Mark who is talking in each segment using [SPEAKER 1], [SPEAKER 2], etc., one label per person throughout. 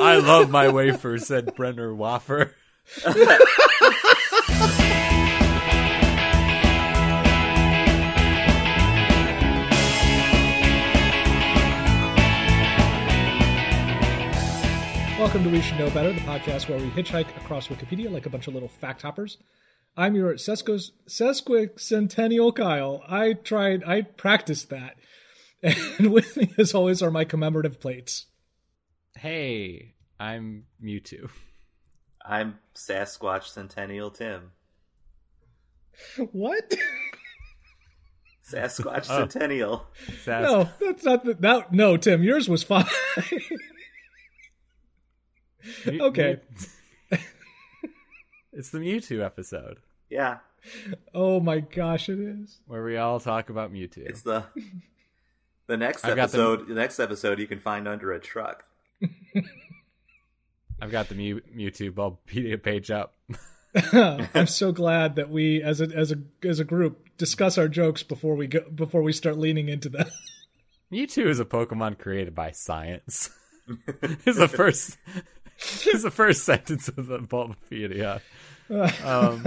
[SPEAKER 1] I love my wafer, said Brenner Waffer.
[SPEAKER 2] Welcome to We Should Know Better, the podcast where we hitchhike across Wikipedia like a bunch of little fact hoppers. I'm your sesquis- sesquicentennial Kyle. I tried, I practiced that. And with me, as always, are my commemorative plates.
[SPEAKER 1] Hey, I'm Mewtwo.
[SPEAKER 3] I'm Sasquatch Centennial Tim.
[SPEAKER 2] What?
[SPEAKER 3] Sasquatch
[SPEAKER 1] Oh.
[SPEAKER 3] Centennial.
[SPEAKER 1] Sas-
[SPEAKER 2] No, that's not the, that. No, Tim, yours was fine.
[SPEAKER 1] Mew-
[SPEAKER 2] okay.
[SPEAKER 1] Mew- it's the Mewtwo episode
[SPEAKER 3] Yeah,
[SPEAKER 2] oh my gosh, it is.
[SPEAKER 1] where we all talk about Mewtwo.
[SPEAKER 3] it's the the next
[SPEAKER 1] I've got the-
[SPEAKER 3] episode. The next episode you can find under a truck.
[SPEAKER 1] I've got the Mew- Mewtwo Bulbapedia page up.
[SPEAKER 2] I'm so glad that we, as a as a as a group, discuss our jokes before we go before we start leaning into them.
[SPEAKER 1] Mewtwo is a Pokemon created by science. is the first is the first sentence of the Bulbapedia. Um,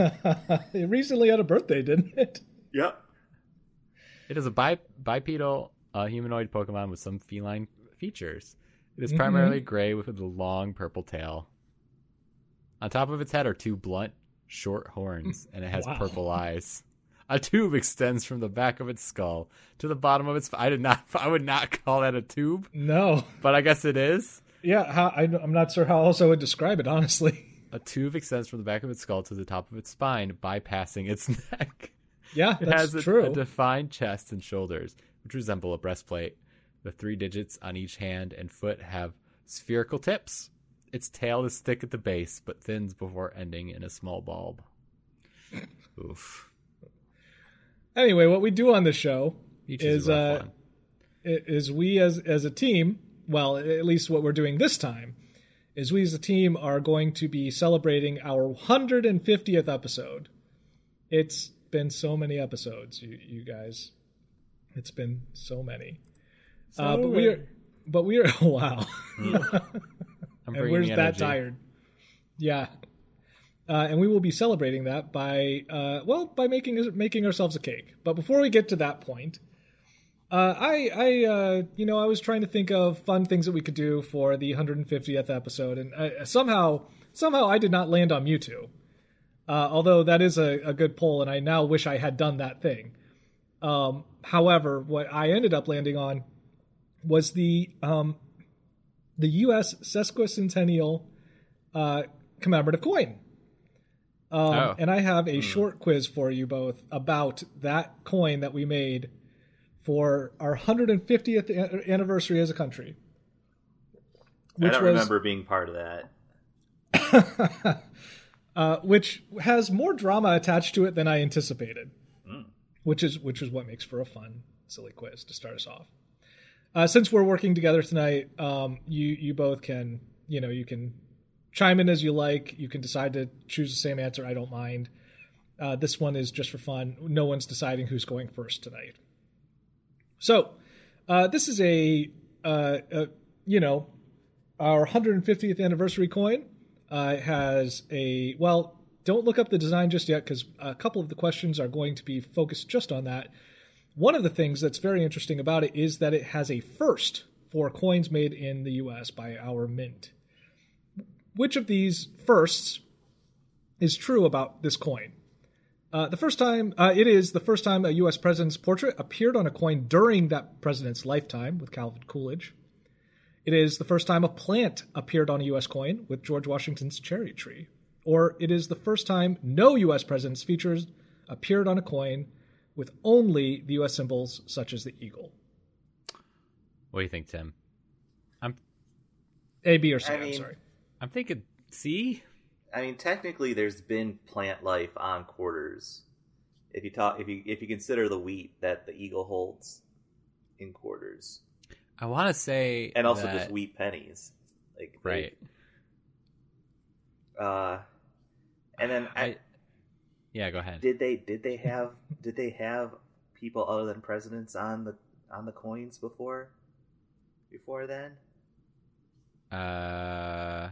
[SPEAKER 2] it recently had a birthday, didn't it?
[SPEAKER 3] Yep.
[SPEAKER 1] It is a bi- bipedal uh, humanoid Pokemon with some feline features. It is primarily gray with a long purple tail. On top of its head are two blunt, short horns, and it has
[SPEAKER 2] Wow.
[SPEAKER 1] purple eyes. A tube extends from the back of its skull to the bottom of its. I did not. I would not call that a tube,
[SPEAKER 2] No.
[SPEAKER 1] but I guess it is.
[SPEAKER 2] Yeah, how, I, I'm not sure how else I would describe it, honestly.
[SPEAKER 1] A tube extends from the back of its skull to the top of its spine, bypassing its neck.
[SPEAKER 2] Yeah,
[SPEAKER 1] It
[SPEAKER 2] that's
[SPEAKER 1] has a,
[SPEAKER 2] true.
[SPEAKER 1] a defined chest and shoulders, which resemble a breastplate. The three digits on each hand and foot have spherical tips. Its tail is thick at the base, but thins before ending in a small bulb. Oof.
[SPEAKER 2] anyway, what we do on the show
[SPEAKER 1] Each
[SPEAKER 2] is
[SPEAKER 1] a rough
[SPEAKER 2] uh,
[SPEAKER 1] one.
[SPEAKER 2] i- is we as as a team, well, at least what we're doing this time is we as a team are going to be celebrating our 150th episode. It's been so many episodes, you you guys. It's been so many. uh, but we are but we are wow.
[SPEAKER 1] I'm
[SPEAKER 2] and
[SPEAKER 1] bringing
[SPEAKER 2] where's
[SPEAKER 1] the
[SPEAKER 2] that
[SPEAKER 1] energy.
[SPEAKER 2] tired? Yeah, uh, and we will be celebrating that by uh, well by making making ourselves a cake. But before we get to that point, uh, I I uh, you know I was trying to think of fun things that we could do for the 150th episode, and I, somehow somehow I did not land on Mewtwo. Uh, although that is a, a good poll, and I now wish I had done that thing. Um, however, what I ended up landing on was the um, the U.S. sesquicentennial uh, commemorative coin. Um,
[SPEAKER 1] Oh.
[SPEAKER 2] And I have
[SPEAKER 3] Hmm.
[SPEAKER 2] a short quiz for you both about that coin that we made for our 150th an- anniversary as a country.
[SPEAKER 3] I don't
[SPEAKER 2] was,
[SPEAKER 3] remember being part of that.
[SPEAKER 2] uh, which has more drama attached to it than I anticipated, which is which is what makes for a fun, silly quiz to start us off. Uh, since we're working together tonight, um, you you both can you know you can chime in as you like. You can decide to choose the same answer. I don't mind. Uh, this one is just for fun. No one's deciding who's going first tonight. So uh, this is a, uh, a you know our 150th anniversary coin uh, it has a well don't look up the design just yet because a couple of the questions are going to be focused just on that one of the things that's very interesting about it is that it has a first for coins made in the us by our mint which of these firsts is true about this coin uh, the first time uh, it is the first time a us president's portrait appeared on a coin during that president's lifetime with calvin coolidge it is the first time a plant appeared on a U.S. coin with George Washington's cherry tree. Or it is the first time no U.S. president's features appeared on a coin with only the U.S. symbols such as the eagle.
[SPEAKER 1] What do you think, Tim? I'm
[SPEAKER 2] A, B, or C,
[SPEAKER 3] I
[SPEAKER 2] am
[SPEAKER 3] mean-
[SPEAKER 2] sorry.
[SPEAKER 1] I'm thinking C.
[SPEAKER 3] I mean, technically, there's been plant life on quarters. If you talk, if you if you consider the wheat that the eagle holds in quarters,
[SPEAKER 1] I want to say
[SPEAKER 3] and also
[SPEAKER 1] that-
[SPEAKER 3] just wheat pennies, like they-
[SPEAKER 1] Right.
[SPEAKER 3] Uh, and then I,
[SPEAKER 1] I- Yeah. Go ahead.
[SPEAKER 3] did they did they have did they have people other than presidents on the on the coins before before then?
[SPEAKER 1] uh,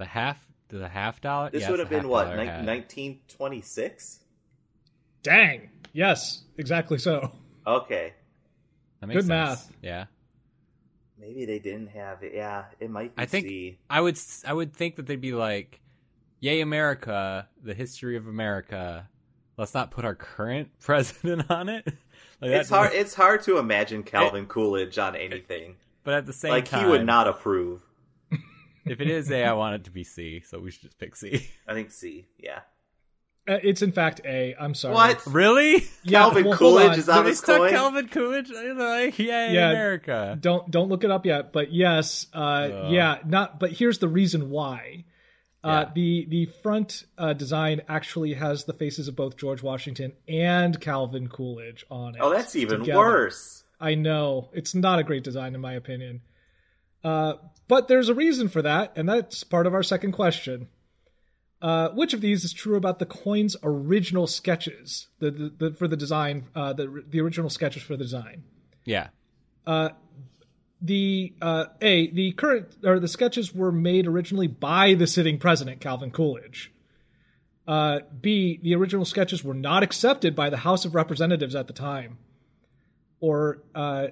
[SPEAKER 1] half the half dollar.
[SPEAKER 3] This
[SPEAKER 1] Yeah,
[SPEAKER 3] would
[SPEAKER 1] it's
[SPEAKER 3] have
[SPEAKER 1] a
[SPEAKER 3] been
[SPEAKER 1] half
[SPEAKER 3] what
[SPEAKER 1] dollar hat.
[SPEAKER 3] nineteen twenty six.
[SPEAKER 2] Dang. Yes, exactly so.
[SPEAKER 3] Okay,
[SPEAKER 1] That makes
[SPEAKER 2] Good math.
[SPEAKER 1] sense. Yeah,
[SPEAKER 3] maybe they didn't have it. Yeah, it might. Be
[SPEAKER 1] I think-
[SPEAKER 3] C.
[SPEAKER 1] I would s- I would think that they'd be like, "Yay America, the history of America." Let's not put our current president on it. Like,
[SPEAKER 3] it's
[SPEAKER 1] that-
[SPEAKER 3] hard. It's hard to imagine Calvin Coolidge on anything.
[SPEAKER 1] but at the same
[SPEAKER 3] Like
[SPEAKER 1] time,
[SPEAKER 3] he would not approve.
[SPEAKER 1] if it is A, I want it to be C, so we should just pick C.
[SPEAKER 3] I think C. Yeah.
[SPEAKER 2] Uh, it's in fact A. I'm sorry.
[SPEAKER 3] What?
[SPEAKER 1] really?
[SPEAKER 2] Yeah,
[SPEAKER 3] Calvin
[SPEAKER 2] well, hold
[SPEAKER 3] Coolidge
[SPEAKER 2] on.
[SPEAKER 3] is
[SPEAKER 1] So
[SPEAKER 3] on
[SPEAKER 1] they
[SPEAKER 3] this
[SPEAKER 1] stuck
[SPEAKER 3] coin.
[SPEAKER 1] Calvin Coolidge. They're Like, yay,
[SPEAKER 2] Yeah.
[SPEAKER 1] America!
[SPEAKER 2] Don't don't look it up yet, but yes, uh, yeah, not. But here's the reason why. Uh,
[SPEAKER 1] Yeah.
[SPEAKER 2] The the front uh, design actually has the faces of both George Washington and Calvin Coolidge on it.
[SPEAKER 3] Oh, that's even
[SPEAKER 2] together.
[SPEAKER 3] worse.
[SPEAKER 2] I know it's not a great design in my opinion, uh, but there's a reason for that, and that's part of our second question. Uh, which of these is true about the coin's original sketches? The, the, the for the design, uh, the the original sketches for the design.
[SPEAKER 1] Yeah,
[SPEAKER 2] Uh, the uh, a the current or the sketches were made originally by the sitting president Calvin Coolidge. Uh, B the original sketches were not accepted by the House of Representatives at the time. Or uh,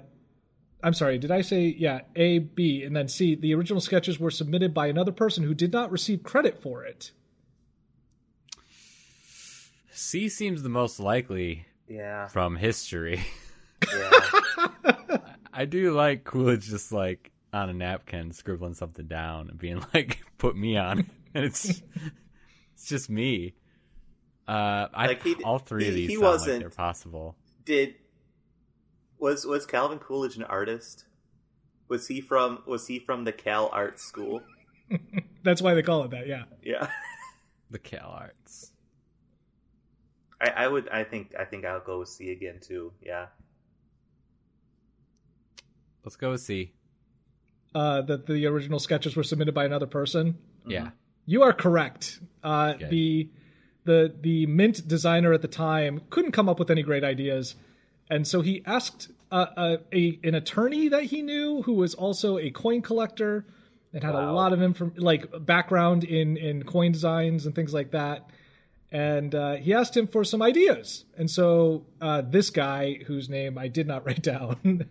[SPEAKER 2] I'm sorry, did I say yeah? A B and then C the original sketches were submitted by another person who did not receive credit for it.
[SPEAKER 1] C seems the most likely
[SPEAKER 3] Yeah.
[SPEAKER 1] from history.
[SPEAKER 3] Yeah.
[SPEAKER 1] I do like Coolidge just like on a napkin scribbling something down and being like, "Put me on," it." and it's it's just me. Uh, I
[SPEAKER 3] Like, he-
[SPEAKER 1] all three of
[SPEAKER 3] he-
[SPEAKER 1] these
[SPEAKER 3] he
[SPEAKER 1] sound like
[SPEAKER 3] wasn't-
[SPEAKER 1] they're possible.
[SPEAKER 3] Did was was Calvin Coolidge an artist? Was he from Was he from the Cal Art School?
[SPEAKER 2] That's why they call it that. Yeah.
[SPEAKER 3] Yeah.
[SPEAKER 1] The Cal Arts.
[SPEAKER 3] I, I would. I think. I think I'll go with C again too. Yeah.
[SPEAKER 1] Let's go with C.
[SPEAKER 2] Uh, that the original sketches were submitted by another person.
[SPEAKER 3] Mm-hmm.
[SPEAKER 1] Yeah,
[SPEAKER 2] You are correct. Uh,
[SPEAKER 1] Okay.
[SPEAKER 2] The the the mint designer at the time couldn't come up with any great ideas, and so he asked uh, a, a an attorney that he knew who was also a coin collector and had a
[SPEAKER 3] Wow.
[SPEAKER 2] lot of inform- like background in in coin designs and things like that. And uh, he asked him for some ideas, and so uh, this guy, whose name I did not write down,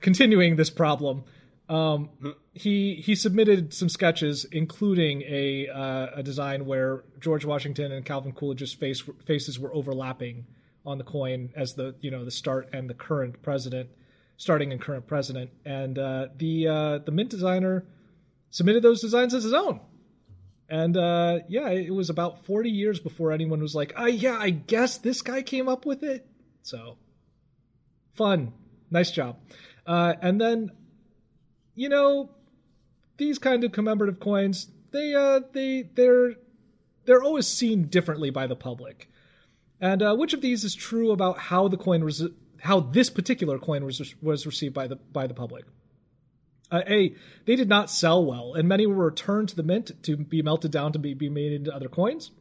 [SPEAKER 2] continuing this problem, um, he he submitted some sketches, including a uh, a design where George Washington and Calvin Coolidge's face faces were overlapping on the coin as the you know the start and the current president, starting and current president, and uh, the uh, the mint designer submitted those designs as his own. And uh, yeah, it was about forty years before anyone was like, "Ah, yeah, I guess this guy came up with it." So fun, nice job. Uh, and then you know these kind of commemorative coins they uh they they're they're always seen differently by the public and uh, which of these is true about how the coin was how this particular coin was was received by the by the public uh, a they did not sell well and many were returned to the mint to be melted down to be, be made into other coins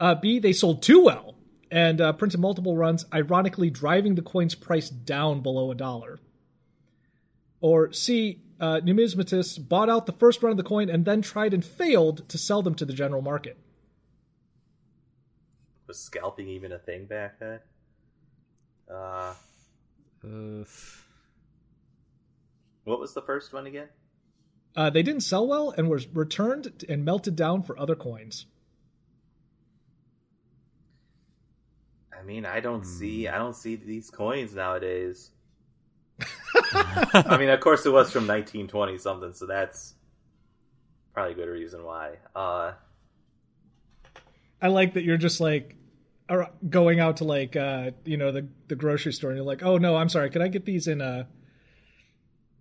[SPEAKER 2] uh, b they sold too well and uh, printed multiple runs ironically driving the coin's price down below a dollar or C, uh, numismatists bought out the first run of the coin and then tried and failed to sell them to the general market.
[SPEAKER 3] Was scalping even a thing back then? Uh,
[SPEAKER 1] uh,
[SPEAKER 3] what was the first one again?
[SPEAKER 2] Uh, they didn't sell well and were returned and melted down for other coins.
[SPEAKER 3] I mean, I don't see. I don't see these coins nowadays. I mean, of course, it was from 1920 something, so that's probably a good reason why. Uh,
[SPEAKER 2] I like that you're just like ar- going out to like uh, you know the the grocery store and you're like, oh no, I'm sorry, could I get these in uh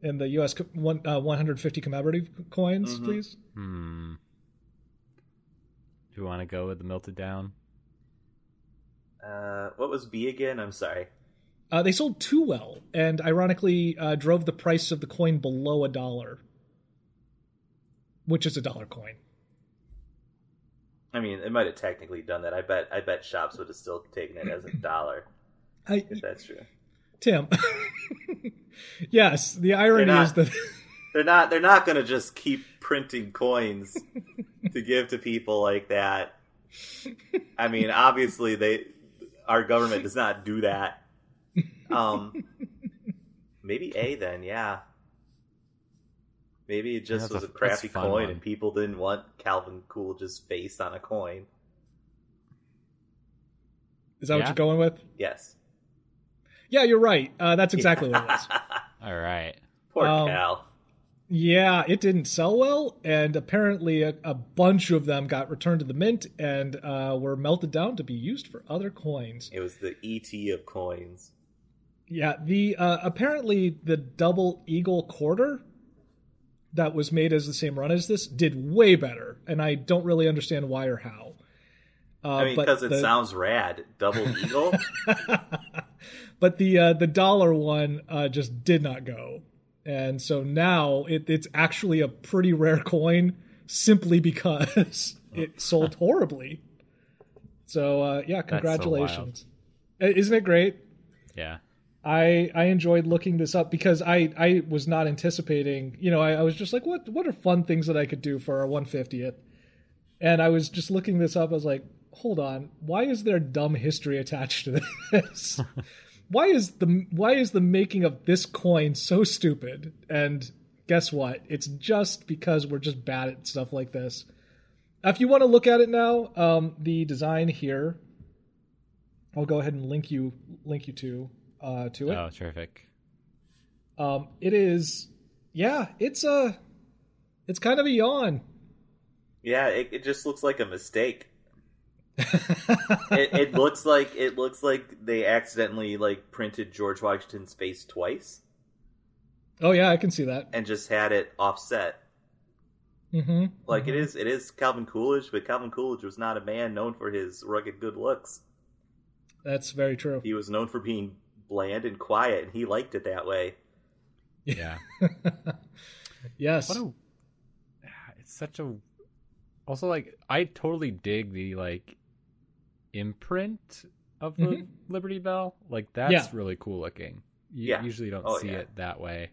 [SPEAKER 2] in the U.S. co- one uh, 150 commemorative coins,
[SPEAKER 3] Mhm.
[SPEAKER 2] please?
[SPEAKER 1] hmm. Do we want to go with the melted down?
[SPEAKER 3] uh, what was B again? I'm sorry.
[SPEAKER 2] Uh, they sold too well and ironically uh, drove the price of the coin below a dollar, which is a dollar coin.
[SPEAKER 3] I mean, it might have technically done that. I bet. I bet shops would have still taken it as a dollar
[SPEAKER 2] I,
[SPEAKER 3] if that's true.
[SPEAKER 2] Tim. yes, the irony
[SPEAKER 3] They're not-
[SPEAKER 2] is that
[SPEAKER 3] They're not. They're not going to just keep printing coins to give to people like that. I mean, obviously they our government does not do that. Um maybe A then, yeah. Maybe it just
[SPEAKER 1] that's
[SPEAKER 3] was
[SPEAKER 1] a-
[SPEAKER 3] a, crappy
[SPEAKER 1] that's a fun
[SPEAKER 3] coin
[SPEAKER 1] one.
[SPEAKER 3] and people didn't want Calvin Coolidge's face on a coin.
[SPEAKER 2] Is that what
[SPEAKER 1] Yeah.
[SPEAKER 2] you're going with?
[SPEAKER 3] Yes.
[SPEAKER 2] Yeah, you're right. Uh, that's exactly what it was.
[SPEAKER 1] All right.
[SPEAKER 3] Poor
[SPEAKER 2] Um,
[SPEAKER 3] Cal.
[SPEAKER 2] Yeah, it didn't sell well, and apparently a, a bunch of them got returned to the mint and uh, were melted down to be used for other coins.
[SPEAKER 3] It was the ET of coins.
[SPEAKER 2] Yeah, the uh, apparently the double eagle quarter that was made as the same run as this did way better, and I don't really understand why or how. Uh,
[SPEAKER 3] I mean,
[SPEAKER 2] but
[SPEAKER 3] because it
[SPEAKER 2] the-
[SPEAKER 3] sounds rad. Double eagle.
[SPEAKER 2] but the uh, the dollar one uh, just did not go, and so now it, it's actually a pretty rare coin simply because it sold horribly. So uh, yeah,
[SPEAKER 1] so wild.
[SPEAKER 2] congratulations! I- Isn't it great?
[SPEAKER 1] Yeah.
[SPEAKER 2] I I enjoyed looking this up because I I was not anticipating. You know, I, I was just like, what what are fun things that I could do for our 150th? And I was just looking this up. I was like, hold on, why is there dumb history attached to this? why is the why is the making of this coin so stupid? And guess what? It's just because we're just bad at stuff like this. If you want to look at it now, um, the design here, I'll go ahead and link you link you to uh, to it.
[SPEAKER 1] Oh, terrific.
[SPEAKER 2] Um, it is, yeah, it's a, it's kind of a yawn.
[SPEAKER 3] yeah, it, it just looks like a mistake. It, it looks like it looks like they accidentally like printed George Washington's face twice
[SPEAKER 2] oh yeah, I can see that.
[SPEAKER 3] and just had it offset.
[SPEAKER 2] hmm
[SPEAKER 3] Like it is, it is Calvin Coolidge, but Calvin Coolidge was not a man known for his rugged good looks.
[SPEAKER 2] That's very true.
[SPEAKER 3] He was known for being bland and quiet, and he liked it that way.
[SPEAKER 1] Yeah.
[SPEAKER 2] Yes.
[SPEAKER 1] What a ah, it's such a also like I totally dig the like imprint of the
[SPEAKER 2] Mhm.
[SPEAKER 1] Liberty Bell. Like that's
[SPEAKER 2] Yeah.
[SPEAKER 1] really cool looking. You
[SPEAKER 3] Yeah.
[SPEAKER 1] usually don't
[SPEAKER 3] Oh,
[SPEAKER 1] see
[SPEAKER 3] yeah.
[SPEAKER 1] it that way.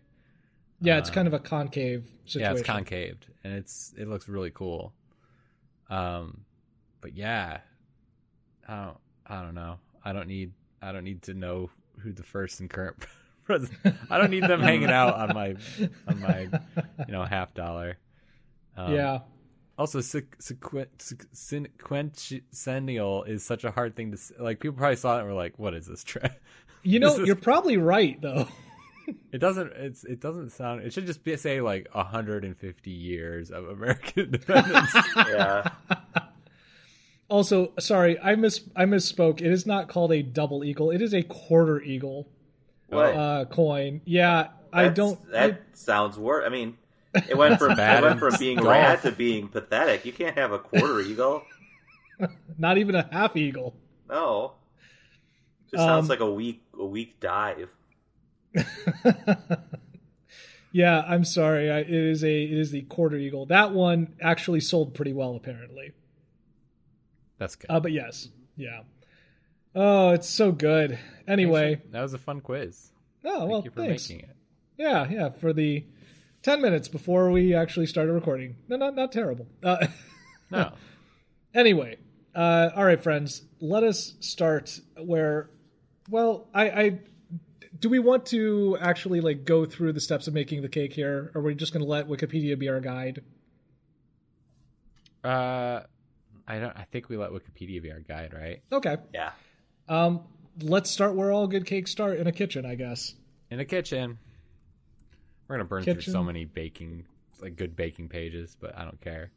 [SPEAKER 2] yeah, it's
[SPEAKER 1] uh,
[SPEAKER 2] kind of a concave situation.
[SPEAKER 1] Yeah, it's concaved and it's it looks really cool. Um but yeah. I don't I don't know. I don't need I don't need to know who the first and current president I don't need them hanging out on my on my you know half dollar. Um,
[SPEAKER 2] yeah.
[SPEAKER 1] Also, sequ- sequ- sequ- sequential is such a hard thing to s like. People probably saw it and were like, "What is this trend?"
[SPEAKER 2] You know,
[SPEAKER 1] this is-
[SPEAKER 2] you're probably right though.
[SPEAKER 1] It doesn't. It's it doesn't sound. It should just be say like 150 years of American independence.
[SPEAKER 3] Yeah,
[SPEAKER 2] Also, sorry, I miss I misspoke. It is not called a double eagle. It is a quarter eagle
[SPEAKER 3] what?
[SPEAKER 2] uh, coin. Yeah, I
[SPEAKER 3] That's-
[SPEAKER 2] don't.
[SPEAKER 3] That
[SPEAKER 2] I-
[SPEAKER 3] sounds worse. I mean, it went from it
[SPEAKER 1] bad
[SPEAKER 3] went
[SPEAKER 1] and
[SPEAKER 3] from being
[SPEAKER 1] golf.
[SPEAKER 3] rad to being pathetic. You can't have a quarter eagle.
[SPEAKER 2] not even a half eagle.
[SPEAKER 3] No, just sounds
[SPEAKER 2] Um,
[SPEAKER 3] like a weak a weak dive.
[SPEAKER 2] Yeah, I'm sorry. I, it is a it is the quarter eagle. That one actually sold pretty well apparently.
[SPEAKER 1] That's good.
[SPEAKER 2] Uh, but yes, yeah. Oh, it's so good. Anyway,
[SPEAKER 1] that was a fun quiz.
[SPEAKER 2] oh
[SPEAKER 1] Thank
[SPEAKER 2] well,
[SPEAKER 1] you for
[SPEAKER 2] thanks.
[SPEAKER 1] making it.
[SPEAKER 2] Yeah, yeah. For the ten minutes before we actually started recording, no, not not terrible. Uh,
[SPEAKER 1] No,
[SPEAKER 2] anyway, uh, all right, friends. Let us start where. Well, I, I do we want to actually like go through the steps of making the cake here? Or are we just going to let Wikipedia be our guide?
[SPEAKER 1] uh, I don't. I think we let Wikipedia be our guide, right?
[SPEAKER 2] Okay.
[SPEAKER 3] Yeah,
[SPEAKER 2] Um, let's start where all good cakes start in a kitchen, I guess.
[SPEAKER 1] In the kitchen, we're gonna burn through so
[SPEAKER 2] Kitchen.
[SPEAKER 1] many baking like good baking pages, but I don't care.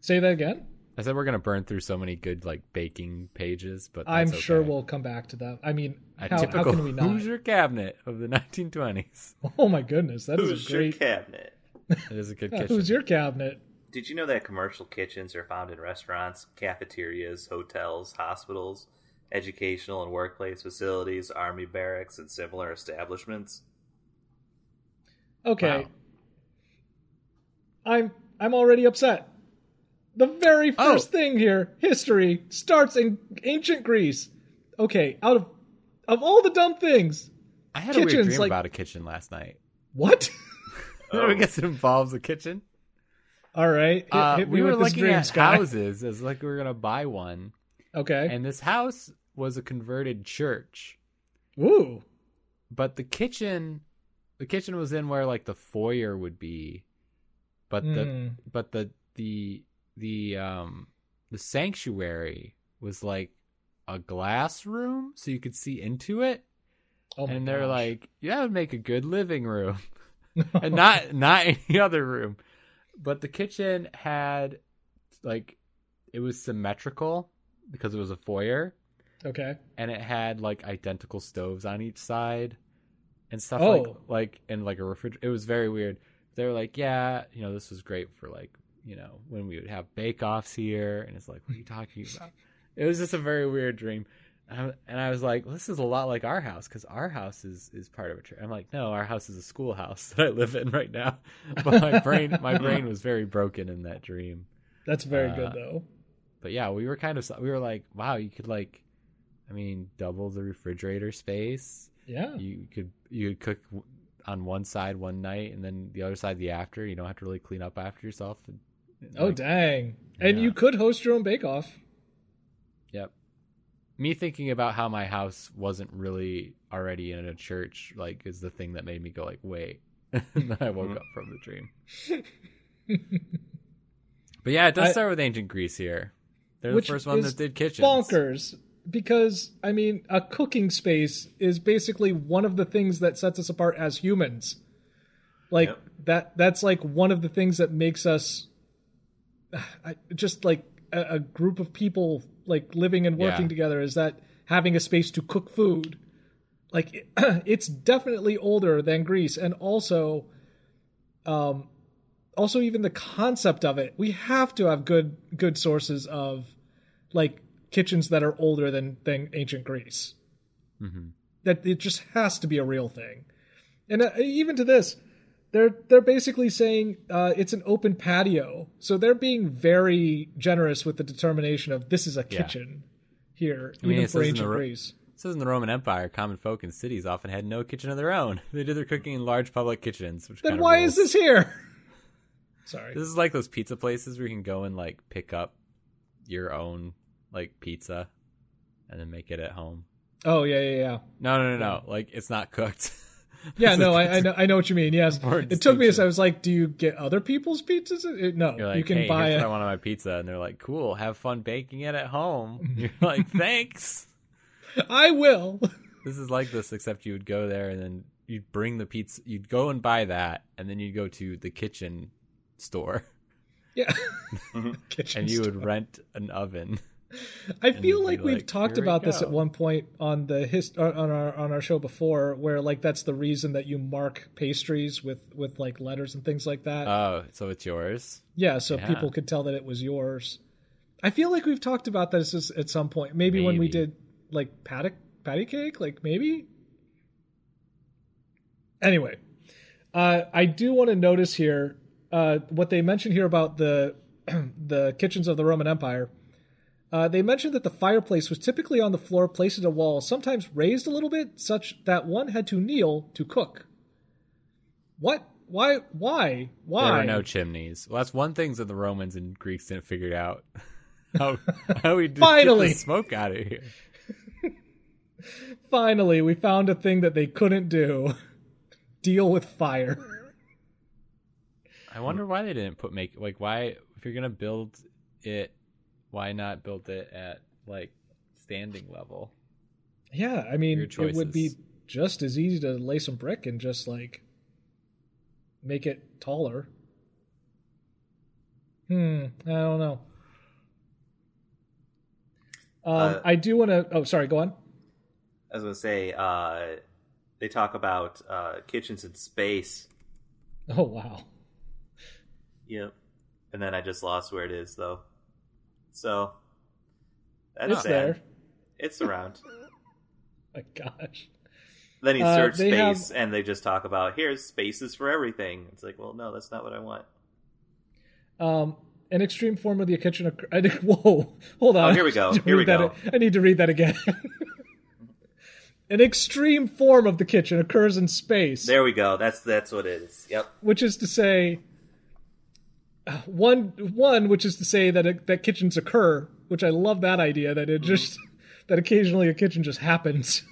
[SPEAKER 2] Say that again.
[SPEAKER 1] I said we're gonna burn through so many good like baking pages, but
[SPEAKER 2] I'm
[SPEAKER 1] that's
[SPEAKER 2] sure
[SPEAKER 1] okay.
[SPEAKER 2] we'll come back to that. I mean,
[SPEAKER 1] a
[SPEAKER 2] how, how
[SPEAKER 1] typical
[SPEAKER 2] can we not?
[SPEAKER 1] Hoosier cabinet of the 1920s.
[SPEAKER 2] Oh my goodness, that is
[SPEAKER 3] who's
[SPEAKER 2] a great.
[SPEAKER 3] your cabinet?
[SPEAKER 1] It is a good
[SPEAKER 2] Yeah,
[SPEAKER 1] kitchen.
[SPEAKER 2] who's your cabinet?
[SPEAKER 3] Did you know that commercial kitchens are found in restaurants, cafeterias, hotels, hospitals, educational and workplace facilities, army barracks, and similar establishments?
[SPEAKER 2] Okay,
[SPEAKER 1] Wow.
[SPEAKER 2] I'm I'm already upset. The very
[SPEAKER 1] Oh.
[SPEAKER 2] first thing here, history starts in ancient Greece. Okay, out of of all the dumb things,
[SPEAKER 1] I had a weird
[SPEAKER 2] kitchens,
[SPEAKER 1] dream
[SPEAKER 2] like-
[SPEAKER 1] about a kitchen last night.
[SPEAKER 2] what?
[SPEAKER 1] I guess it involves a kitchen.
[SPEAKER 2] All right. Hit,
[SPEAKER 1] Uh,
[SPEAKER 2] hit me
[SPEAKER 1] we were
[SPEAKER 2] with this
[SPEAKER 1] looking
[SPEAKER 2] dream,
[SPEAKER 1] at
[SPEAKER 2] Scott.
[SPEAKER 1] houses as like we were gonna buy one,
[SPEAKER 2] Okay.
[SPEAKER 1] and this house was a converted church,
[SPEAKER 2] Ooh.
[SPEAKER 1] but the kitchen, the kitchen was in where like the foyer would be, but the
[SPEAKER 2] Mm.
[SPEAKER 1] but the the the um the sanctuary was like a glass room, so you could see into it,
[SPEAKER 2] Oh my
[SPEAKER 1] and they're
[SPEAKER 2] gosh.
[SPEAKER 1] like, yeah, that would make a good living room. and not not any other room. But the kitchen had like it was symmetrical because it was a foyer
[SPEAKER 2] okay.
[SPEAKER 1] and it had like identical stoves on each side and stuff like
[SPEAKER 2] Oh.
[SPEAKER 1] like and like a refrigerator. It was very weird. They were like, "Yeah, you know, this was great for like, you know, when we would have bake-offs here." And it's like, "What are you talking about?" it was just a very weird dream. And I- and I was like, "This is a lot like our house because our house is is part of a church." I'm like, "No, our house is a schoolhouse that I live in right now." But my brain my brain was very broken in that dream
[SPEAKER 2] That's very
[SPEAKER 1] uh,
[SPEAKER 2] good though.
[SPEAKER 1] but yeah, we were kind of we were like, wow, you could like, I mean, double the refrigerator space.
[SPEAKER 2] Yeah.
[SPEAKER 1] You could you could cook w- on one side one night and then the other side the after. You don't have to really clean up after yourself.
[SPEAKER 2] Oh
[SPEAKER 1] Like,
[SPEAKER 2] dang. And
[SPEAKER 1] Yeah.
[SPEAKER 2] you could host your own bake off.
[SPEAKER 1] Yep. Me thinking about how my house wasn't really already in a church like is the thing that made me go like, wait. and then I
[SPEAKER 2] Mm-hmm.
[SPEAKER 1] woke up from the dream. but yeah, it does
[SPEAKER 2] I-
[SPEAKER 1] start with ancient Greece here. They're the
[SPEAKER 2] Which
[SPEAKER 1] first one
[SPEAKER 2] is
[SPEAKER 1] that did kitchens.
[SPEAKER 2] bonkers because I mean a cooking space is basically one of the things that sets us apart as humans. Like
[SPEAKER 3] Yep.
[SPEAKER 2] that that's like one of the things that makes us I, just like a, a group of people like living and working
[SPEAKER 1] Yeah.
[SPEAKER 2] together is that having a space to cook food. Like it- it's definitely older than Greece and also um also even the concept of it. We have to have good good sources of like kitchens that are older than than ancient Greece.
[SPEAKER 1] Mm-hmm.
[SPEAKER 2] That it just has to be a real thing. And uh, even to this, they're they're basically saying uh, it's an open patio, so they're being very generous with the determination of this is a
[SPEAKER 1] Yeah.
[SPEAKER 2] kitchen here,
[SPEAKER 1] I mean,
[SPEAKER 2] even
[SPEAKER 1] it
[SPEAKER 2] for
[SPEAKER 1] says in the
[SPEAKER 2] ancient
[SPEAKER 1] ro-
[SPEAKER 2] Greece.
[SPEAKER 1] It says in the Roman Empire, common folk in cities often had no kitchen of their own. They did their cooking in large public kitchens. Which
[SPEAKER 2] Then
[SPEAKER 1] kinda
[SPEAKER 2] why
[SPEAKER 1] rules.
[SPEAKER 2] is this here? Sorry.
[SPEAKER 1] This is like those pizza places where you can go and like pick up your own like pizza, and then make it at home.
[SPEAKER 2] Oh yeah yeah yeah.
[SPEAKER 1] No, no, no, no. Like it's not cooked.
[SPEAKER 2] Yeah,
[SPEAKER 1] It's
[SPEAKER 2] no,
[SPEAKER 1] like-
[SPEAKER 2] I, I know, I know what you mean. Yes,
[SPEAKER 1] Important
[SPEAKER 2] it took me as
[SPEAKER 1] distinction.
[SPEAKER 2] I was like, "Do you get other people's pizzas?" It- no,
[SPEAKER 1] You're like,
[SPEAKER 2] you can
[SPEAKER 1] hey,
[SPEAKER 2] buy
[SPEAKER 1] here's what I
[SPEAKER 2] it.
[SPEAKER 1] want on my pizza, and they're like, cool. Have fun baking it at home. You're like, thanks.
[SPEAKER 2] I will.
[SPEAKER 1] This is like this, except you would go there and then you'd bring the pizza. You'd go and buy that, and then you'd go to the kitchen store.
[SPEAKER 2] Yeah.
[SPEAKER 3] Mhm.
[SPEAKER 2] Kitchen
[SPEAKER 1] and you
[SPEAKER 2] stuff.
[SPEAKER 1] would rent an oven.
[SPEAKER 2] I
[SPEAKER 1] and
[SPEAKER 2] feel
[SPEAKER 1] you'd
[SPEAKER 2] like
[SPEAKER 1] be
[SPEAKER 2] we've
[SPEAKER 1] like,
[SPEAKER 2] talked
[SPEAKER 1] "Here we
[SPEAKER 2] about this
[SPEAKER 1] go."
[SPEAKER 2] at one point on the hist- or on our on our show before, where like that's the reason that you mark pastries with with like letters and things like that.
[SPEAKER 1] Oh, so it's yours.
[SPEAKER 2] yeah, so
[SPEAKER 1] yeah.
[SPEAKER 2] people could tell that it was yours. I feel like we've talked about this as- at some point, maybe, when we
[SPEAKER 1] Maybe.
[SPEAKER 2] did like patty patty cake, like maybe. Anyway, uh, I do want to notice here uh, what they mentioned here about the the kitchens of the Roman Empire. Uh, they mentioned that the fireplace was typically on the floor, placed in a wall, sometimes raised a little bit, such that one had to kneel to cook. What? Why? Why? Why?
[SPEAKER 1] There were no chimneys. Well, that's one thing that the Romans and Greeks didn't figure out. How, how we just
[SPEAKER 2] Finally.
[SPEAKER 1] get the smoke out of here.
[SPEAKER 2] Finally, we found a thing that they couldn't do deal with fire.
[SPEAKER 1] I wonder why they didn't put make like why if you're gonna build it, why not build it at like standing level?
[SPEAKER 2] Yeah, I mean,
[SPEAKER 1] Your
[SPEAKER 2] it would be
[SPEAKER 1] choices.
[SPEAKER 2] just as easy to lay some brick and just like make it taller. Hmm, I don't know. Um,
[SPEAKER 3] Uh,
[SPEAKER 2] I do want to. Oh, sorry, go on.
[SPEAKER 3] I was gonna say uh, they talk about uh, kitchens in space.
[SPEAKER 2] Oh, wow.
[SPEAKER 3] Yep. And then I just lost where it is though. So that's
[SPEAKER 2] It's
[SPEAKER 3] sad.
[SPEAKER 2] there.
[SPEAKER 3] It's around.
[SPEAKER 2] My gosh.
[SPEAKER 3] then you
[SPEAKER 2] Uh,
[SPEAKER 3] search
[SPEAKER 2] they have-
[SPEAKER 3] space and they just talk about here's spaces for everything. It's like, well, no, that's not what I want.
[SPEAKER 2] Um, an extreme form of the kitchen. Occur- I did- whoa, hold on.
[SPEAKER 3] Oh, here we go.
[SPEAKER 2] I need to
[SPEAKER 3] Here we
[SPEAKER 2] read that-
[SPEAKER 3] go.
[SPEAKER 2] I need to read that again. an extreme form of the kitchen occurs in space,
[SPEAKER 3] There we go. That's that's what it is. Yep.
[SPEAKER 2] which is to say, uh, one one which is to say that it, that kitchens occur, which I love that idea that
[SPEAKER 1] Mm-hmm.
[SPEAKER 2] it just that occasionally a kitchen just happens.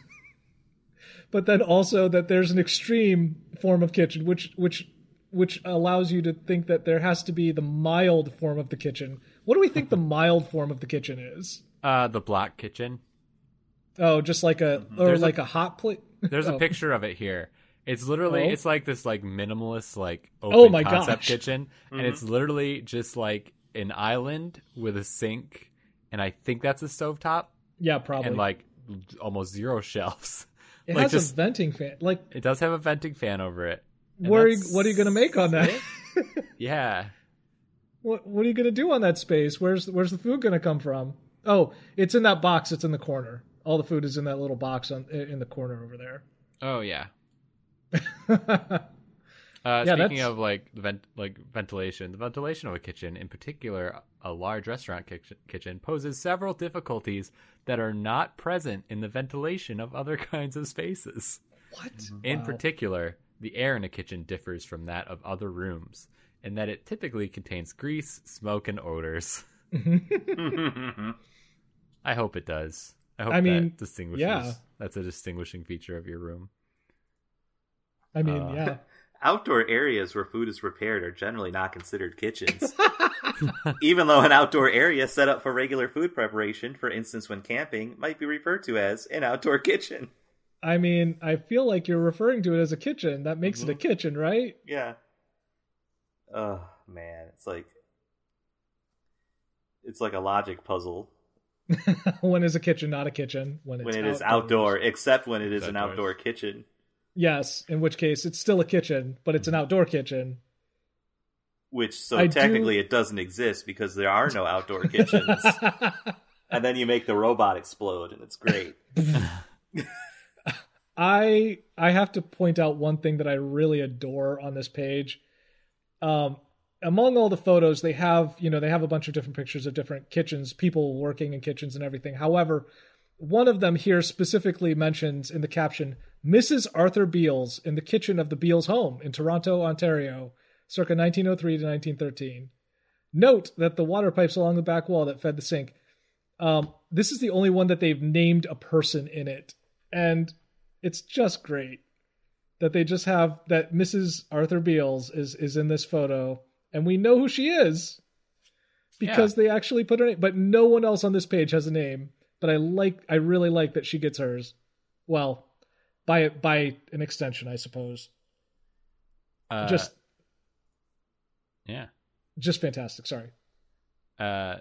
[SPEAKER 2] but then also that there's an extreme form of kitchen which which which allows you to think that there has to be the mild form of the kitchen. What do we think the
[SPEAKER 1] Mm-hmm.
[SPEAKER 2] mild form of the kitchen is?
[SPEAKER 1] Uh, the block kitchen.
[SPEAKER 2] Oh, just like a or
[SPEAKER 1] Mm-hmm. There's a-
[SPEAKER 2] like a, hot plate.
[SPEAKER 1] There's a
[SPEAKER 2] Oh.
[SPEAKER 1] picture of it here. It's literally
[SPEAKER 2] Oh.
[SPEAKER 1] it's like this like minimalist like open
[SPEAKER 2] Oh my
[SPEAKER 1] concept
[SPEAKER 2] gosh.
[SPEAKER 1] kitchen, and it's literally just like an island with a sink, and I think that's a stovetop,
[SPEAKER 2] Yeah, probably.
[SPEAKER 1] and like almost zero shelves.
[SPEAKER 2] it
[SPEAKER 1] like
[SPEAKER 2] has
[SPEAKER 1] just-
[SPEAKER 2] a venting fan. Like,
[SPEAKER 1] It does have a venting fan over it. and
[SPEAKER 2] where are you,
[SPEAKER 1] that's
[SPEAKER 2] what are you going to make on that?
[SPEAKER 1] it. yeah,
[SPEAKER 2] What what are you gonna do on that space? Where's where's the food gonna come from? Oh, it's in that box. It's in the corner. All the food is in that little box on in the corner over there.
[SPEAKER 1] oh yeah. Uh,
[SPEAKER 2] Yeah,
[SPEAKER 1] speaking
[SPEAKER 2] that's-
[SPEAKER 1] of like the vent, like ventilation, the ventilation of a kitchen, in particular, a large restaurant kitchen, kitchen, poses several difficulties that are not present in the ventilation of other kinds of spaces.
[SPEAKER 2] what?
[SPEAKER 1] In
[SPEAKER 3] Mm-hmm.
[SPEAKER 2] Wow.
[SPEAKER 1] particular, the air in a kitchen differs from that of other rooms, in that it typically contains grease, smoke, and odors. I hope it does. I hope
[SPEAKER 2] I mean,
[SPEAKER 1] that distinguishes.
[SPEAKER 2] yeah.
[SPEAKER 1] That's a distinguishing feature of your room.
[SPEAKER 2] I mean,
[SPEAKER 1] uh,
[SPEAKER 2] yeah.
[SPEAKER 3] outdoor areas where food is prepared are generally not considered kitchens. Even though an outdoor area set up for regular food preparation, for instance when camping, might be referred to as an outdoor kitchen.
[SPEAKER 2] I mean, I feel like you're referring to it as a kitchen. That makes
[SPEAKER 3] Mm-hmm.
[SPEAKER 2] it a kitchen, right?
[SPEAKER 3] Yeah. Oh man, it's like it's like a logic puzzle
[SPEAKER 2] when is a kitchen not a kitchen? When it's
[SPEAKER 3] when it
[SPEAKER 2] outdoors.
[SPEAKER 3] is outdoor, except when it is an
[SPEAKER 1] outdoors.
[SPEAKER 3] outdoor kitchen.
[SPEAKER 2] Yes, in which case it's still a kitchen, but it's an
[SPEAKER 3] Mm-hmm.
[SPEAKER 2] outdoor kitchen.
[SPEAKER 3] Which so
[SPEAKER 2] I do-
[SPEAKER 3] technically it doesn't exist because there are no outdoor kitchens. and then you make the robot explode and it's great.
[SPEAKER 2] I I have to point out one thing that I really adore on this page. Um, among all the photos, they have you know they have a bunch of different pictures of different kitchens, people working in kitchens and everything. However, one of them here specifically mentions in the caption Mrs. Arthur Beals in the kitchen of the Beals home in Toronto, Ontario, circa 1903 to 1913. Note that the water pipes along the back wall that fed the sink. Um, this is the only one that they've named a person in it, and it's just great that they just have that Mrs. Arthur Beals is is in this photo, and we know who she is because they actually put her name. But no one else on this page has a name. But I like, I really like that she gets hers. Well, by by an extension, I suppose.
[SPEAKER 1] Uh,
[SPEAKER 2] just
[SPEAKER 1] yeah.
[SPEAKER 2] just fantastic. Sorry.
[SPEAKER 1] Uh,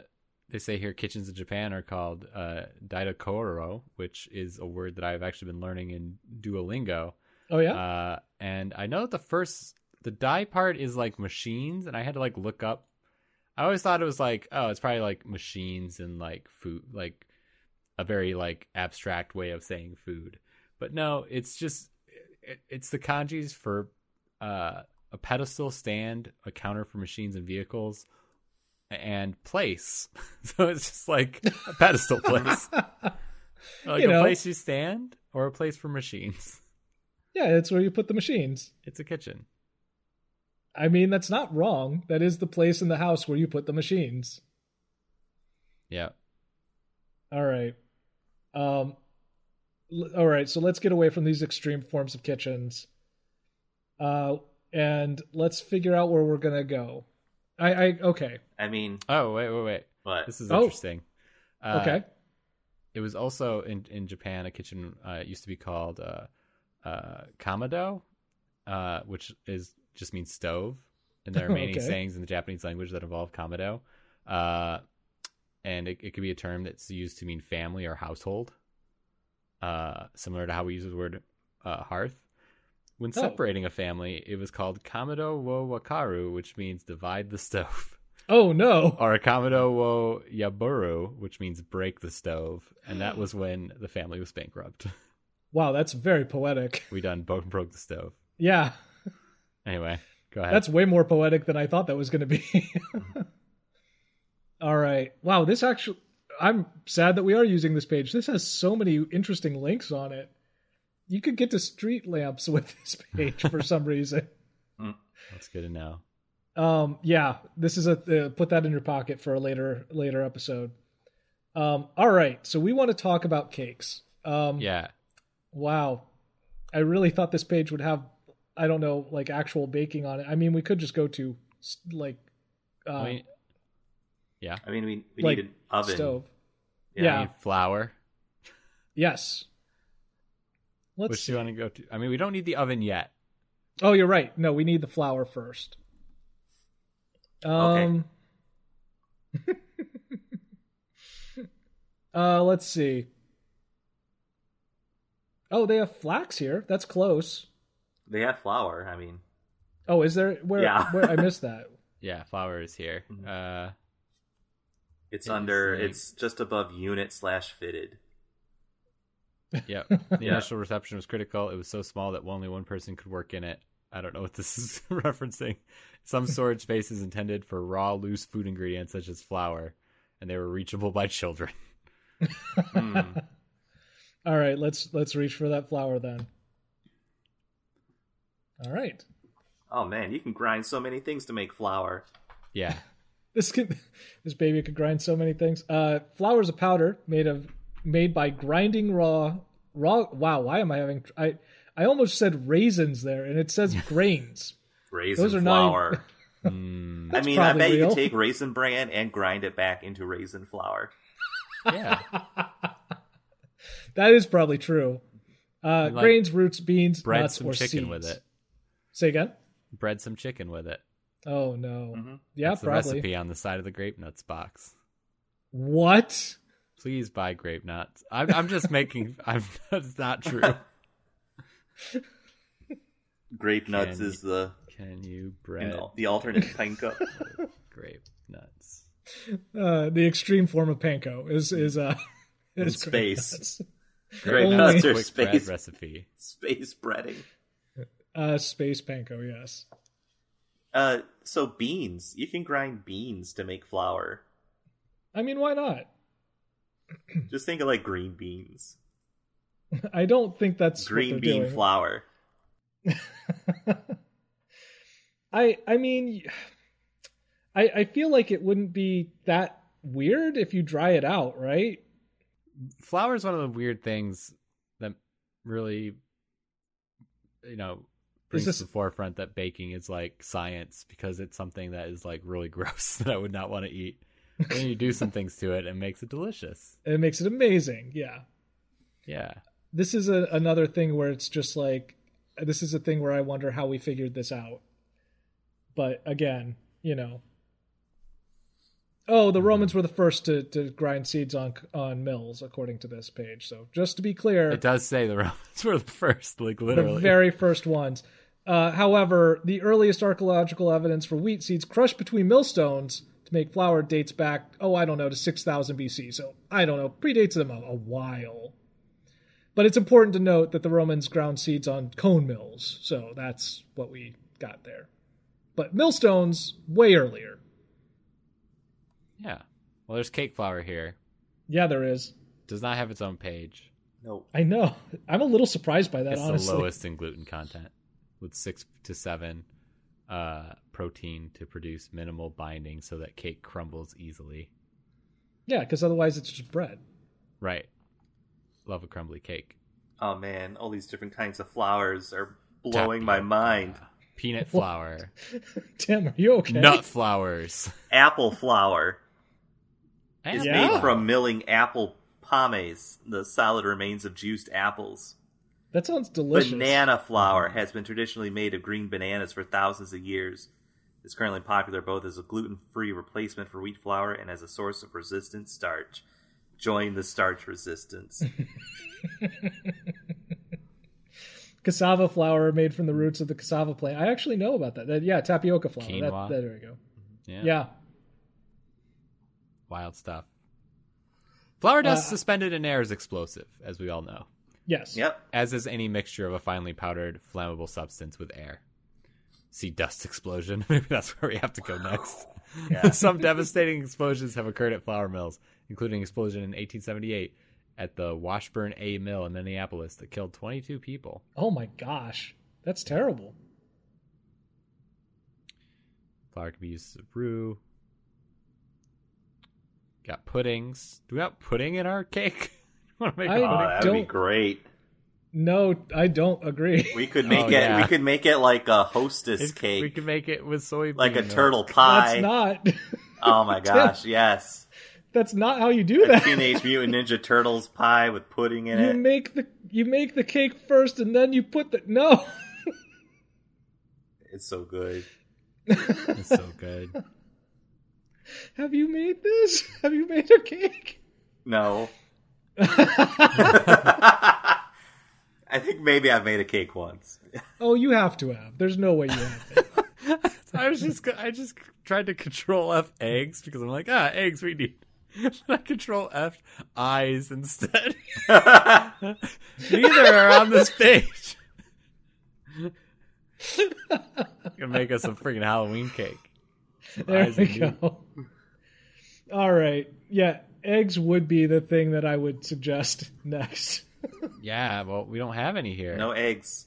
[SPEAKER 1] they say here kitchens in Japan are called uh, daidakoro, which is a word that I've actually been learning in Duolingo.
[SPEAKER 2] Oh yeah.
[SPEAKER 1] Uh, and I know that the first, the dai part is like machines, and I had to like look up. I always thought it was like, oh, it's probably like machines and like food, like a very like abstract way of saying food. But no, it's just it, it's the kanjis for uh, a pedestal stand, a counter for machines and vehicles, and place. so it's just like a pedestal place, like
[SPEAKER 2] You
[SPEAKER 1] a
[SPEAKER 2] know.
[SPEAKER 1] place you stand or a place for machines.
[SPEAKER 2] yeah, it's where you put the machines.
[SPEAKER 1] It's a kitchen.
[SPEAKER 2] I mean, that's not wrong. That is the place in the house where you put the machines.
[SPEAKER 1] Yeah.
[SPEAKER 2] All right. Um l- all right, so let's get away from these extreme forms of kitchens. Uh and let's figure out where we're going to go. I I okay.
[SPEAKER 3] I mean,
[SPEAKER 1] Oh wait, wait, wait.
[SPEAKER 3] but
[SPEAKER 1] This is
[SPEAKER 2] Oh.
[SPEAKER 1] interesting. Uh,
[SPEAKER 2] okay.
[SPEAKER 1] It was also in in Japan a kitchen uh, used to be called uh, uh, kamado, uh, which is just means stove, and there are many
[SPEAKER 2] Okay.
[SPEAKER 1] sayings in the Japanese language that involve kamado, uh, and it, it could be a term that's used to mean family or household, uh, similar to how we use the word uh, hearth. When
[SPEAKER 2] Oh.
[SPEAKER 1] separating a family, it was called kamado wo wakaru, which means divide the stove.
[SPEAKER 2] Oh no.
[SPEAKER 1] Or Komodo wo yaburu, which means break the stove, and that was when the family was bankrupt.
[SPEAKER 2] Wow, that's very poetic.
[SPEAKER 1] We done bo- broke the stove.
[SPEAKER 2] Yeah.
[SPEAKER 1] Anyway, go ahead.
[SPEAKER 2] That's way more poetic than I thought that was going to be. All right. Wow, this actually I'm sad that we are using this page. This has so many interesting links on it. You could get to street lamps with this page for some reason.
[SPEAKER 1] That's good to know.
[SPEAKER 2] Um, yeah, this is a uh, put that in your pocket for a later later episode. Um, all right, so we want to talk about cakes. Um,
[SPEAKER 1] Yeah.
[SPEAKER 2] Wow, I really thought this page would have, I don't know, like actual baking on it. I mean, we could just go to s- like uh,
[SPEAKER 1] I mean,
[SPEAKER 3] I mean, we, we
[SPEAKER 2] Like,
[SPEAKER 3] need an oven.
[SPEAKER 2] stove.
[SPEAKER 3] Yeah,
[SPEAKER 1] I need flour.
[SPEAKER 2] Yes. Let's
[SPEAKER 1] Which do
[SPEAKER 2] see.
[SPEAKER 1] you want to go to? I mean, we don't need the oven yet.
[SPEAKER 2] Oh, you're right. No, we need the flour first. Um,
[SPEAKER 3] Okay.
[SPEAKER 2] uh, let's see. Oh, they have flax here. That's close.
[SPEAKER 3] They have flour. I mean,
[SPEAKER 2] Oh, is there? Where?
[SPEAKER 3] Yeah.
[SPEAKER 2] where I missed that.
[SPEAKER 1] Yeah, flour is here.
[SPEAKER 2] Mm-hmm.
[SPEAKER 1] Uh,
[SPEAKER 3] it's
[SPEAKER 1] It is
[SPEAKER 3] under.
[SPEAKER 1] like-
[SPEAKER 3] It's just above unit slash fitted.
[SPEAKER 1] yeah. The
[SPEAKER 3] Yeah.
[SPEAKER 1] initial reception was critical. It was so small that only one person could work in it. I don't know what this is referencing. Some storage space is intended for raw, loose food ingredients such as flour, and they were reachable by children.
[SPEAKER 3] Hmm.
[SPEAKER 2] All right, let's let's reach for that flour then. All right.
[SPEAKER 3] Oh man, you can grind so many things to make flour.
[SPEAKER 1] Yeah.
[SPEAKER 2] This could, this baby could grind so many things. Uh, flour is a powder made of made by grinding raw raw. Wow, why am I having I I almost said raisins there, and it says grains.
[SPEAKER 3] Raisin
[SPEAKER 2] Those are not-
[SPEAKER 3] flour.
[SPEAKER 1] Mm,
[SPEAKER 3] I mean, I
[SPEAKER 2] probably
[SPEAKER 3] bet you
[SPEAKER 2] real.
[SPEAKER 3] could take raisin bran and grind it back into raisin flour.
[SPEAKER 1] yeah.
[SPEAKER 2] That is probably true. Uh,
[SPEAKER 1] Like,
[SPEAKER 2] grains, roots, beans,
[SPEAKER 1] Bread
[SPEAKER 2] nuts,
[SPEAKER 1] some
[SPEAKER 2] or
[SPEAKER 1] chicken
[SPEAKER 2] seeds.
[SPEAKER 1] with it.
[SPEAKER 2] Say again.
[SPEAKER 1] Bread some chicken with it.
[SPEAKER 2] Oh no.
[SPEAKER 3] Mhm.
[SPEAKER 2] Yeah,
[SPEAKER 1] That's the
[SPEAKER 2] probably.
[SPEAKER 1] recipe on the side of the grape nuts box.
[SPEAKER 2] What?
[SPEAKER 1] Please buy grape nuts. I'm, I'm just making. I'm. That's not true.
[SPEAKER 3] Grape nuts
[SPEAKER 1] Can-
[SPEAKER 3] is the
[SPEAKER 1] Can you
[SPEAKER 3] you
[SPEAKER 1] bread
[SPEAKER 3] know, the alternate pine cup.
[SPEAKER 1] grape nuts?
[SPEAKER 2] Uh, the extreme form of panko is is uh
[SPEAKER 3] In
[SPEAKER 2] is grain
[SPEAKER 3] space.
[SPEAKER 2] nuts.
[SPEAKER 3] Grape
[SPEAKER 2] Only-
[SPEAKER 3] nuts are
[SPEAKER 1] Quick bread
[SPEAKER 3] space
[SPEAKER 1] recipe.
[SPEAKER 3] space breading.
[SPEAKER 2] Uh, space panko. Yes.
[SPEAKER 3] Uh, so beans, you can grind beans to make flour.
[SPEAKER 2] I mean, why not? Hmm.
[SPEAKER 3] Just think of like green beans,
[SPEAKER 2] I don't think that's
[SPEAKER 3] green
[SPEAKER 2] what
[SPEAKER 3] bean
[SPEAKER 2] they're doing.
[SPEAKER 3] flour.
[SPEAKER 2] I I mean, I I feel like it wouldn't be that weird if you dry it out, right?
[SPEAKER 1] Flour is one of the weird things that really, you know, brings
[SPEAKER 2] this-
[SPEAKER 1] to the forefront that baking is like science because it's something that is like really gross that I would not want to eat. And then you do some things to it and makes it delicious.
[SPEAKER 2] It makes it amazing. Yeah.
[SPEAKER 1] Yeah.
[SPEAKER 2] This is a, another thing where it's just like this is a thing where I wonder how we figured this out. But again, you know. Oh, the Romans were the first to, to grind seeds on on mills, according to this page. So just to be clear,
[SPEAKER 1] It does say the Romans were the first, like literally.
[SPEAKER 2] the very first ones. Uh, however, the earliest archaeological evidence for wheat seeds crushed between millstones to make flour dates back, oh, I don't know, to 6000 BC. So I don't know, predates them a, a while. But it's important to note that the Romans ground seeds on cone mills. So that's what we got there. But millstones, way earlier.
[SPEAKER 1] Yeah. Well, there's cake flour here.
[SPEAKER 2] Yeah, there is.
[SPEAKER 1] Does not have its own page.
[SPEAKER 3] No,
[SPEAKER 2] I know. I'm a little surprised by that,
[SPEAKER 1] it's
[SPEAKER 2] honestly.
[SPEAKER 1] the lowest in gluten content, with six to seven uh, protein to produce minimal binding, so that cake crumbles easily.
[SPEAKER 2] Yeah, because otherwise it's just bread.
[SPEAKER 1] Right. Love a crumbly cake.
[SPEAKER 3] oh man, all these different kinds of flours are blowing my
[SPEAKER 1] Tapioca,
[SPEAKER 3] mind.
[SPEAKER 1] Peanut flour,
[SPEAKER 2] Tim, are you okay?
[SPEAKER 1] nut flours.
[SPEAKER 3] Apple flour is
[SPEAKER 1] Apple.
[SPEAKER 2] Yeah.
[SPEAKER 3] made from milling apple pomes, the solid remains of juiced apples.
[SPEAKER 2] That sounds delicious.
[SPEAKER 3] Banana flour has been traditionally made of green bananas for thousands of years. It's currently popular both as a gluten free replacement for wheat flour and as a source of resistant starch. Join the starch resistance.
[SPEAKER 2] cassava flour made from the roots of the cassava plant. I actually know about that. That- yeah, tapioca flour. That-
[SPEAKER 1] Quinoa.
[SPEAKER 2] that- there we go.
[SPEAKER 1] Yeah.
[SPEAKER 2] Yeah.
[SPEAKER 1] Wild stuff. Flour dust
[SPEAKER 2] Uh,
[SPEAKER 1] suspended in air is explosive, as we all know,
[SPEAKER 2] Yes.
[SPEAKER 3] yep.
[SPEAKER 1] as is any mixture of a finely powdered flammable substance with air. See dust explosion. Maybe that's where we have to go next.
[SPEAKER 3] Yeah.
[SPEAKER 1] Some devastating explosions have occurred at flour mills, including explosion in 1878 at the Washburn A mill in Minneapolis that killed 22 people.
[SPEAKER 2] Oh my gosh, that's terrible.
[SPEAKER 1] Flour can be used as a brew. Got puddings. Do we have pudding in our cake? Want to make
[SPEAKER 2] I-
[SPEAKER 3] Oh,
[SPEAKER 1] a pudding?
[SPEAKER 3] that would be
[SPEAKER 2] don't-
[SPEAKER 3] great.
[SPEAKER 2] No, I don't agree.
[SPEAKER 3] We could make
[SPEAKER 1] Oh,
[SPEAKER 3] it.
[SPEAKER 1] yeah.
[SPEAKER 3] We could make it like a hostess
[SPEAKER 1] If-
[SPEAKER 3] cake,
[SPEAKER 1] We can make it with soybean.
[SPEAKER 3] like a
[SPEAKER 1] milk.
[SPEAKER 3] turtle
[SPEAKER 2] That's
[SPEAKER 3] pie.
[SPEAKER 2] not.
[SPEAKER 3] oh my gosh! Yes,
[SPEAKER 2] That's not how you do
[SPEAKER 3] a
[SPEAKER 2] that.
[SPEAKER 3] Teenage Mutant Ninja Turtles pie with pudding in
[SPEAKER 2] you
[SPEAKER 3] it.
[SPEAKER 2] make the you make the cake first, and then you put the no.
[SPEAKER 3] It's so good.
[SPEAKER 1] It's so good.
[SPEAKER 2] Have you made this? Have you made a cake?
[SPEAKER 3] No. I think maybe I've made a cake once.
[SPEAKER 2] Oh, you have to have. There's no way you have. It.
[SPEAKER 1] I was just go- I just tried to control F eggs because I'm like ah eggs we need. But I control F eyes instead. Neither are on this page. Gonna make us a freaking Halloween cake.
[SPEAKER 2] There
[SPEAKER 1] Eyes
[SPEAKER 2] we
[SPEAKER 1] and meat.
[SPEAKER 2] go. All right. Yeah, eggs would be the thing that I would suggest next.
[SPEAKER 1] Yeah, well we don't have any here.
[SPEAKER 3] No eggs.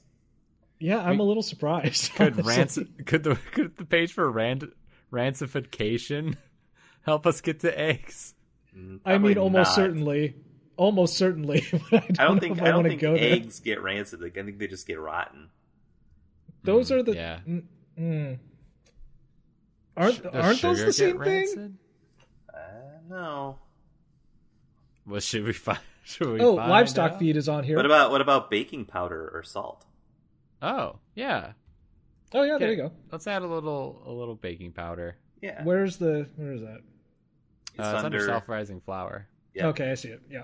[SPEAKER 2] Yeah, I'm a little surprised.
[SPEAKER 1] Could
[SPEAKER 2] honestly.
[SPEAKER 1] rancid could the could the page for rand rancification help us get to eggs?
[SPEAKER 2] I
[SPEAKER 3] Mm, Probably
[SPEAKER 2] mean, almost
[SPEAKER 3] not.
[SPEAKER 2] certainly, almost certainly. But I don't,
[SPEAKER 3] I don't
[SPEAKER 2] know
[SPEAKER 3] think
[SPEAKER 2] if
[SPEAKER 3] I,
[SPEAKER 2] I,
[SPEAKER 3] don't
[SPEAKER 2] want to
[SPEAKER 3] think
[SPEAKER 2] go there.
[SPEAKER 3] eggs get rancid. Like, I think they just get rotten.
[SPEAKER 2] Those are the.
[SPEAKER 1] Yeah.
[SPEAKER 2] Mm, mm. Aren't
[SPEAKER 1] Does
[SPEAKER 2] aren't those
[SPEAKER 1] sugar
[SPEAKER 2] the
[SPEAKER 1] get
[SPEAKER 2] same thing?
[SPEAKER 1] rancid?
[SPEAKER 3] Uh, no.
[SPEAKER 1] Well, should we find? Should we
[SPEAKER 2] Oh,
[SPEAKER 1] find
[SPEAKER 2] livestock
[SPEAKER 1] out?
[SPEAKER 2] feed is on here.
[SPEAKER 3] What about what about baking powder or salt?
[SPEAKER 1] Oh, yeah.
[SPEAKER 2] oh yeah, there
[SPEAKER 1] Yeah.
[SPEAKER 2] you go.
[SPEAKER 1] Let's add a little, a little baking powder.
[SPEAKER 3] Yeah,
[SPEAKER 2] Where's the where is that?
[SPEAKER 3] it's
[SPEAKER 1] Uh, it's under self-rising flour.
[SPEAKER 3] Yeah.
[SPEAKER 2] Okay, I see it. Yeah.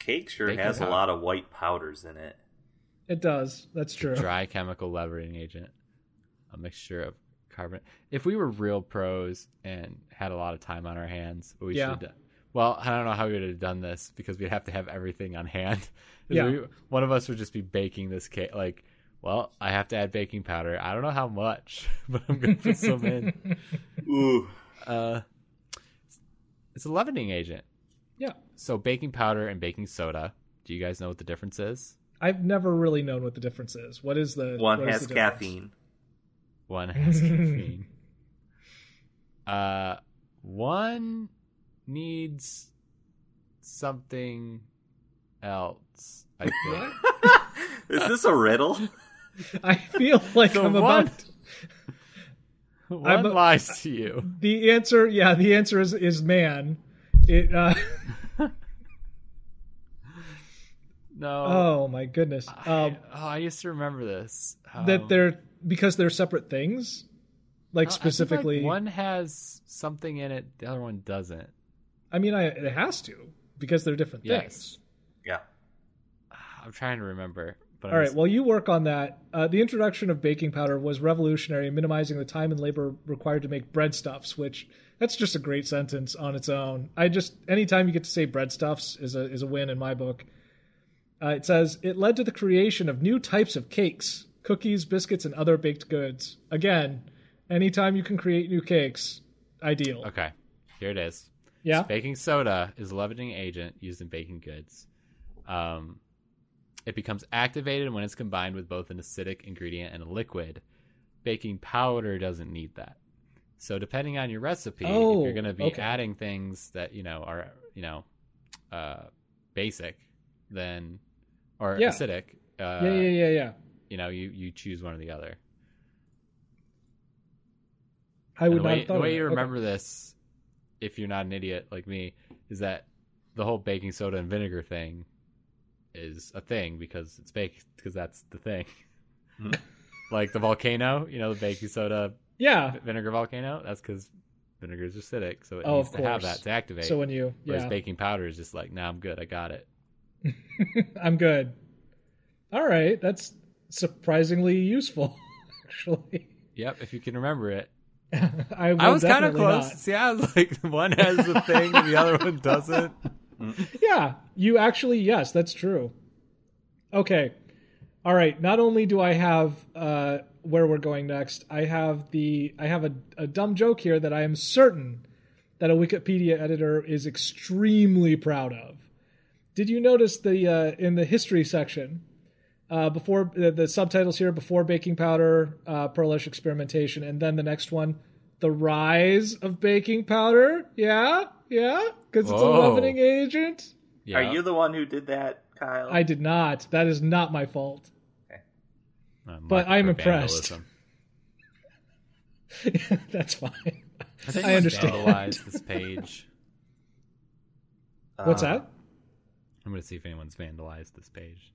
[SPEAKER 3] Cake sure
[SPEAKER 1] Baking
[SPEAKER 3] has
[SPEAKER 1] powder.
[SPEAKER 3] a lot of white powders in it.
[SPEAKER 2] It does. That's true.
[SPEAKER 1] Dry chemical levering agent. A mixture of carbon. If we were real pros and had a lot of time on our hands, we
[SPEAKER 2] Yeah.
[SPEAKER 1] should. Well, I don't know how we would have done this because we'd have to have everything on hand.
[SPEAKER 2] Yeah.
[SPEAKER 1] We- one of us would just be baking this cake. Like, well, I have to add baking powder. I don't know how much, but I'm gonna put some in.
[SPEAKER 3] Ooh,
[SPEAKER 1] Uh, it's a leavening agent.
[SPEAKER 2] Yeah.
[SPEAKER 1] So baking powder and baking soda. Do you guys know what the difference is?
[SPEAKER 2] I've never really known what the difference is. What is the
[SPEAKER 3] one
[SPEAKER 2] what is
[SPEAKER 3] has
[SPEAKER 2] the difference?
[SPEAKER 3] caffeine.
[SPEAKER 1] One has caffeine. Uh, one needs something else. I think.
[SPEAKER 3] Is this a riddle?
[SPEAKER 2] I feel like
[SPEAKER 1] The
[SPEAKER 2] I'm
[SPEAKER 1] one-
[SPEAKER 2] about
[SPEAKER 1] one
[SPEAKER 2] I'm a-
[SPEAKER 1] lies to you.
[SPEAKER 2] the answer. Yeah, the answer is is man. It. Uh,
[SPEAKER 1] No.
[SPEAKER 2] oh my goodness.
[SPEAKER 1] I,
[SPEAKER 2] Um,
[SPEAKER 1] oh, I used to remember this. Um,
[SPEAKER 2] that they're because they're separate things, like
[SPEAKER 1] I think, like,
[SPEAKER 2] specifically.
[SPEAKER 1] one has something in it, the other one doesn't.
[SPEAKER 2] I mean, I, it has to because they're different
[SPEAKER 1] Yes.
[SPEAKER 2] things.
[SPEAKER 3] yeah.
[SPEAKER 1] I'm trying to remember. But
[SPEAKER 2] All
[SPEAKER 1] I'm
[SPEAKER 2] right.
[SPEAKER 1] just-
[SPEAKER 2] Well, you work on that. Uh, the introduction of baking powder was revolutionary in minimizing the time and labor required to make breadstuffs, which that's just a great sentence on its own. I just anytime you get to say breadstuffs is a is a win in my book. Uh, it says it led to the creation of new types of cakes, cookies, biscuits, and other baked goods. Again, anytime you can create new cakes, ideal.
[SPEAKER 1] Okay, here it is.
[SPEAKER 2] Yeah.
[SPEAKER 1] Baking soda is a leavening agent used in baking goods. Um, it becomes activated when it's combined with both an acidic ingredient and a liquid. Baking powder doesn't need that. So depending on your recipe, if
[SPEAKER 2] Oh,
[SPEAKER 1] you're going to be
[SPEAKER 2] okay.
[SPEAKER 1] adding things that you know are you know uh, basic, then or
[SPEAKER 2] Yeah.
[SPEAKER 1] acidic, uh,
[SPEAKER 2] yeah. Yeah. Yeah. Yeah.
[SPEAKER 1] you know you you choose one or the other.
[SPEAKER 2] I would
[SPEAKER 1] And the
[SPEAKER 2] not
[SPEAKER 1] way,
[SPEAKER 2] have thought
[SPEAKER 1] the
[SPEAKER 2] of
[SPEAKER 1] way
[SPEAKER 2] that.
[SPEAKER 1] you
[SPEAKER 2] Okay.
[SPEAKER 1] remember this, if you're not an idiot like me, is that the whole baking soda and vinegar thing is a thing because it's baked because that's the thing.
[SPEAKER 3] Hmm.
[SPEAKER 1] like the volcano, you know, the baking soda
[SPEAKER 2] Yeah.
[SPEAKER 1] vinegar volcano. That's because vinegar is acidic, so it
[SPEAKER 2] Oh,
[SPEAKER 1] needs
[SPEAKER 2] of
[SPEAKER 1] to have
[SPEAKER 2] course.
[SPEAKER 1] that to activate.
[SPEAKER 2] So when you
[SPEAKER 1] Whereas
[SPEAKER 2] yeah.
[SPEAKER 1] baking powder is just like, nah, I'm good, I got it.
[SPEAKER 2] I'm good. All right, that's surprisingly useful, actually.
[SPEAKER 1] Yep, if you can remember it.
[SPEAKER 2] I, will
[SPEAKER 1] I was kind of
[SPEAKER 2] definitely
[SPEAKER 1] close. See, I was like, one has the thing and the other one doesn't.
[SPEAKER 2] not. Yeah, you actually yes, that's true. Okay, all right. Not only do I have uh, where we're going next, I have the I have a, a dumb joke here that I am certain that a Wikipedia editor is extremely proud of. Did you notice the uh, in the history section? Uh, before the, the subtitles here, before baking powder, uh, Perlish experimentation, and then the next one, the rise of baking powder. Yeah, yeah, because it's a
[SPEAKER 1] Whoa.
[SPEAKER 2] leavening agent.
[SPEAKER 1] Yeah.
[SPEAKER 3] Are you the one who did that, Kyle?
[SPEAKER 2] I did not. That is not my fault.
[SPEAKER 1] I'm
[SPEAKER 2] but
[SPEAKER 1] marked
[SPEAKER 2] I'm
[SPEAKER 1] for
[SPEAKER 2] impressed.
[SPEAKER 1] vandalism.
[SPEAKER 2] That's fine.
[SPEAKER 1] Has
[SPEAKER 2] I understand.
[SPEAKER 1] anyone vandalized this page.
[SPEAKER 2] What's
[SPEAKER 3] Uh,
[SPEAKER 2] that?
[SPEAKER 1] I'm going to see if anyone's vandalized this page.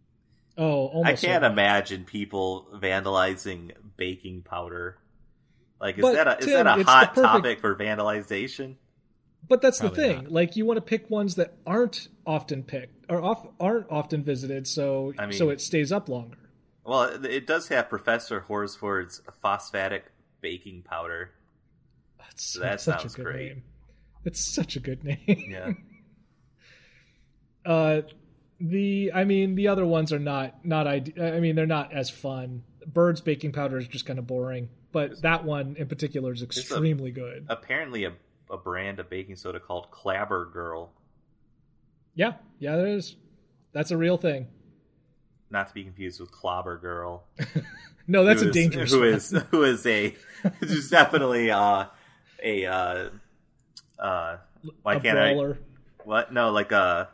[SPEAKER 2] Oh,
[SPEAKER 3] I
[SPEAKER 2] almost.
[SPEAKER 3] can't
[SPEAKER 2] certain.
[SPEAKER 3] imagine people vandalizing baking powder. Like, is
[SPEAKER 2] But,
[SPEAKER 3] that a, is
[SPEAKER 2] Tim,
[SPEAKER 3] that a
[SPEAKER 2] it's the
[SPEAKER 3] hot
[SPEAKER 2] perfect-
[SPEAKER 3] topic for vandalization?
[SPEAKER 2] But that's the
[SPEAKER 1] Probably
[SPEAKER 2] thing.
[SPEAKER 1] not.
[SPEAKER 2] Like you want to pick ones that aren't often picked or off, aren't often visited, so
[SPEAKER 3] I mean-
[SPEAKER 2] so it stays up longer.
[SPEAKER 3] Well, it- it does have Professor Horsford's phosphatic baking powder.
[SPEAKER 2] That's so-
[SPEAKER 3] That
[SPEAKER 2] such
[SPEAKER 3] sounds
[SPEAKER 2] a good
[SPEAKER 3] great.
[SPEAKER 2] name. It's such a good name.
[SPEAKER 3] Yeah.
[SPEAKER 2] Uh, the I mean the other ones are not not ide- I mean they're not as fun. Birds baking powder is just kind of boring, but that one in particular is
[SPEAKER 3] a-
[SPEAKER 2] extremely good.
[SPEAKER 3] Apparently, a, a brand of baking soda called Clabber Girl,
[SPEAKER 2] Yeah, yeah, there is. That's a real thing.
[SPEAKER 3] not to be confused with Clobber Girl.
[SPEAKER 2] No, Oh, that's
[SPEAKER 3] who
[SPEAKER 2] a
[SPEAKER 3] is-
[SPEAKER 2] dangerous.
[SPEAKER 3] Who
[SPEAKER 2] one.
[SPEAKER 3] is who is a who's definitely uh, a uh, uh, why
[SPEAKER 2] a
[SPEAKER 3] can't
[SPEAKER 2] brawler.
[SPEAKER 3] I? What? No, like a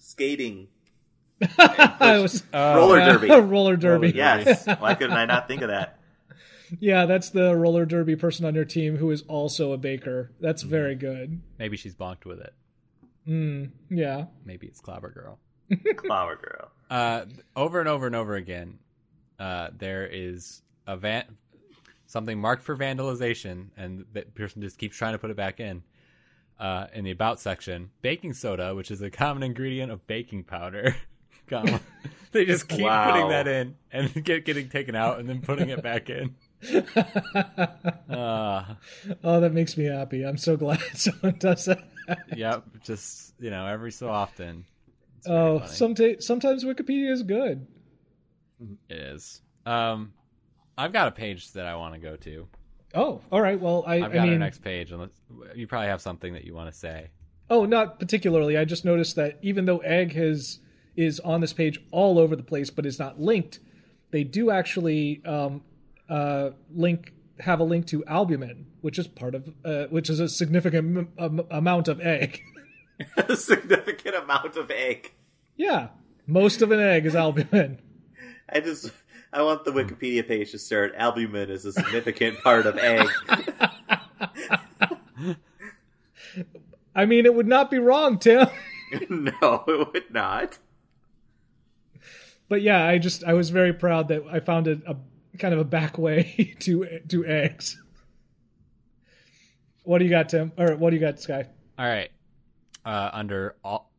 [SPEAKER 3] skating
[SPEAKER 2] I was
[SPEAKER 3] Uh,
[SPEAKER 1] Uh,
[SPEAKER 3] roller
[SPEAKER 2] yeah,
[SPEAKER 3] derby.
[SPEAKER 2] roller derby.
[SPEAKER 1] derby.
[SPEAKER 3] Yes. Why couldn't I not think of that?
[SPEAKER 2] Yeah, that's the roller derby person on your team who is also a baker. That's
[SPEAKER 3] Mm-hmm.
[SPEAKER 2] very good.
[SPEAKER 1] Maybe she's bonked with it.
[SPEAKER 2] Mm, yeah.
[SPEAKER 1] Maybe it's Clobber Girl.
[SPEAKER 3] Clobber Girl.
[SPEAKER 1] Uh, over and over and over again, uh, there is a van something marked for vandalization, and the person just keeps trying to put it back in. Uh, in the about section, baking soda, which is a common ingredient of baking powder, comma. they just keep
[SPEAKER 3] Wow.
[SPEAKER 1] putting that in and get getting taken out, and then putting it back in. Uh,
[SPEAKER 2] Oh, that makes me happy. I'm so glad someone does that.
[SPEAKER 1] yep, just you know, every so often. It's very
[SPEAKER 2] Oh,
[SPEAKER 1] funny.
[SPEAKER 2] some sometimes Wikipedia is good.
[SPEAKER 1] It is. Um, I've got a page that I want to go to.
[SPEAKER 2] Oh, all right. Well, I,
[SPEAKER 1] I've
[SPEAKER 2] I
[SPEAKER 1] got our
[SPEAKER 2] mean,
[SPEAKER 1] next page. Unless you probably have something that you want to say.
[SPEAKER 2] oh, not particularly. I just noticed that even though egg has is on this page all over the place, but is not linked, they do actually um, uh, link have a link to albumin, which is part of uh, which is a significant m- am- amount of egg.
[SPEAKER 3] A significant amount of egg.
[SPEAKER 2] Yeah, most of an egg is albumin.
[SPEAKER 3] I just I want the Wikipedia page to start. Albumin is a significant part of egg.
[SPEAKER 2] I mean, it would not be wrong, Tim.
[SPEAKER 3] no, it would not.
[SPEAKER 2] But yeah, I just I was very proud that I found a, a kind of a back way to to eggs. What do you got, Tim? Or what do you got, Sky?
[SPEAKER 1] All right. Uh, under al-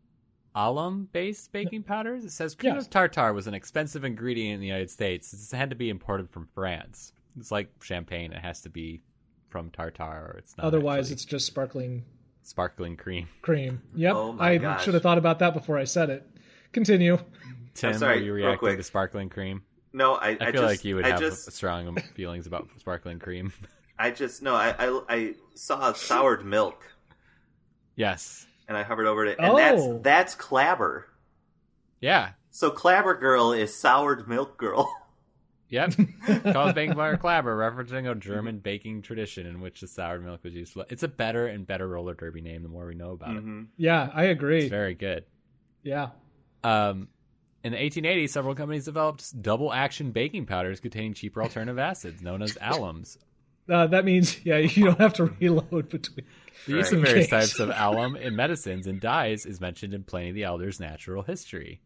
[SPEAKER 1] alum-based baking powders, it says cream
[SPEAKER 2] Yeah.
[SPEAKER 1] of tartar was an expensive ingredient in the United States. It had to be imported from France. It's like champagne; it has to be from tartar, or it's not.
[SPEAKER 2] Otherwise,
[SPEAKER 1] actually
[SPEAKER 2] it's just sparkling
[SPEAKER 1] sparkling cream.
[SPEAKER 2] cream. Yep,
[SPEAKER 3] Oh my
[SPEAKER 2] I
[SPEAKER 3] gosh.
[SPEAKER 2] should have thought about that before I said it. Continue.
[SPEAKER 1] Tim,
[SPEAKER 3] sorry,
[SPEAKER 1] are you
[SPEAKER 3] real
[SPEAKER 1] reacting
[SPEAKER 3] quick.
[SPEAKER 1] to sparkling cream?
[SPEAKER 3] No, I, I,
[SPEAKER 1] I, feel
[SPEAKER 3] just,
[SPEAKER 1] like you would
[SPEAKER 3] I
[SPEAKER 1] have
[SPEAKER 3] just,
[SPEAKER 1] strong feelings about sparkling cream.
[SPEAKER 3] I just no. I, I I saw soured milk,
[SPEAKER 1] yes.
[SPEAKER 3] and I hovered over it, and that's
[SPEAKER 2] Oh.
[SPEAKER 3] that's clabber.
[SPEAKER 1] Yeah.
[SPEAKER 3] So clabber girl is soured milk girl.
[SPEAKER 1] Yep. Called baking powder clabber, referencing a German baking tradition in which the sour milk was used. It's a better and better roller derby name the more we know about it.
[SPEAKER 3] Mhm.
[SPEAKER 2] Yeah, I
[SPEAKER 1] It's
[SPEAKER 2] agree.
[SPEAKER 1] very good.
[SPEAKER 2] Yeah.
[SPEAKER 1] Um, in the 1880s, several companies developed double action baking powders containing cheaper alternative acids known as alums.
[SPEAKER 2] Uh, that means yeah, you don't have to reload between.
[SPEAKER 1] The use
[SPEAKER 3] Right.
[SPEAKER 1] of various
[SPEAKER 2] Case.
[SPEAKER 1] types of alum in medicines and dyes is mentioned in Pliny the Elder's Natural History.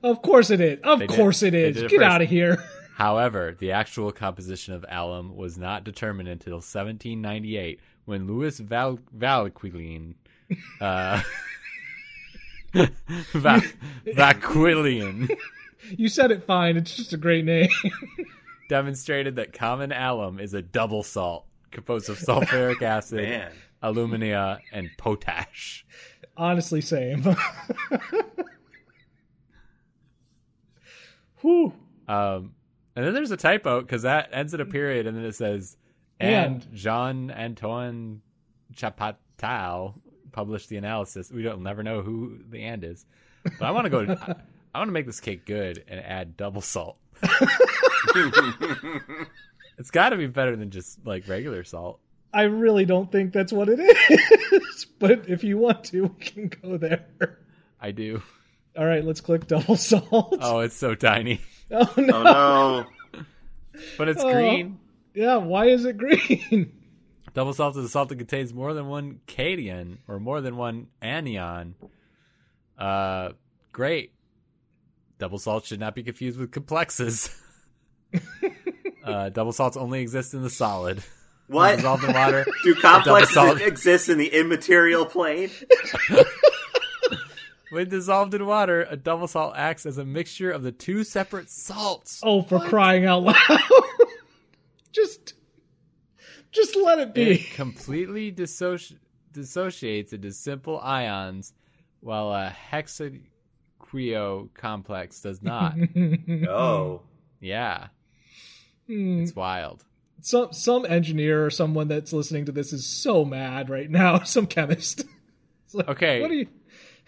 [SPEAKER 2] Of course it is. Of
[SPEAKER 1] They did-
[SPEAKER 2] course it
[SPEAKER 1] they
[SPEAKER 2] is.
[SPEAKER 1] did it
[SPEAKER 2] Get
[SPEAKER 1] first.
[SPEAKER 2] out of here.
[SPEAKER 1] However, the actual composition of alum was not determined until 1798 when Louis Val- Valquilin, uh, Va- Vaquilin
[SPEAKER 2] You said it fine. It's just a great name.
[SPEAKER 1] demonstrated that common alum is a double salt composed of sulfuric acid,
[SPEAKER 3] Man.
[SPEAKER 1] alumina, and potash.
[SPEAKER 2] Honestly, same. Whew.
[SPEAKER 1] Um, and then there's a typo because that ends at a period and then it says, and, Jean Antoine Chapatal published the analysis. We don't never know who the and is, but I want to go. I, I want to make this cake good and add double salt. It's got to be better than just like regular salt.
[SPEAKER 2] I really don't think that's what it is, but if you want to, we can go there.
[SPEAKER 1] I do.
[SPEAKER 2] All right, let's click double salt. Oh,
[SPEAKER 1] Oh, it's so tiny,
[SPEAKER 2] no.
[SPEAKER 3] oh no.
[SPEAKER 1] but it's
[SPEAKER 2] Oh.
[SPEAKER 1] green.
[SPEAKER 2] Yeah, why is it green?
[SPEAKER 1] Double salt is a salt that contains more than one cation or more than one anion. Uh, great. Double salt should not be confused with complexes. uh, double salts only exist in the solid. When
[SPEAKER 3] What?
[SPEAKER 1] Dissolved in water.
[SPEAKER 3] Do
[SPEAKER 1] Double
[SPEAKER 3] complexes
[SPEAKER 1] salt.
[SPEAKER 3] exist in the immaterial plane?
[SPEAKER 1] When dissolved in water, a double salt acts as a mixture of the two separate salts.
[SPEAKER 2] Oh, for crying out loud. just just let it be.
[SPEAKER 1] It completely dissoci- dissociates into simple ions, while a hexaquio complex does not.
[SPEAKER 3] Oh.
[SPEAKER 1] yeah,
[SPEAKER 2] Hmm.
[SPEAKER 1] it's wild.
[SPEAKER 2] some some engineer or someone that's listening to this is so mad right now. Some chemist. It's like,
[SPEAKER 1] Okay.
[SPEAKER 2] What are you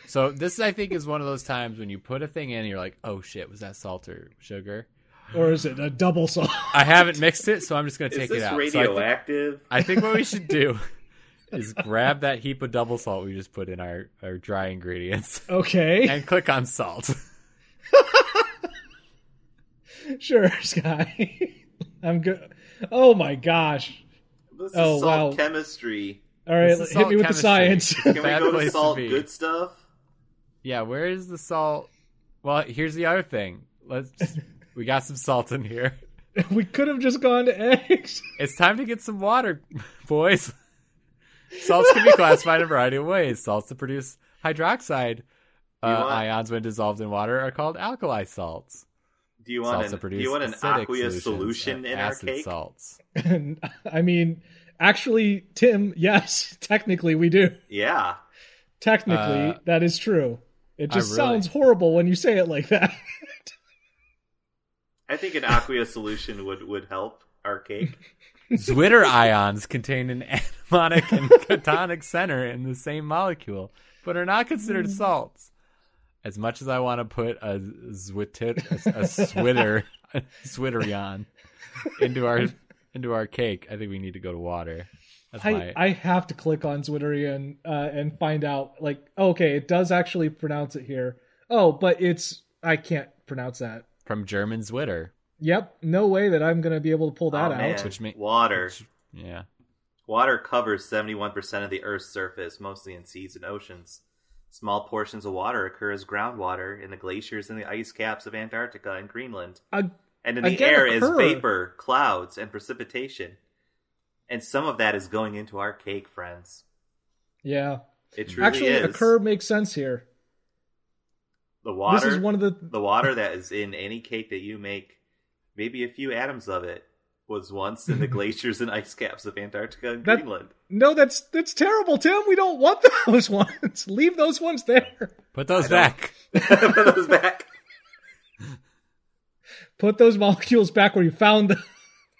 [SPEAKER 1] So this, I think, is one of those times when you put a thing in, and you're like, "Oh shit, was that salt or sugar?"
[SPEAKER 2] or is it a double salt?
[SPEAKER 1] I haven't mixed it, so I'm just gonna
[SPEAKER 3] Is
[SPEAKER 1] take it
[SPEAKER 3] this
[SPEAKER 1] out. So I, thi-
[SPEAKER 3] radioactive?
[SPEAKER 1] I think what we should do is grab that heap of double salt we just put in our, our dry ingredients
[SPEAKER 2] Okay.
[SPEAKER 1] and click on salt.
[SPEAKER 2] sure, Sky. I'm good. Oh my gosh.
[SPEAKER 3] This is
[SPEAKER 2] Oh,
[SPEAKER 3] salt
[SPEAKER 2] wow.
[SPEAKER 3] chemistry.
[SPEAKER 2] All right,
[SPEAKER 1] This is
[SPEAKER 2] hit me with the
[SPEAKER 1] salt
[SPEAKER 2] science.
[SPEAKER 1] chemistry.
[SPEAKER 3] Can we
[SPEAKER 1] Bad
[SPEAKER 3] go
[SPEAKER 1] place
[SPEAKER 3] to
[SPEAKER 1] to
[SPEAKER 3] salt
[SPEAKER 1] be.
[SPEAKER 3] good stuff?
[SPEAKER 1] Yeah, where is the salt? Well, here's the other thing. Let's we got some salt in here.
[SPEAKER 2] we could have just gone to eggs.
[SPEAKER 1] It's time to get some water, boys. Salts can be classified in a variety of ways. Salts that produce hydroxide uh,
[SPEAKER 3] You want-
[SPEAKER 1] ions when dissolved in water are called alkali salts.
[SPEAKER 3] Do you want
[SPEAKER 1] salts
[SPEAKER 3] an,
[SPEAKER 1] that
[SPEAKER 3] do
[SPEAKER 1] produce
[SPEAKER 3] you want an
[SPEAKER 1] acidic
[SPEAKER 3] aqueous
[SPEAKER 1] solutions
[SPEAKER 3] solution
[SPEAKER 1] are
[SPEAKER 3] in our
[SPEAKER 1] acid
[SPEAKER 3] cake?
[SPEAKER 1] salts.
[SPEAKER 2] And, I mean, actually, Tim, yes, technically we do.
[SPEAKER 3] Yeah.
[SPEAKER 2] Technically,
[SPEAKER 1] Uh,
[SPEAKER 2] that is true. It
[SPEAKER 1] I
[SPEAKER 2] just
[SPEAKER 1] really-
[SPEAKER 2] sounds horrible when you say it like that.
[SPEAKER 3] I think an aqueous solution would, would help our cake.
[SPEAKER 1] Zwitter ions contain an anionic and cationic center in the same molecule, but are not considered
[SPEAKER 2] Mm.
[SPEAKER 1] salts. As much as I want to put a zwitter, a, a switter, a zwitterion into our into our cake, I think we need to go to water. That's
[SPEAKER 2] I,
[SPEAKER 1] my
[SPEAKER 2] I have to click on Zwitterian uh, and find out. Like, oh, okay, it does actually pronounce it here. Oh, but it's I can't pronounce that.
[SPEAKER 1] from German zwitter.
[SPEAKER 2] Yep, no way that I'm gonna be able to pull that
[SPEAKER 3] Oh,
[SPEAKER 2] out.
[SPEAKER 3] man.
[SPEAKER 1] Which ma-
[SPEAKER 3] Water.
[SPEAKER 1] which- yeah,
[SPEAKER 3] Water covers 71% of the Earth's surface, mostly in seas and oceans. Small portions of water occur as groundwater in the glaciers and the ice caps of Antarctica and Greenland.
[SPEAKER 2] Ag-
[SPEAKER 3] And in the
[SPEAKER 2] Again,
[SPEAKER 3] air is
[SPEAKER 2] occur.
[SPEAKER 3] vapor, clouds, and precipitation. And some of that is going into our cake, friends.
[SPEAKER 2] yeah,
[SPEAKER 3] It truly
[SPEAKER 2] actually,
[SPEAKER 3] is.
[SPEAKER 2] a curb makes sense here.
[SPEAKER 3] the water,
[SPEAKER 2] This is one of the
[SPEAKER 3] the water that is in any cake that you make, maybe a few atoms of it, was once in the glaciers and ice caps of Antarctica and
[SPEAKER 2] That-
[SPEAKER 3] Greenland.
[SPEAKER 2] no. That's that's terrible, Tim. We don't want those ones. Leave those ones there.
[SPEAKER 1] put those back.
[SPEAKER 3] Put those back.
[SPEAKER 2] Put those molecules back where you found them.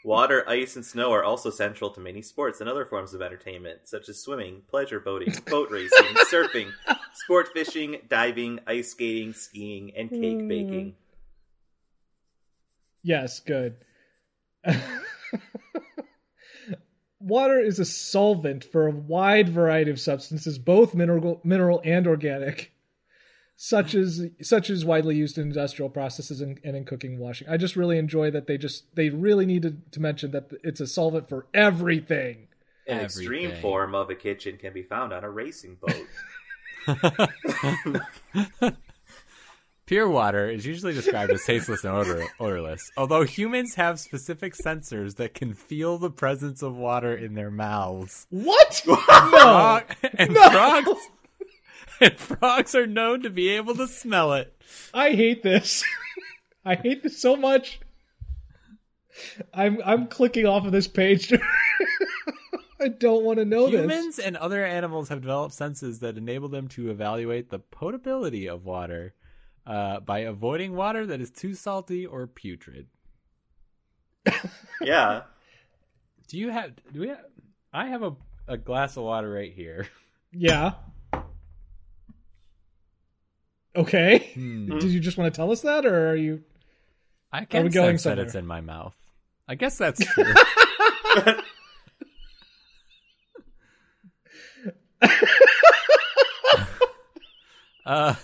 [SPEAKER 3] Water, ice, and snow are also central to many sports and other forms of entertainment, such as swimming, pleasure boating, boat racing, surfing, sport fishing, diving, ice skating, skiing, and cake baking.
[SPEAKER 2] Yes, good. Water is a solvent for a wide variety of substances, both mineral, mineral and organic, such as such as widely used in industrial processes and, and in cooking, washing. I just really enjoy that they just they really needed to mention that it's a solvent for everything.
[SPEAKER 3] An extreme
[SPEAKER 1] Everything.
[SPEAKER 3] form of a kitchen can be found on a racing boat.
[SPEAKER 1] Pure water is usually described as tasteless and odor- odorless, although humans have specific sensors that can feel the presence of water in their mouths.
[SPEAKER 2] What? no.
[SPEAKER 1] Frog- and frogs and frogs are known to be able to smell it.
[SPEAKER 2] I hate this. I hate this so much. I'm I'm clicking off of this page. I don't want to know this.
[SPEAKER 1] Humans and other animals have developed senses that enable them to evaluate the potability of water uh, by avoiding water that is too salty or putrid.
[SPEAKER 3] yeah.
[SPEAKER 1] Do you have? Do we? Have, I have a, a glass of water right here.
[SPEAKER 2] Yeah. Okay.
[SPEAKER 1] Hmm.
[SPEAKER 2] Did you just want to tell us that, or are you?
[SPEAKER 1] I can
[SPEAKER 2] we going
[SPEAKER 1] sense that it's
[SPEAKER 2] somewhere?
[SPEAKER 1] in my mouth. I guess that's true. uh,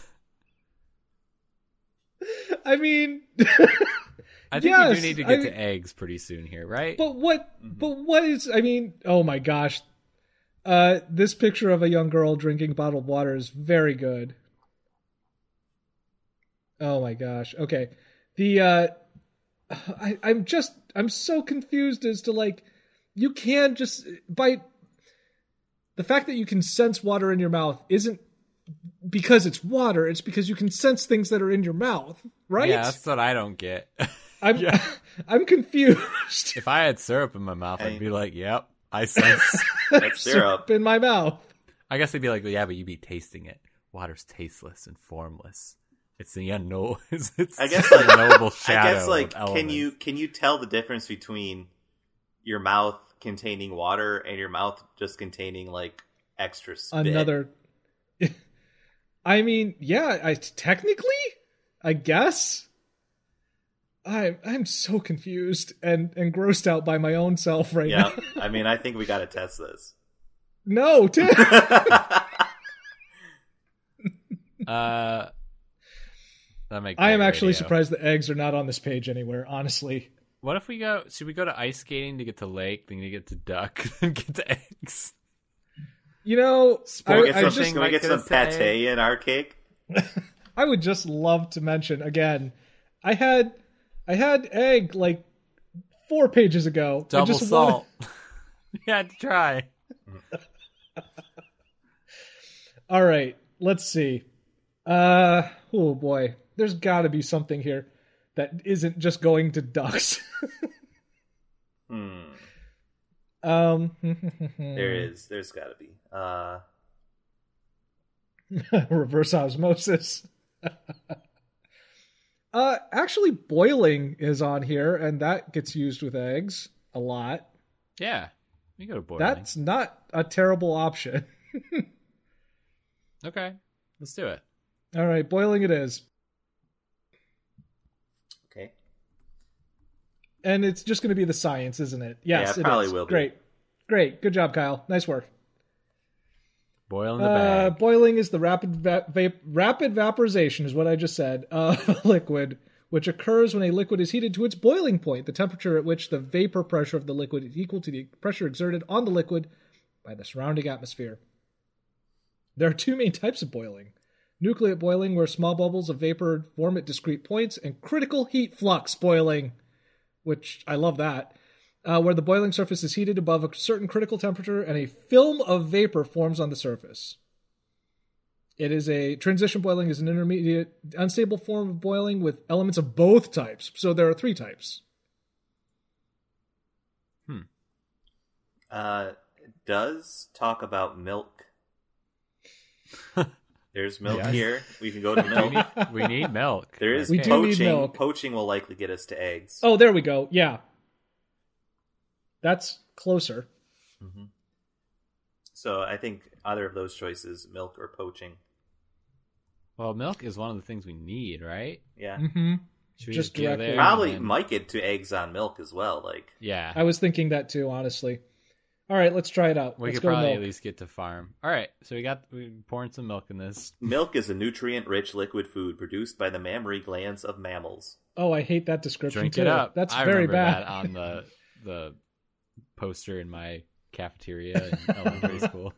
[SPEAKER 2] I mean,
[SPEAKER 1] I think we
[SPEAKER 2] Yes,
[SPEAKER 1] do need to
[SPEAKER 2] I
[SPEAKER 1] get
[SPEAKER 2] mean-
[SPEAKER 1] to eggs pretty soon here, right?
[SPEAKER 2] but what? But what is? I mean, oh my gosh, uh, this picture of a young girl drinking bottled water is very good. Oh my gosh. Okay. The uh, I, I'm just I'm so confused as to like you can just by the fact that you can sense water in your mouth isn't because it's water it's because you can sense things that are in your mouth right
[SPEAKER 1] Yeah, that's what I don't get.
[SPEAKER 2] i'm
[SPEAKER 1] yeah.
[SPEAKER 2] i'm confused
[SPEAKER 1] if I had syrup in my mouth, I'd
[SPEAKER 3] I-
[SPEAKER 1] be like, "Yep, I sense."
[SPEAKER 3] That's syrup.
[SPEAKER 2] in my mouth
[SPEAKER 1] I guess they'd be like, "Yeah, but you'd be tasting it. Water's tasteless and formless. It's the unknown. It's, it's
[SPEAKER 3] I guess,
[SPEAKER 1] the
[SPEAKER 3] like-
[SPEAKER 1] unknowable
[SPEAKER 3] I
[SPEAKER 1] shadow."
[SPEAKER 3] guess like
[SPEAKER 1] of
[SPEAKER 3] can
[SPEAKER 1] elements.
[SPEAKER 3] you can you tell the difference between your mouth containing water and your mouth just containing like extra spit?
[SPEAKER 2] another i mean yeah i technically i guess i i'm so confused and and grossed out by my own self right
[SPEAKER 3] Yeah.
[SPEAKER 2] now
[SPEAKER 3] I mean, I think we got to test this.
[SPEAKER 2] no Tim.
[SPEAKER 1] Uh, that make
[SPEAKER 2] i am
[SPEAKER 1] great
[SPEAKER 2] actually
[SPEAKER 1] radio.
[SPEAKER 2] surprised the eggs are not on this page anywhere honestly
[SPEAKER 1] What if we go? Should we go to ice skating to get to lake, then to get to duck, then get to eggs?
[SPEAKER 2] you know
[SPEAKER 3] Can
[SPEAKER 1] Sport-
[SPEAKER 2] I,
[SPEAKER 3] we get
[SPEAKER 2] I
[SPEAKER 3] some,
[SPEAKER 2] just
[SPEAKER 3] can we
[SPEAKER 1] like
[SPEAKER 3] get some
[SPEAKER 1] this today.
[SPEAKER 3] pate in our cake?
[SPEAKER 2] I would just love to mention again. I had I had egg like four pages ago. I
[SPEAKER 1] Double
[SPEAKER 2] just
[SPEAKER 1] salt.
[SPEAKER 2] Wanted,
[SPEAKER 1] you had to try.
[SPEAKER 2] all right, let's see. Uh oh boy, there's got to be something here that isn't just going to ducks.
[SPEAKER 3] Hmm.
[SPEAKER 2] um,
[SPEAKER 3] There is. There's got to be. Uh,
[SPEAKER 2] reverse osmosis. uh, actually, boiling is on here, and that gets used with eggs a lot.
[SPEAKER 1] Yeah, we go to boiling.
[SPEAKER 2] That's not a terrible option.
[SPEAKER 1] okay. Let's do it.
[SPEAKER 2] All right, boiling it is.
[SPEAKER 3] okay.
[SPEAKER 2] And it's just going to be the science, isn't it? Yes,
[SPEAKER 3] Yeah, it
[SPEAKER 2] it
[SPEAKER 3] probably
[SPEAKER 2] is.
[SPEAKER 3] will be.
[SPEAKER 2] Great. Great. Good job, Kyle. Nice work.
[SPEAKER 1] Boil in the
[SPEAKER 2] Uh,
[SPEAKER 1] bag.
[SPEAKER 2] boiling is the rapid va- va- rapid vaporization is what I just said uh, of a liquid, which occurs when a liquid is heated to its boiling point, the temperature at which the vapor pressure of the liquid is equal to the pressure exerted on the liquid by the surrounding atmosphere. There are two main types of boiling: nucleate boiling, where small bubbles of vapor form at discrete points, and critical heat flux boiling, which I love that uh, where the boiling surface is heated above a certain critical temperature and a film of vapor forms on the surface. It is a transition boiling is an intermediate unstable form of boiling with elements of both types. So there are three types.
[SPEAKER 3] Uh, it does talk about milk. There's milk
[SPEAKER 1] Yes.
[SPEAKER 3] here. We can go to milk.
[SPEAKER 1] we need milk.
[SPEAKER 3] There is
[SPEAKER 2] We
[SPEAKER 1] Okay.
[SPEAKER 2] do need
[SPEAKER 3] poaching.
[SPEAKER 2] milk.
[SPEAKER 3] Poaching will likely get us to eggs.
[SPEAKER 2] Oh, there we go. Yeah. That's closer.
[SPEAKER 3] So I think either of those choices, milk or poaching.
[SPEAKER 1] Well, milk is one of the things we need, right?
[SPEAKER 3] Yeah.
[SPEAKER 2] Mm-hmm.
[SPEAKER 1] Should we
[SPEAKER 2] Just
[SPEAKER 1] go
[SPEAKER 2] directly.
[SPEAKER 1] there and
[SPEAKER 3] Probably
[SPEAKER 1] then-
[SPEAKER 3] might get to eggs on milk as well. Like
[SPEAKER 1] Yeah,
[SPEAKER 2] I was thinking that too, honestly. All right, let's try it out.
[SPEAKER 1] we
[SPEAKER 2] let's
[SPEAKER 1] could
[SPEAKER 2] go
[SPEAKER 1] probably at
[SPEAKER 2] milk.
[SPEAKER 1] least get to farm. All right, so we got we pouring some milk in this.
[SPEAKER 3] milk is a nutrient-rich liquid food produced by the mammary glands of mammals.
[SPEAKER 2] Oh, I hate that description
[SPEAKER 1] Drink
[SPEAKER 2] too.
[SPEAKER 1] it up.
[SPEAKER 2] That's
[SPEAKER 1] I
[SPEAKER 2] very
[SPEAKER 1] remember
[SPEAKER 2] bad.
[SPEAKER 1] That on the the poster in my cafeteria in elementary school.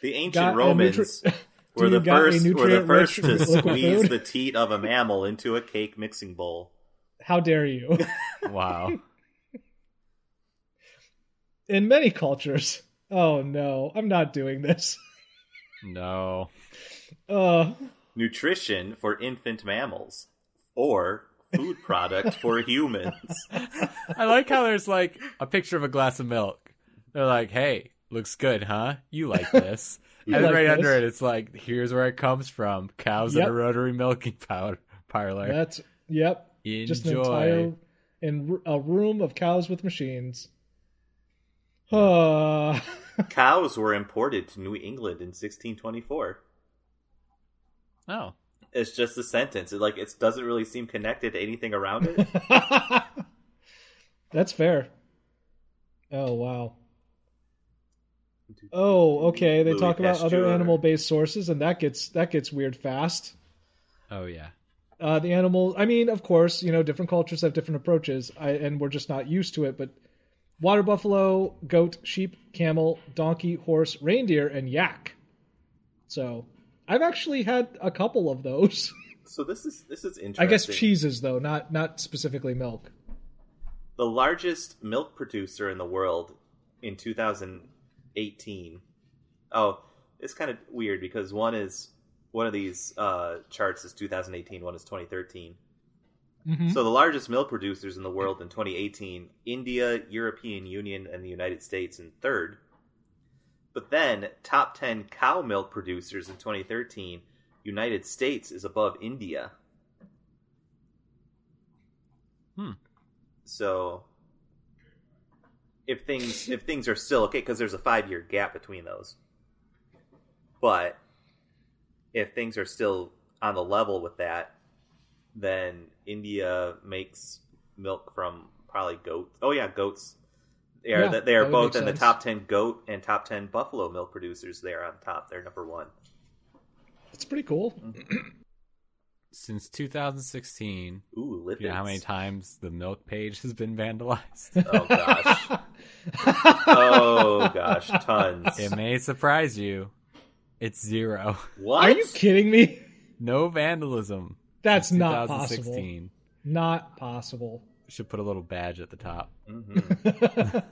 [SPEAKER 3] The ancient
[SPEAKER 2] Got a
[SPEAKER 3] Romans
[SPEAKER 2] nutri-
[SPEAKER 3] were the
[SPEAKER 2] you got a
[SPEAKER 3] first were the first
[SPEAKER 2] nutrient-rich
[SPEAKER 3] to
[SPEAKER 2] liquid
[SPEAKER 3] squeeze
[SPEAKER 2] food?
[SPEAKER 3] the teat of a mammal into a cake mixing bowl.
[SPEAKER 2] How dare you?
[SPEAKER 1] Wow.
[SPEAKER 2] in many cultures. Oh no, I'm not doing this.
[SPEAKER 1] No.
[SPEAKER 2] Uh,
[SPEAKER 3] Nutrition for infant mammals or food product for humans.
[SPEAKER 1] I like how there's like a picture of a glass of milk. They're like, "Hey, looks good, huh? You like this?"
[SPEAKER 2] You
[SPEAKER 1] and then
[SPEAKER 2] like
[SPEAKER 1] right
[SPEAKER 2] this?
[SPEAKER 1] under it, it's like, "Here's where it comes from: cows in
[SPEAKER 2] Yep.
[SPEAKER 1] a rotary milking power parlor."
[SPEAKER 2] that's yep.
[SPEAKER 1] Enjoy.
[SPEAKER 2] Just an entire in r- a room of cows with machines. Uh,
[SPEAKER 3] Cows were imported to New England in 1624.
[SPEAKER 1] Oh,
[SPEAKER 3] It's just a sentence. It, like it doesn't really seem connected to anything around it.
[SPEAKER 2] That's fair. Oh wow. Oh, okay. They
[SPEAKER 3] Louis
[SPEAKER 2] talk about other
[SPEAKER 3] Pasteur.
[SPEAKER 2] animal-based sources, and that gets that gets weird fast.
[SPEAKER 1] oh yeah.
[SPEAKER 2] Uh, the animal. I mean, of course, you know, different cultures have different approaches, I, and we're just not used to it. But water buffalo, goat, sheep, camel, donkey, horse, reindeer, and yak. So, I've actually had a couple of those.
[SPEAKER 3] So this is this is interesting.
[SPEAKER 2] I guess cheeses, though, not not specifically milk.
[SPEAKER 3] the largest milk producer in the world in 2018. Oh, it's kind of weird because one is one of these uh, charts is 2018, one is 2013.
[SPEAKER 2] Mhm.
[SPEAKER 3] So the largest milk producers in the world in 2018, India, European Union, and the United States in third. But then top 10 cow milk producers in 2013, United States is above India.
[SPEAKER 1] Hmm.
[SPEAKER 3] So if things if things are still okay because there's a 5 year gap between those. But if things are still on the level with that, then India makes milk from probably goats. Oh yeah, goats. They are
[SPEAKER 2] Yeah,
[SPEAKER 3] they are
[SPEAKER 2] that would
[SPEAKER 3] both
[SPEAKER 2] make
[SPEAKER 3] in the
[SPEAKER 2] sense.
[SPEAKER 3] top ten goat and top ten buffalo milk producers. They are on top. They're number one.
[SPEAKER 2] It's pretty cool.
[SPEAKER 1] Since 2016,
[SPEAKER 3] Ooh, lipids.
[SPEAKER 1] you know how many times the milk page has been vandalized?
[SPEAKER 3] Oh gosh. oh gosh, tons.
[SPEAKER 1] it may surprise you. It's zero.
[SPEAKER 3] What?
[SPEAKER 2] Are you kidding me?
[SPEAKER 1] No vandalism.
[SPEAKER 2] That's
[SPEAKER 1] since
[SPEAKER 2] not possible.
[SPEAKER 1] 2016.
[SPEAKER 2] Not possible.
[SPEAKER 1] Should put a little badge at the top.
[SPEAKER 3] Mhm.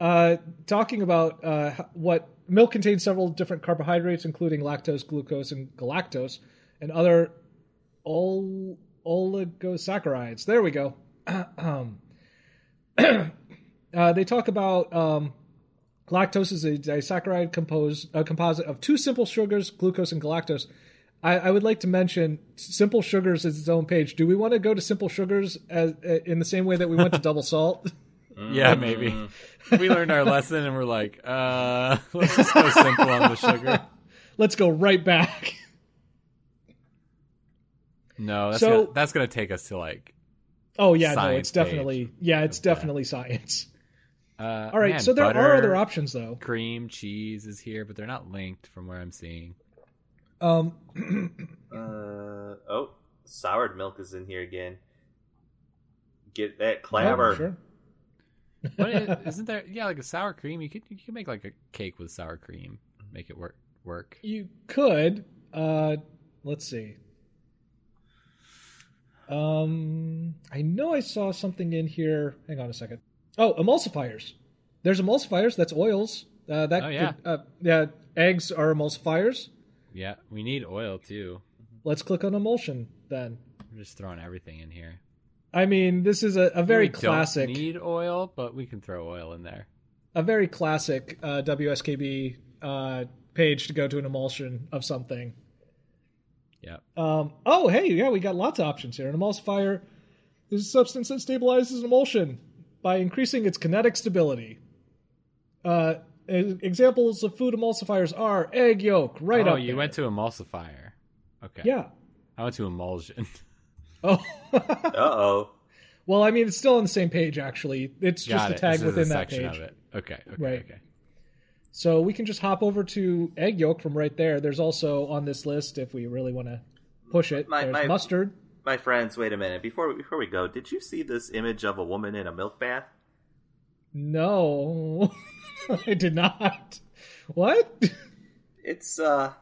[SPEAKER 2] uh, talking about uh, h- what milk contains several different carbohydrates, including lactose, glucose, and galactose, and other ol- oligosaccharides. There we go. uh, they talk about um, lactose is a disaccharide composed a composite of two simple sugars, glucose and galactose. I, I would like to mention simple sugars is its own page. Do we want to go to simple sugars as, uh, in the same way that we went to double salt?
[SPEAKER 3] Mm-hmm.
[SPEAKER 1] Yeah, maybe. we learned our lesson and we're like, uh, let's just go simple on the sugar.
[SPEAKER 2] Let's go right back.
[SPEAKER 1] No, that's
[SPEAKER 2] So-
[SPEAKER 1] gonna, that's gonna take us to like.
[SPEAKER 2] Oh yeah, no,
[SPEAKER 1] Science
[SPEAKER 2] it's definitely yeah, it's definitely science.
[SPEAKER 1] Uh,
[SPEAKER 2] All right,
[SPEAKER 1] man,
[SPEAKER 2] so there
[SPEAKER 1] butter,
[SPEAKER 2] are other options though.
[SPEAKER 1] Cream cheese is here, but they're not linked from where I'm seeing.
[SPEAKER 2] Um,
[SPEAKER 3] Uh, oh, soured milk is in here again. Get that clamor.
[SPEAKER 2] oh, sure.
[SPEAKER 1] But it, isn't there? Yeah, like a sour cream. You could you could make like a cake with sour cream. Make it work work.
[SPEAKER 2] You could. Uh, let's see. Um, I know I saw something in here. Hang on a second. Oh, emulsifiers. There's emulsifiers. That's oils. Uh, that
[SPEAKER 1] Oh, yeah.
[SPEAKER 2] Could, uh, yeah. Eggs are emulsifiers.
[SPEAKER 1] Yeah, we need oil too.
[SPEAKER 2] Let's click on emulsion then.
[SPEAKER 1] We're just throwing everything in here.
[SPEAKER 2] I mean, this is a, a very
[SPEAKER 1] We don't
[SPEAKER 2] classic.
[SPEAKER 1] Need oil, but we can throw oil in there.
[SPEAKER 2] a very classic uh, WSKB uh, page to go to an emulsion of something.
[SPEAKER 1] Yeah.
[SPEAKER 2] Um, oh, hey, yeah, we got lots of options here. An emulsifier is a substance that stabilizes an emulsion by increasing its kinetic stability. Uh, e- examples of food emulsifiers are egg yolk, right
[SPEAKER 1] oh,
[SPEAKER 2] up.
[SPEAKER 1] you
[SPEAKER 2] there.
[SPEAKER 1] went to emulsifier. Okay.
[SPEAKER 2] yeah.
[SPEAKER 1] I went to emulsion.
[SPEAKER 2] Oh,
[SPEAKER 3] Uh oh.
[SPEAKER 2] well, I mean, it's still on the same page. Actually, it's just
[SPEAKER 1] Got
[SPEAKER 2] a
[SPEAKER 1] it.
[SPEAKER 2] tag
[SPEAKER 1] This is
[SPEAKER 2] within
[SPEAKER 1] a
[SPEAKER 2] that
[SPEAKER 1] section
[SPEAKER 2] page.
[SPEAKER 1] of it. Okay. Okay.
[SPEAKER 2] Right.
[SPEAKER 1] Okay.
[SPEAKER 2] So we can just hop over to egg yolk from right there. There's also on this list, if we really want to push it,
[SPEAKER 3] My-
[SPEAKER 2] there's
[SPEAKER 3] my-
[SPEAKER 2] mustard.
[SPEAKER 3] My friends, wait a minute. Before before we go, did you see this image of a woman in a milk bath?
[SPEAKER 2] No, I did not. What?
[SPEAKER 3] It's uh,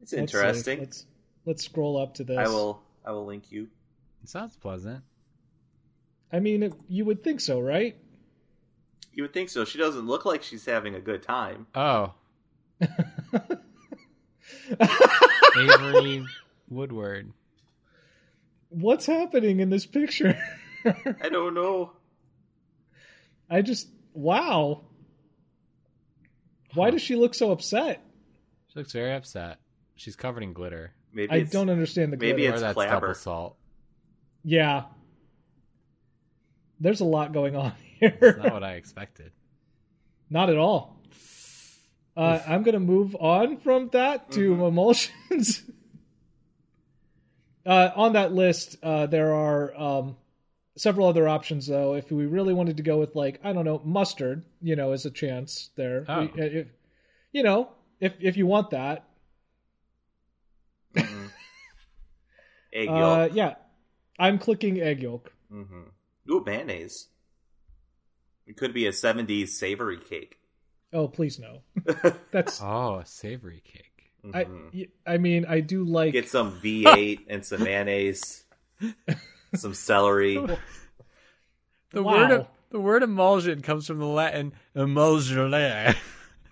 [SPEAKER 3] it's
[SPEAKER 2] Let's see.
[SPEAKER 3] interesting.
[SPEAKER 2] Let's, let's scroll up to this.
[SPEAKER 3] I will I will link you.
[SPEAKER 1] It sounds pleasant.
[SPEAKER 2] I mean, it, you would think so, right?
[SPEAKER 3] You would think so. She doesn't look like she's having a good time.
[SPEAKER 1] Oh. Avery Woodward.
[SPEAKER 2] What's happening in this picture?
[SPEAKER 3] I don't know.
[SPEAKER 2] I just wow. Why does she look so upset?
[SPEAKER 1] She looks very upset. She's covered in glitter.
[SPEAKER 3] Maybe
[SPEAKER 2] I
[SPEAKER 3] it's,
[SPEAKER 2] don't understand the
[SPEAKER 3] maybe
[SPEAKER 2] glitter.
[SPEAKER 3] it's-
[SPEAKER 1] or that's
[SPEAKER 3] clabber.
[SPEAKER 1] double salt.
[SPEAKER 2] Yeah, there's a lot going on
[SPEAKER 1] That's
[SPEAKER 2] here.
[SPEAKER 1] not what I expected.
[SPEAKER 2] Not at all. Uh, I'm going to move on from that to
[SPEAKER 3] Mm-hmm.
[SPEAKER 2] emulsions. uh, on that list, uh, there are um, several other options, though. If we really wanted to go with, like, I don't know, mustard, you know, is a chance there.
[SPEAKER 1] Oh.
[SPEAKER 2] We- if, you know, if if you want that,
[SPEAKER 3] mm-hmm. Egg
[SPEAKER 2] uh,
[SPEAKER 3] yolk.
[SPEAKER 2] yeah, I'm clicking egg yolk.
[SPEAKER 3] hmm Ooh, mayonnaise. It could be a 70s savory cake.
[SPEAKER 2] Oh, please no. That's
[SPEAKER 1] Oh, a savory cake.
[SPEAKER 2] I.
[SPEAKER 3] Mhm.
[SPEAKER 2] y- I mean, I do like.
[SPEAKER 3] Get some V8 and some mayonnaise, some celery.
[SPEAKER 1] The
[SPEAKER 2] Wow.
[SPEAKER 1] word the word emulsion comes from the Latin emulsionare,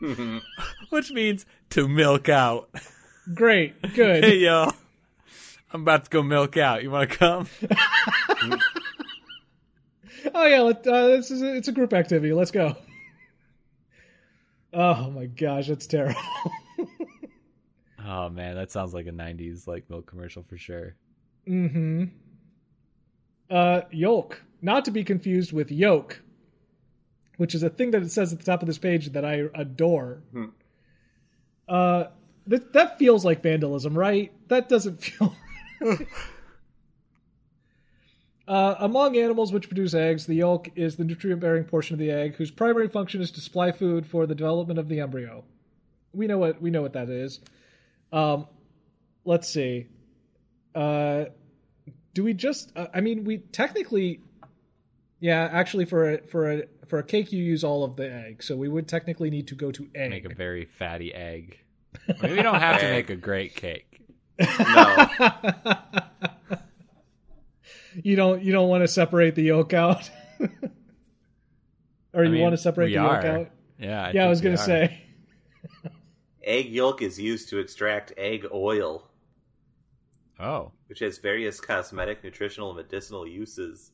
[SPEAKER 3] Mhm.
[SPEAKER 1] which means to milk out.
[SPEAKER 2] Great, good.
[SPEAKER 1] Hey y'all, I'm about to go milk out. You want to come?
[SPEAKER 2] Oh yeah, let, uh, this is a, it's a group activity. Let's go. Oh my gosh, that's terrible.
[SPEAKER 1] Oh man, that sounds like a '90s like milk commercial for sure.
[SPEAKER 2] mm-hmm. Uh, yolk, not to be confused with yolk, which is a thing that it says at the top of this page that I adore. Uh, that that feels like vandalism, right? That doesn't feel. Uh, among animals which produce eggs, the yolk is the nutrient bearing portion of the egg whose primary function is to supply food for the development of the embryo. We know what we know what that is. Um, let's see. Uh, do we just? Uh, I mean, we technically, yeah. Actually, for a, for a for a cake, you use all of the egg, so we would technically need to go to egg.
[SPEAKER 1] Make a very fatty egg. I mean, we don't have to make a great cake.
[SPEAKER 3] No.
[SPEAKER 2] you don't you don't want to separate the yolk out, or you want to separate
[SPEAKER 1] we
[SPEAKER 2] the yolk
[SPEAKER 1] are.
[SPEAKER 2] out?
[SPEAKER 1] Yeah,
[SPEAKER 2] yeah, I
[SPEAKER 1] think
[SPEAKER 2] was
[SPEAKER 1] we
[SPEAKER 2] gonna
[SPEAKER 1] are.
[SPEAKER 2] say.
[SPEAKER 3] Egg yolk is used to extract egg oil,
[SPEAKER 1] Oh,
[SPEAKER 3] which has various cosmetic, nutritional, and medicinal uses.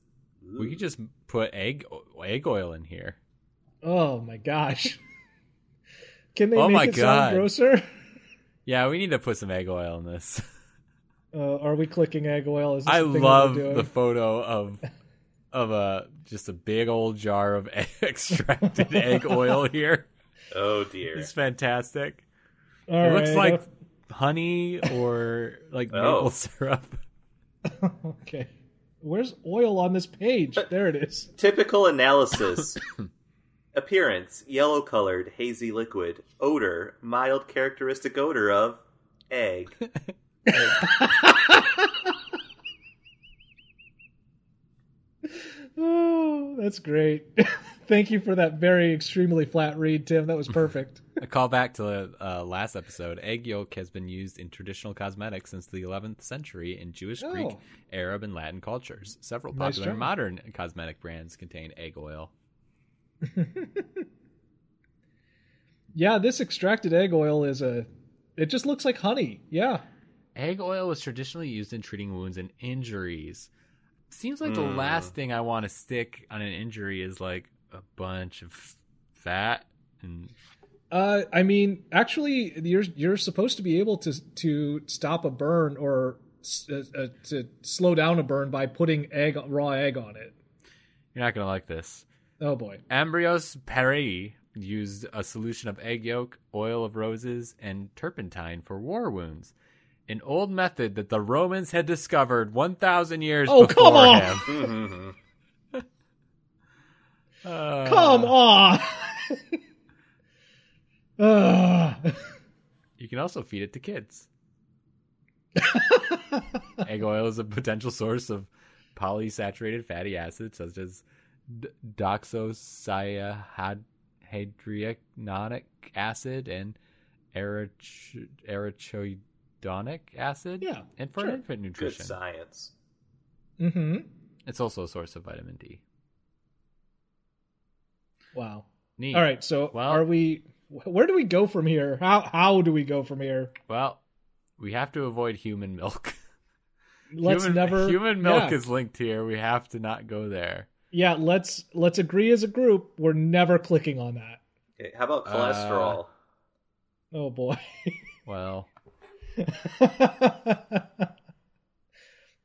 [SPEAKER 1] we could just put egg egg oil in here.
[SPEAKER 2] Oh my gosh. Can they
[SPEAKER 1] Oh
[SPEAKER 2] make
[SPEAKER 1] my
[SPEAKER 2] it
[SPEAKER 1] God.
[SPEAKER 2] sound grosser?
[SPEAKER 1] Yeah, we need to put some egg oil in this.
[SPEAKER 2] Uh, are we clicking egg oil? Is this
[SPEAKER 1] I
[SPEAKER 2] the thing that we're
[SPEAKER 1] love
[SPEAKER 2] doing?
[SPEAKER 1] the photo of of a just a big old jar of extracted egg oil here.
[SPEAKER 3] Oh dear.
[SPEAKER 1] It's fantastic.
[SPEAKER 2] All
[SPEAKER 1] it looks
[SPEAKER 2] right,
[SPEAKER 1] like honey or like
[SPEAKER 3] Oh.
[SPEAKER 1] maple syrup.
[SPEAKER 2] okay. Where's oil on this page? There it is.
[SPEAKER 3] Typical analysis. Appearance, yellow colored, hazy liquid. Odor, mild characteristic odor of egg.
[SPEAKER 2] Oh, that's great. Thank you for that very extremely flat read, Tim. That was perfect.
[SPEAKER 1] A callback to the uh, last episode. Egg yolk has been used in traditional cosmetics since the 11th century in Jewish, Greek,
[SPEAKER 2] Oh.
[SPEAKER 1] Arab, and Latin cultures. Several
[SPEAKER 2] Nice
[SPEAKER 1] popular
[SPEAKER 2] job.
[SPEAKER 1] modern cosmetic brands contain egg oil.
[SPEAKER 2] yeah, this extracted egg oil is a. It just looks like honey. Yeah.
[SPEAKER 1] Egg oil was traditionally used in treating wounds and injuries. Seems like the
[SPEAKER 3] Hmm.
[SPEAKER 1] last thing I want to stick on an injury is like a bunch of fat and
[SPEAKER 2] Uh, I mean, actually, you're you're supposed to be able to to stop a burn or s- uh, uh, to slow down a burn by putting egg raw egg on it.
[SPEAKER 1] you're not going to like this.
[SPEAKER 2] Oh boy.
[SPEAKER 1] Embryos Paris used a solution of egg yolk, oil of roses, and turpentine for war wounds. An old method that the Romans had discovered 1,000 years
[SPEAKER 2] Oh,
[SPEAKER 1] before
[SPEAKER 2] come on!
[SPEAKER 1] him.
[SPEAKER 3] Mhm.
[SPEAKER 1] Uh,
[SPEAKER 2] Come on. Ugh.
[SPEAKER 1] You can also feed it to kids. Egg oil is a potential source of polysaturated fatty acids such as d- doxocyahydranic acid and erich- erichoidonic acid.
[SPEAKER 2] Yeah,
[SPEAKER 1] And for
[SPEAKER 2] sure.
[SPEAKER 1] infant
[SPEAKER 3] Good
[SPEAKER 1] nutrition,
[SPEAKER 3] science.
[SPEAKER 2] mm-hmm.
[SPEAKER 1] it's also a source of vitamin D.
[SPEAKER 2] Wow.
[SPEAKER 1] Neat.
[SPEAKER 2] All right. So
[SPEAKER 1] Well-
[SPEAKER 2] are we? Where do we go from here? How how do we go from here?
[SPEAKER 1] Well, we have to avoid human milk.
[SPEAKER 2] Let's
[SPEAKER 1] human,
[SPEAKER 2] never
[SPEAKER 1] Human milk
[SPEAKER 2] yeah.
[SPEAKER 1] is linked here. We have to not go there.
[SPEAKER 2] yeah. Let's let's agree as a group. We're never clicking on that.
[SPEAKER 3] Okay, how about
[SPEAKER 1] Uh,
[SPEAKER 3] cholesterol?
[SPEAKER 2] Oh boy.
[SPEAKER 1] Well,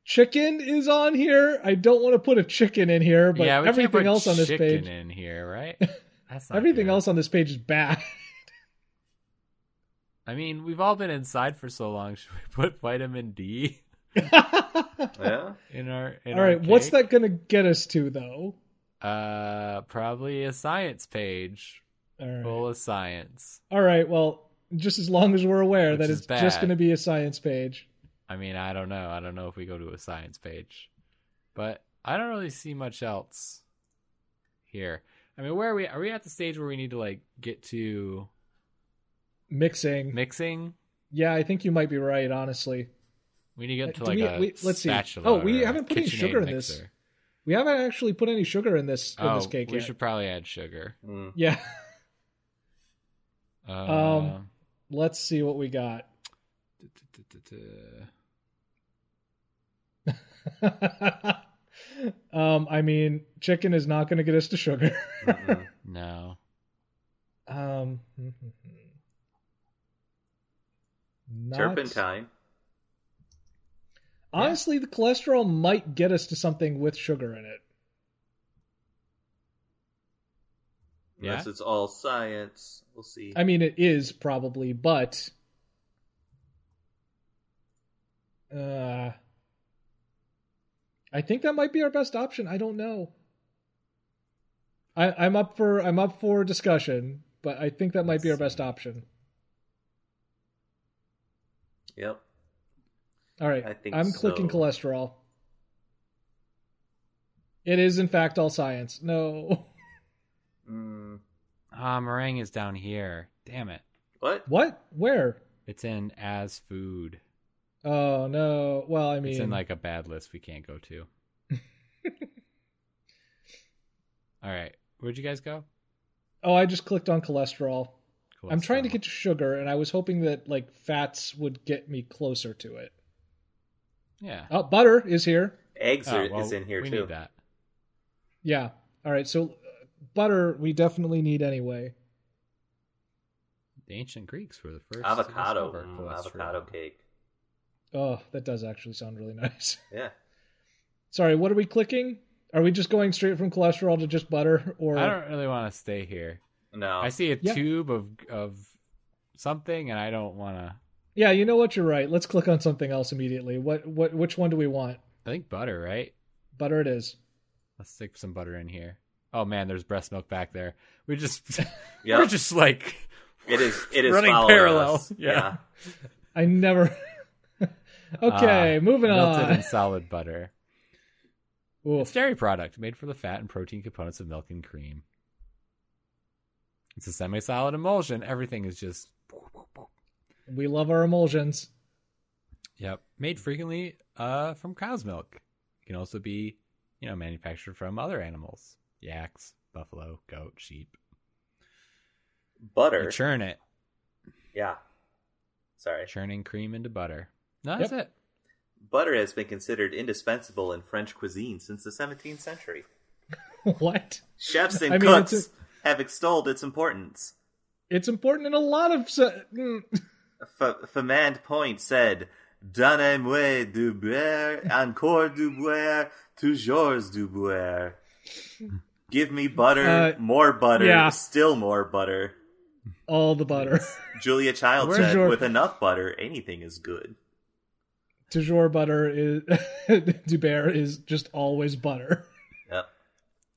[SPEAKER 2] chicken is on here. I don't want to put a chicken in here, but
[SPEAKER 1] yeah, we can't
[SPEAKER 2] everything
[SPEAKER 1] put
[SPEAKER 2] else on this
[SPEAKER 1] chicken
[SPEAKER 2] page,
[SPEAKER 1] in here, right? That's not
[SPEAKER 2] everything
[SPEAKER 1] good.
[SPEAKER 2] else on this page is bad.
[SPEAKER 1] I mean, we've all been inside for so long. Should we put vitamin D Uh,
[SPEAKER 3] Yeah.
[SPEAKER 1] in our? In
[SPEAKER 2] All
[SPEAKER 1] our
[SPEAKER 2] right, what's
[SPEAKER 1] cake?
[SPEAKER 2] that going to get us to though?
[SPEAKER 1] Uh, probably a science page
[SPEAKER 2] All right.
[SPEAKER 1] full of science.
[SPEAKER 2] All right. Well, just as long as we're aware
[SPEAKER 1] Which
[SPEAKER 2] that
[SPEAKER 1] is
[SPEAKER 2] it's just
[SPEAKER 1] bad.
[SPEAKER 2] going to be a science page.
[SPEAKER 1] I mean, I don't know. I don't know if we go to a science page, but I don't really see much else here. I mean, where are we? Are we at the stage where we need to like get to
[SPEAKER 2] Mixing.
[SPEAKER 1] mixing?
[SPEAKER 2] yeah, I think you might be right, honestly.
[SPEAKER 1] We need to get
[SPEAKER 2] Uh,
[SPEAKER 1] to
[SPEAKER 2] do
[SPEAKER 1] like
[SPEAKER 2] we-
[SPEAKER 1] a
[SPEAKER 2] we- let's see.
[SPEAKER 1] spatula.
[SPEAKER 2] Oh, we
[SPEAKER 1] or a
[SPEAKER 2] haven't put any
[SPEAKER 1] KitchenAid
[SPEAKER 2] sugar in this.
[SPEAKER 1] mixer.
[SPEAKER 2] We haven't actually put any sugar in this in this
[SPEAKER 1] Oh,
[SPEAKER 2] cake
[SPEAKER 1] we
[SPEAKER 2] yet.
[SPEAKER 1] should probably add sugar.
[SPEAKER 3] Mm.
[SPEAKER 2] Yeah.
[SPEAKER 1] Uh,
[SPEAKER 2] Um, Let's see what we got.
[SPEAKER 1] duh, duh, duh, duh, duh.
[SPEAKER 2] um, I mean, chicken is not going to get us to sugar.
[SPEAKER 3] Mm-mm.
[SPEAKER 1] No.
[SPEAKER 2] um, not-
[SPEAKER 3] Turpentine.
[SPEAKER 2] Honestly, the cholesterol might get us to something with sugar in it.
[SPEAKER 1] Yeah?
[SPEAKER 3] Unless it's all science. We'll see.
[SPEAKER 2] I mean, it is probably, but uh, I think that might be our best option. I don't know. I, I'm up for I'm up for discussion, but I think that might be our best option.
[SPEAKER 3] Yep.
[SPEAKER 2] All right,
[SPEAKER 3] I think
[SPEAKER 2] I'm clicking
[SPEAKER 3] so.
[SPEAKER 2] cholesterol. It is in fact all science. No,
[SPEAKER 3] Mm.
[SPEAKER 1] Ah, meringue is down here. Damn it.
[SPEAKER 3] What?
[SPEAKER 2] what? Where?
[SPEAKER 1] It's in as food.
[SPEAKER 2] Oh no. Well, I mean,
[SPEAKER 1] it's in like a bad list we can't go to. All right. Where'd you guys go?
[SPEAKER 2] oh, I just clicked on cholesterol. I'm trying to
[SPEAKER 1] Cholesterol.
[SPEAKER 2] get to sugar, and I was hoping that like fats would get me closer to it.
[SPEAKER 1] Yeah.
[SPEAKER 2] Oh, butter is here.
[SPEAKER 3] Eggs
[SPEAKER 1] Oh,
[SPEAKER 3] are,
[SPEAKER 1] well,
[SPEAKER 3] is in here
[SPEAKER 1] we
[SPEAKER 3] too.
[SPEAKER 1] Need that.
[SPEAKER 2] Yeah. All right. So uh, butter we definitely need anyway.
[SPEAKER 1] The ancient Greeks were the first. to
[SPEAKER 3] Avocado.
[SPEAKER 1] discover
[SPEAKER 3] Mm,
[SPEAKER 1] cholesterol.
[SPEAKER 3] avocado cake.
[SPEAKER 2] Oh, that does actually sound really nice.
[SPEAKER 3] Yeah.
[SPEAKER 2] Sorry, what are we clicking? Are we just going straight from cholesterol to just butter, or
[SPEAKER 1] I don't really want to stay here.
[SPEAKER 3] No.
[SPEAKER 1] I see a
[SPEAKER 2] Yeah.
[SPEAKER 1] tube of of something, and I don't want to.
[SPEAKER 2] yeah, you know what? You're right. Let's click on something else immediately. What? What? Which one do we want?
[SPEAKER 1] I think butter, right?
[SPEAKER 2] Butter. It is.
[SPEAKER 1] Let's stick some butter in here. Oh man, there's breast milk back there. We just
[SPEAKER 3] Yep.
[SPEAKER 1] we're just like
[SPEAKER 3] It is. It is
[SPEAKER 1] running
[SPEAKER 3] following
[SPEAKER 1] parallel.
[SPEAKER 3] us.
[SPEAKER 1] Yeah.
[SPEAKER 2] I never. okay,
[SPEAKER 1] Ah,
[SPEAKER 2] moving
[SPEAKER 1] melted
[SPEAKER 2] on.
[SPEAKER 1] and solid butter. It's
[SPEAKER 2] Oof.
[SPEAKER 1] a dairy product made from the fat and protein components of milk and cream. It's a semi-solid emulsion. Everything is just
[SPEAKER 2] We love our emulsions.
[SPEAKER 1] yep, made frequently uh from cow's milk. It can also be, you know, manufactured from other animals. Yaks, buffalo, goat, sheep. You
[SPEAKER 3] Butter.
[SPEAKER 1] churn it.
[SPEAKER 3] yeah. Sorry.
[SPEAKER 1] Churning cream into butter. No, that's it.
[SPEAKER 3] Butter has been considered indispensable in French cuisine since the 17th century.
[SPEAKER 2] what?
[SPEAKER 3] Chefs and
[SPEAKER 2] I mean,
[SPEAKER 3] cooks
[SPEAKER 2] it's
[SPEAKER 3] have extolled its importance.
[SPEAKER 2] It's important in a lot of. se- mm.
[SPEAKER 3] F- Femand Point said, Donnez-moi du beurre, encore du beurre, toujours du beurre. Give me butter,
[SPEAKER 2] Uh,
[SPEAKER 3] more butter,
[SPEAKER 2] yeah.
[SPEAKER 3] still more butter.
[SPEAKER 2] all the butter.
[SPEAKER 3] Julia Child
[SPEAKER 2] Where's
[SPEAKER 3] said,
[SPEAKER 2] your-
[SPEAKER 3] with enough butter, anything is good.
[SPEAKER 2] Toujours butter is Dubert is just always butter.
[SPEAKER 3] Yep.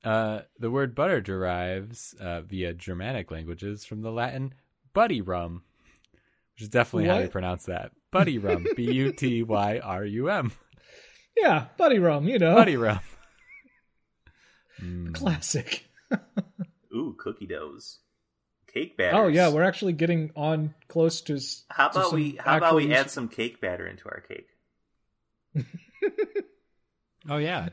[SPEAKER 1] Uh, the word butter derives uh, via Germanic languages from the Latin buddy rum, which is definitely how they
[SPEAKER 2] What?
[SPEAKER 1] pronounce that. Buddy rum. B U T Y R U M.
[SPEAKER 2] Yeah, buddy rum, you know,
[SPEAKER 1] Buddy rum. Mm.
[SPEAKER 2] classic.
[SPEAKER 3] Ooh, cookie doughs. Cake batter.
[SPEAKER 2] Oh yeah, we're actually getting on close to. s-
[SPEAKER 3] How
[SPEAKER 2] to
[SPEAKER 3] about
[SPEAKER 2] some
[SPEAKER 3] we how about
[SPEAKER 2] actual
[SPEAKER 3] we
[SPEAKER 2] use-
[SPEAKER 3] add some cake batter into our cake?
[SPEAKER 1] Oh, yeah.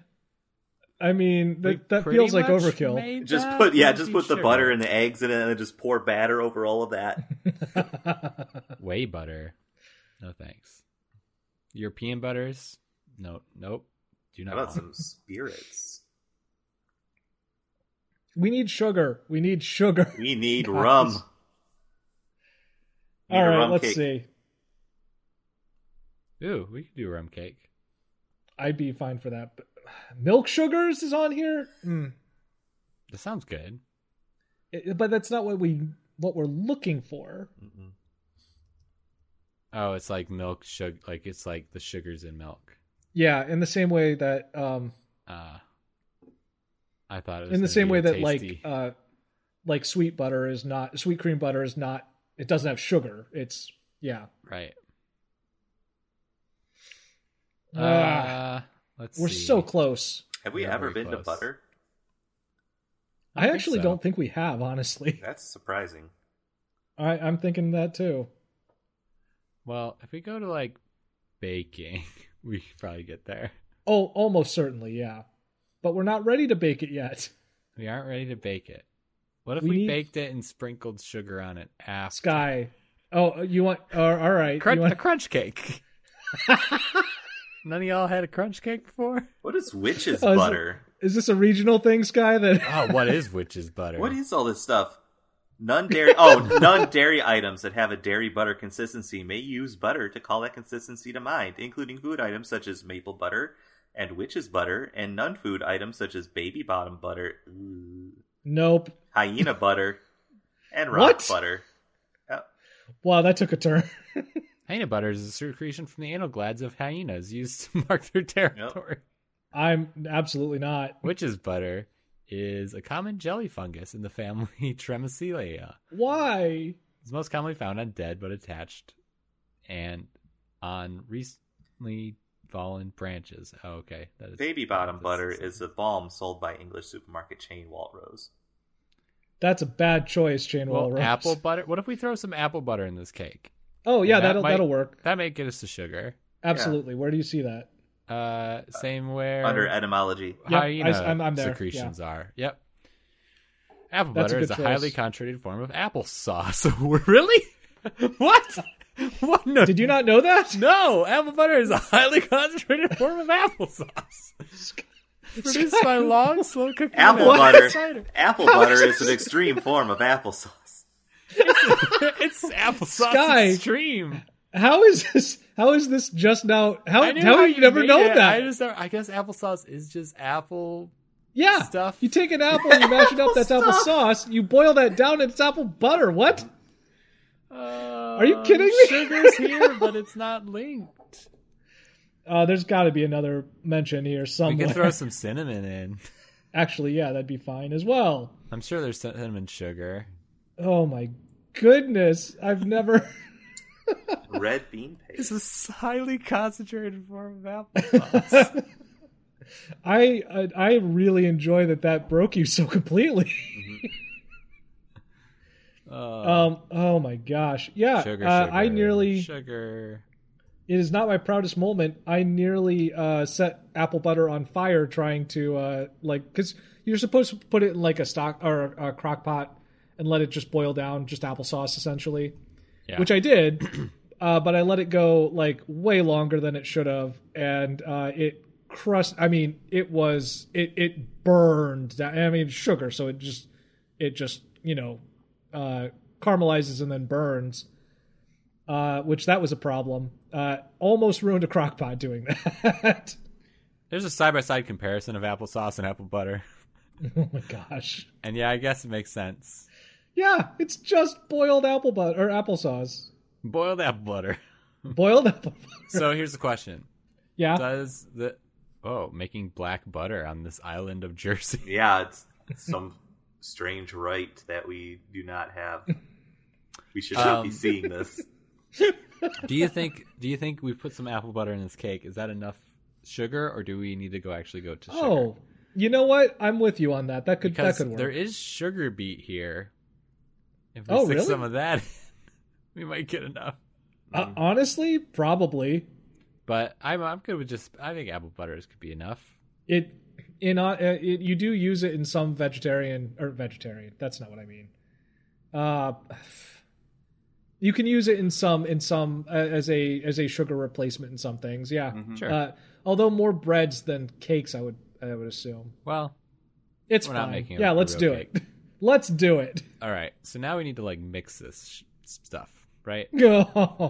[SPEAKER 2] I mean,
[SPEAKER 1] We
[SPEAKER 2] that that
[SPEAKER 1] pretty
[SPEAKER 2] feels like
[SPEAKER 1] much
[SPEAKER 2] overkill.
[SPEAKER 1] made
[SPEAKER 3] Just
[SPEAKER 1] that
[SPEAKER 3] put yeah,
[SPEAKER 1] with
[SPEAKER 3] just put the
[SPEAKER 1] sugar.
[SPEAKER 3] butter and the eggs in it and then just pour batter over all of that.
[SPEAKER 1] Whey butter. No thanks. European butters. No, nope. Do
[SPEAKER 3] How
[SPEAKER 1] not.
[SPEAKER 3] about some
[SPEAKER 1] Want.
[SPEAKER 3] spirits?
[SPEAKER 2] we need sugar. We need sugar.
[SPEAKER 3] We need
[SPEAKER 2] Guys.
[SPEAKER 3] rum. Need
[SPEAKER 2] all
[SPEAKER 3] a
[SPEAKER 2] right,
[SPEAKER 3] rum
[SPEAKER 2] let's
[SPEAKER 3] cake.
[SPEAKER 2] see.
[SPEAKER 1] Ooh, we could do rum cake.
[SPEAKER 2] I'd be fine for that. But milk sugars is on here, Mm.
[SPEAKER 1] That sounds good.
[SPEAKER 2] It- but that's not what we what we're looking for.
[SPEAKER 3] Mhm.
[SPEAKER 1] Oh, it's like milk sugar. Like it's like the sugars in milk.
[SPEAKER 2] Yeah, in the same way that um
[SPEAKER 1] Uh, I thought it was
[SPEAKER 2] in
[SPEAKER 1] gonna
[SPEAKER 2] the same
[SPEAKER 1] be
[SPEAKER 2] way
[SPEAKER 1] a
[SPEAKER 2] that
[SPEAKER 1] tasty-
[SPEAKER 2] like uh like sweet butter is not sweet cream butter is not it doesn't have sugar. It's yeah.
[SPEAKER 1] right. Uh,
[SPEAKER 2] Ah,
[SPEAKER 1] let's.
[SPEAKER 2] we're
[SPEAKER 1] see.
[SPEAKER 2] so close.
[SPEAKER 3] Have we
[SPEAKER 1] Yeah,
[SPEAKER 3] ever
[SPEAKER 1] very
[SPEAKER 3] been to
[SPEAKER 1] close.
[SPEAKER 3] butter?
[SPEAKER 1] I
[SPEAKER 2] I,
[SPEAKER 1] think
[SPEAKER 2] actually
[SPEAKER 1] so.
[SPEAKER 2] don't think we have, honestly.
[SPEAKER 3] That's surprising.
[SPEAKER 2] I, I'm thinking that too.
[SPEAKER 1] Well, if we go to like baking, we could probably get there.
[SPEAKER 2] Oh, almost certainly, yeah. But we're not ready to bake it yet.
[SPEAKER 1] We aren't ready to bake it. What if we,
[SPEAKER 2] We need-
[SPEAKER 1] baked it and sprinkled sugar on it after?
[SPEAKER 2] Sky. Oh, you want? Oh, all right.
[SPEAKER 1] Crunch,
[SPEAKER 2] You
[SPEAKER 1] a
[SPEAKER 2] want-
[SPEAKER 1] crunch cake. None of y'all had a crunch cake before?
[SPEAKER 3] What is witch's
[SPEAKER 2] Oh, is it-
[SPEAKER 3] butter?
[SPEAKER 2] is this a regional thing, Sky? That
[SPEAKER 1] Oh, what is witch's butter?
[SPEAKER 3] What is all this stuff? Non dairy. Oh, non dairy items that have a dairy butter consistency may use butter to call that consistency to mind, including food items such as maple butter and witch's butter, and non food items such as baby bottom butter, ooh,
[SPEAKER 2] nope.
[SPEAKER 3] hyena butter, and rock
[SPEAKER 2] What?
[SPEAKER 3] butter.
[SPEAKER 2] Wow, that took a turn.
[SPEAKER 1] Hyena butter is a secretion from the anal glands of hyenas used to mark their territory.
[SPEAKER 2] I'm absolutely not.
[SPEAKER 1] Witch's butter is a common jelly fungus in the family Tremacea.
[SPEAKER 2] Why?
[SPEAKER 1] It's most commonly found on dead but attached and on recently fallen branches. Oh, okay. That is
[SPEAKER 3] Baby bottom
[SPEAKER 1] that's-
[SPEAKER 3] butter is a balm sold by English supermarket chain Walrose.
[SPEAKER 2] That's a bad choice, Chain
[SPEAKER 1] well,
[SPEAKER 2] Walrus.
[SPEAKER 1] apple butter. What if we throw some apple butter in this cake?
[SPEAKER 2] Oh yeah,
[SPEAKER 1] That
[SPEAKER 2] that will
[SPEAKER 1] might-
[SPEAKER 2] that'll work.
[SPEAKER 1] That may get us to sugar.
[SPEAKER 2] Absolutely. Where do you see that?
[SPEAKER 1] Uh, same where
[SPEAKER 3] Under etymology,
[SPEAKER 2] Yep, I-
[SPEAKER 1] hyena
[SPEAKER 2] I'm- I'm there,
[SPEAKER 1] secretions are. Yep. Apple
[SPEAKER 2] That's a
[SPEAKER 1] butter
[SPEAKER 2] good
[SPEAKER 1] is a
[SPEAKER 2] choice.
[SPEAKER 1] highly concentrated form of applesauce. really? what? what? No.
[SPEAKER 2] Did you not know that?
[SPEAKER 1] No, apple butter is a highly concentrated form of applesauce. Produced by long, slow cooking.
[SPEAKER 3] Apple
[SPEAKER 1] methods.
[SPEAKER 3] butter.
[SPEAKER 1] Cider.
[SPEAKER 3] apple butter is an extreme form of applesauce.
[SPEAKER 1] it's applesauce
[SPEAKER 2] Sky.
[SPEAKER 1] extreme.
[SPEAKER 2] How is this? How is this just now? How
[SPEAKER 1] I knew
[SPEAKER 2] how have you never
[SPEAKER 1] made
[SPEAKER 2] known
[SPEAKER 1] it.
[SPEAKER 2] that?
[SPEAKER 1] I just never, I guess applesauce is just apple
[SPEAKER 2] yeah,
[SPEAKER 1] stuff.
[SPEAKER 2] You take an apple, you mash it up. That's
[SPEAKER 3] Apple
[SPEAKER 2] apple sauce. You boil that down, and it's apple butter. What?
[SPEAKER 1] Are
[SPEAKER 2] you kidding me?
[SPEAKER 1] uh, Sugar's here, but it's not linked.
[SPEAKER 2] Uh, there's got to be another mention here
[SPEAKER 1] We
[SPEAKER 2] somewhere.
[SPEAKER 1] could throw some cinnamon in.
[SPEAKER 2] Actually, yeah, that'd be fine as well.
[SPEAKER 1] I'm sure there's cinnamon sugar.
[SPEAKER 2] Oh my goodness, I've never.
[SPEAKER 3] Red bean paste.
[SPEAKER 1] It's a highly concentrated form of applesauce.
[SPEAKER 2] I, I I really enjoy that that broke you so completely.
[SPEAKER 1] Oh,
[SPEAKER 2] Um. Oh my gosh. Yeah.
[SPEAKER 1] sugar,
[SPEAKER 2] uh,
[SPEAKER 1] sugar,
[SPEAKER 2] I nearly.
[SPEAKER 1] sugar.
[SPEAKER 2] It is not my proudest moment. I nearly uh, set apple butter on fire trying to uh, like because you're supposed to put it in like a stock or a, a crock pot and let it just boil down, just applesauce essentially,
[SPEAKER 1] Yeah.
[SPEAKER 2] which I did. uh, but I let it go like way longer than it should have, and uh, it crust. I mean, it was it it burned. down- I mean, sugar, so it just it just you know uh, caramelizes and then burns uh, which that was a problem. Uh, almost ruined a crock pot doing that.
[SPEAKER 1] There's a side by side comparison of applesauce and apple butter.
[SPEAKER 2] oh my gosh.
[SPEAKER 1] And yeah, I guess it makes sense.
[SPEAKER 2] Yeah, it's just boiled apple butter or applesauce.
[SPEAKER 1] Boiled apple butter. Hmm.
[SPEAKER 2] Boiled apple butter.
[SPEAKER 1] So here's the question
[SPEAKER 2] Yeah.
[SPEAKER 1] Does the. Oh, making black butter on this island of Jersey.
[SPEAKER 3] Yeah, it's some strange right that we do not have. We should not be
[SPEAKER 1] Um,
[SPEAKER 3] seeing this.
[SPEAKER 1] Do you think? Do you think we put some apple butter in this cake? Is that enough sugar, or do we need to go actually go to sugar?
[SPEAKER 2] oh, you know what? I'm with you on that. That could
[SPEAKER 1] because
[SPEAKER 2] that could work.
[SPEAKER 1] there is sugar beet here. If we
[SPEAKER 2] Oh,
[SPEAKER 1] stick
[SPEAKER 2] really?
[SPEAKER 1] some of that, in, we might get enough.
[SPEAKER 2] uh, honestly, probably
[SPEAKER 1] But I'm I'm good with just. I think apple butters could be enough.
[SPEAKER 2] it in uh, it, you do use it in some vegetarian or vegetarian. That's not what I mean. Uh, you can use it in some in some uh, as a as a sugar replacement in some things. Yeah.
[SPEAKER 1] Hmm. Sure.
[SPEAKER 2] Uh, although more breads than cakes, I would I would assume.
[SPEAKER 1] well,
[SPEAKER 2] It's
[SPEAKER 1] We're
[SPEAKER 2] fine.
[SPEAKER 1] not making a-
[SPEAKER 2] yeah,
[SPEAKER 1] a
[SPEAKER 2] let's
[SPEAKER 1] real
[SPEAKER 2] do it. let's do it.
[SPEAKER 1] all right. So now we need to like mix this sh- stuff, right?
[SPEAKER 2] Oh,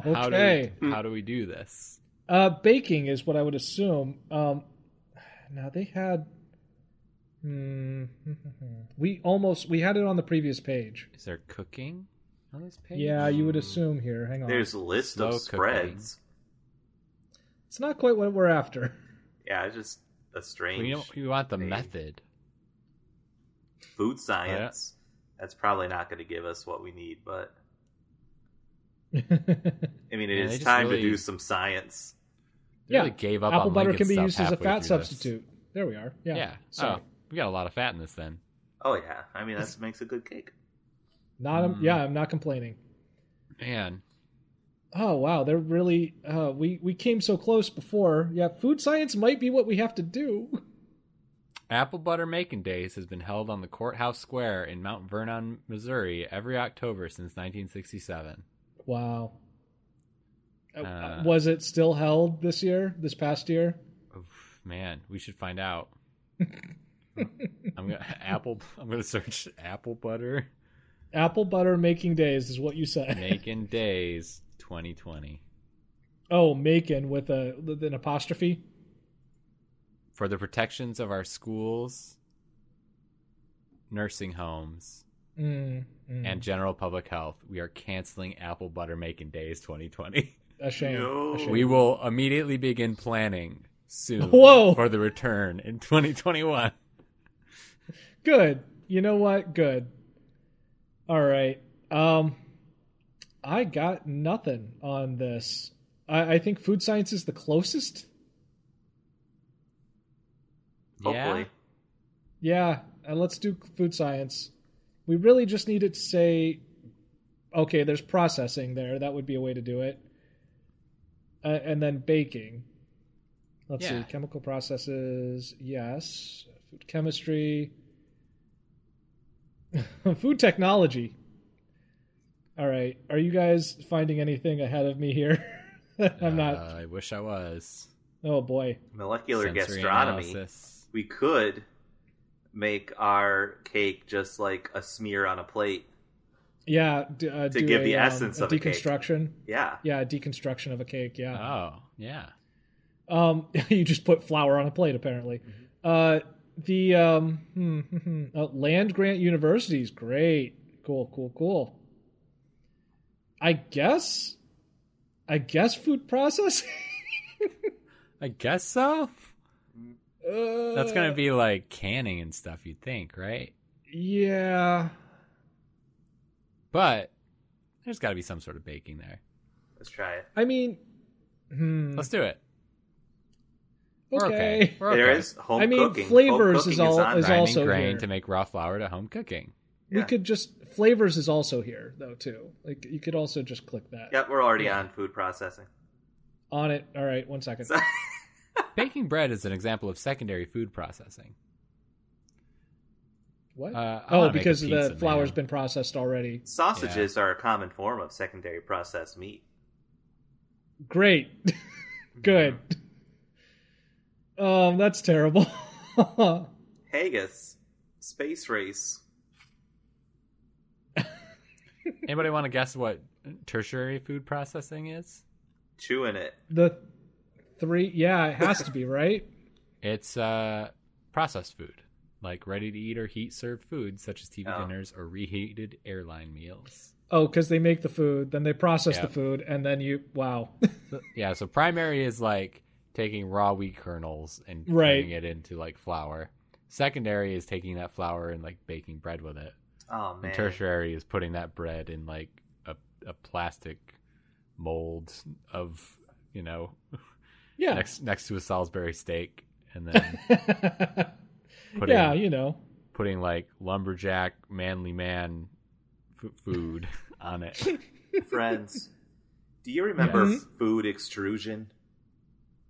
[SPEAKER 1] How
[SPEAKER 2] okay.
[SPEAKER 1] do we, how do we do this?
[SPEAKER 2] Uh, baking is what I would assume. Um, now they had. Hmm, we almost we had it on the previous page.
[SPEAKER 1] Is there cooking? on this page?
[SPEAKER 2] Yeah, you would assume here. Hang on.
[SPEAKER 3] There's a list
[SPEAKER 1] Slow
[SPEAKER 3] of
[SPEAKER 1] cooking.
[SPEAKER 3] spreads.
[SPEAKER 2] It's not quite what we're after.
[SPEAKER 3] Yeah, it's just a
[SPEAKER 1] Well, you,
[SPEAKER 3] strange
[SPEAKER 1] don't- you want the
[SPEAKER 3] Hey.
[SPEAKER 1] method.
[SPEAKER 3] food science. That's probably not going to give us what we need, but I mean, it
[SPEAKER 1] Yeah,
[SPEAKER 3] is
[SPEAKER 1] they just
[SPEAKER 3] time
[SPEAKER 1] really-
[SPEAKER 3] to do some science.
[SPEAKER 1] They
[SPEAKER 2] Yeah.
[SPEAKER 1] really gave up
[SPEAKER 2] Apple
[SPEAKER 1] on
[SPEAKER 2] butter
[SPEAKER 1] Lincoln
[SPEAKER 2] can be
[SPEAKER 1] stuff
[SPEAKER 2] used as a
[SPEAKER 1] halfway
[SPEAKER 2] fat
[SPEAKER 1] through this.
[SPEAKER 2] substitute. There we are. Yeah.
[SPEAKER 1] Yeah.
[SPEAKER 2] Sorry.
[SPEAKER 1] Oh, we got a lot of fat in this then.
[SPEAKER 3] Oh yeah, I mean that makes a good cake.
[SPEAKER 2] Not.
[SPEAKER 1] Mm.
[SPEAKER 2] Yeah, I'm not complaining.
[SPEAKER 1] Man,
[SPEAKER 2] Oh wow, they're really. Uh, we we came so close before. Yeah, food science might be what we have to do.
[SPEAKER 1] Apple Butter Making Days has been held on the Courthouse Square in Mount Vernon, Missouri every October since 1967.
[SPEAKER 2] Wow. Uh,
[SPEAKER 1] Uh,
[SPEAKER 2] was it still held this year? This past year?
[SPEAKER 1] Oof, man, we should find out. I'm gonna Apple. I'm gonna search Apple Butter
[SPEAKER 2] Apple butter making days is what you said.
[SPEAKER 1] Making Days 2020
[SPEAKER 2] oh, making with a with an apostrophe.
[SPEAKER 1] for the protections of our schools, nursing homes,
[SPEAKER 2] Mm, mm,
[SPEAKER 1] and general public health. We are canceling Apple Butter Making Days 2020.
[SPEAKER 2] a shame.
[SPEAKER 3] No.
[SPEAKER 2] A shame.
[SPEAKER 1] We will immediately begin planning soon
[SPEAKER 2] Whoa.
[SPEAKER 1] for the return in 2021.
[SPEAKER 2] Good. You know what? Good. All right. Um, I got nothing on this. I, I think food science is the closest.
[SPEAKER 3] Hopefully,
[SPEAKER 2] Yeah, uh, let's do food science. We really just needed to say, okay, there's processing there. That would be a way to do it. Uh, and then baking. Let's
[SPEAKER 1] Yeah.
[SPEAKER 2] see, chemical processes, yes. Food chemistry. food technology. All right. Are you guys finding anything ahead of me here? I'm
[SPEAKER 1] Uh,
[SPEAKER 2] not.
[SPEAKER 1] I wish I was.
[SPEAKER 2] Oh, boy.
[SPEAKER 3] molecular
[SPEAKER 1] Sensory
[SPEAKER 3] gastronomy.
[SPEAKER 1] analysis.
[SPEAKER 3] We could make our cake just like a smear on a plate.
[SPEAKER 2] Yeah. D- uh,
[SPEAKER 3] To
[SPEAKER 2] do
[SPEAKER 3] give
[SPEAKER 2] a,
[SPEAKER 3] the
[SPEAKER 2] um,
[SPEAKER 3] essence
[SPEAKER 2] a
[SPEAKER 3] of a cake.
[SPEAKER 2] deconstruction.
[SPEAKER 3] Yeah,
[SPEAKER 2] Yeah, deconstruction of a cake. Yeah.
[SPEAKER 1] Oh, yeah.
[SPEAKER 2] Um, you just put flour on a plate, apparently.
[SPEAKER 1] Mm-hmm.
[SPEAKER 2] Uh, the um, hmm, hmm, hmm, uh, land grant universities, great, cool, cool, cool. I guess, I guess food processing.
[SPEAKER 1] I guess so.
[SPEAKER 2] uh,
[SPEAKER 1] That's gonna be like canning and stuff. You'd think, right?
[SPEAKER 2] Uh, yeah,
[SPEAKER 1] But there's got to be some sort of baking there.
[SPEAKER 3] let's try it.
[SPEAKER 2] I mean, hmm,
[SPEAKER 1] Let's do it. We're
[SPEAKER 2] okay.
[SPEAKER 1] okay. We're
[SPEAKER 3] There
[SPEAKER 1] okay.
[SPEAKER 3] is home
[SPEAKER 2] I mean,
[SPEAKER 3] cooking. home
[SPEAKER 2] flavors is
[SPEAKER 3] cooking
[SPEAKER 2] all-
[SPEAKER 3] on
[SPEAKER 2] is
[SPEAKER 3] that.
[SPEAKER 1] grinding
[SPEAKER 2] also
[SPEAKER 1] grain
[SPEAKER 2] here.
[SPEAKER 1] to make raw flour to home cooking.
[SPEAKER 2] We
[SPEAKER 3] Yeah.
[SPEAKER 2] could just flavors is also here though too. Like you could also just click that
[SPEAKER 3] Yep, we're already on food processing.
[SPEAKER 2] on it. All right, one second.
[SPEAKER 3] So-
[SPEAKER 1] Baking bread is an example of secondary food processing.
[SPEAKER 2] What?
[SPEAKER 1] Uh, I wanna
[SPEAKER 2] oh,
[SPEAKER 1] make a
[SPEAKER 2] because the
[SPEAKER 1] pizza,
[SPEAKER 2] flour's
[SPEAKER 1] man.
[SPEAKER 2] been processed already.
[SPEAKER 3] Sausages are a common form of secondary processed meat.
[SPEAKER 2] Great. Good. Um, that's terrible.
[SPEAKER 3] Haggis, space race.
[SPEAKER 1] Anybody want to guess what tertiary food processing is?
[SPEAKER 3] chewing it.
[SPEAKER 2] the three, yeah, it has to be right.
[SPEAKER 1] It's uh, processed food, like ready to eat or heat served food, such as TV
[SPEAKER 3] Oh.
[SPEAKER 1] dinners or reheated airline meals.
[SPEAKER 2] Oh, because they make the food, then they process
[SPEAKER 1] Yeah.
[SPEAKER 2] the food, and then you wow.
[SPEAKER 1] So- yeah, so primary is like taking raw wheat kernels and
[SPEAKER 2] Right.
[SPEAKER 1] turning it into like flour. Secondary is taking that flour and like baking bread with it.
[SPEAKER 3] Oh man.
[SPEAKER 1] And tertiary is putting that bread in like a a plastic mold of you know
[SPEAKER 2] yeah,
[SPEAKER 1] next next to a Salisbury steak, and then putting
[SPEAKER 2] yeah, you know.
[SPEAKER 1] putting like lumberjack manly man f- food on it.
[SPEAKER 3] Friends, do you remember
[SPEAKER 2] Yes.
[SPEAKER 3] food extrusion?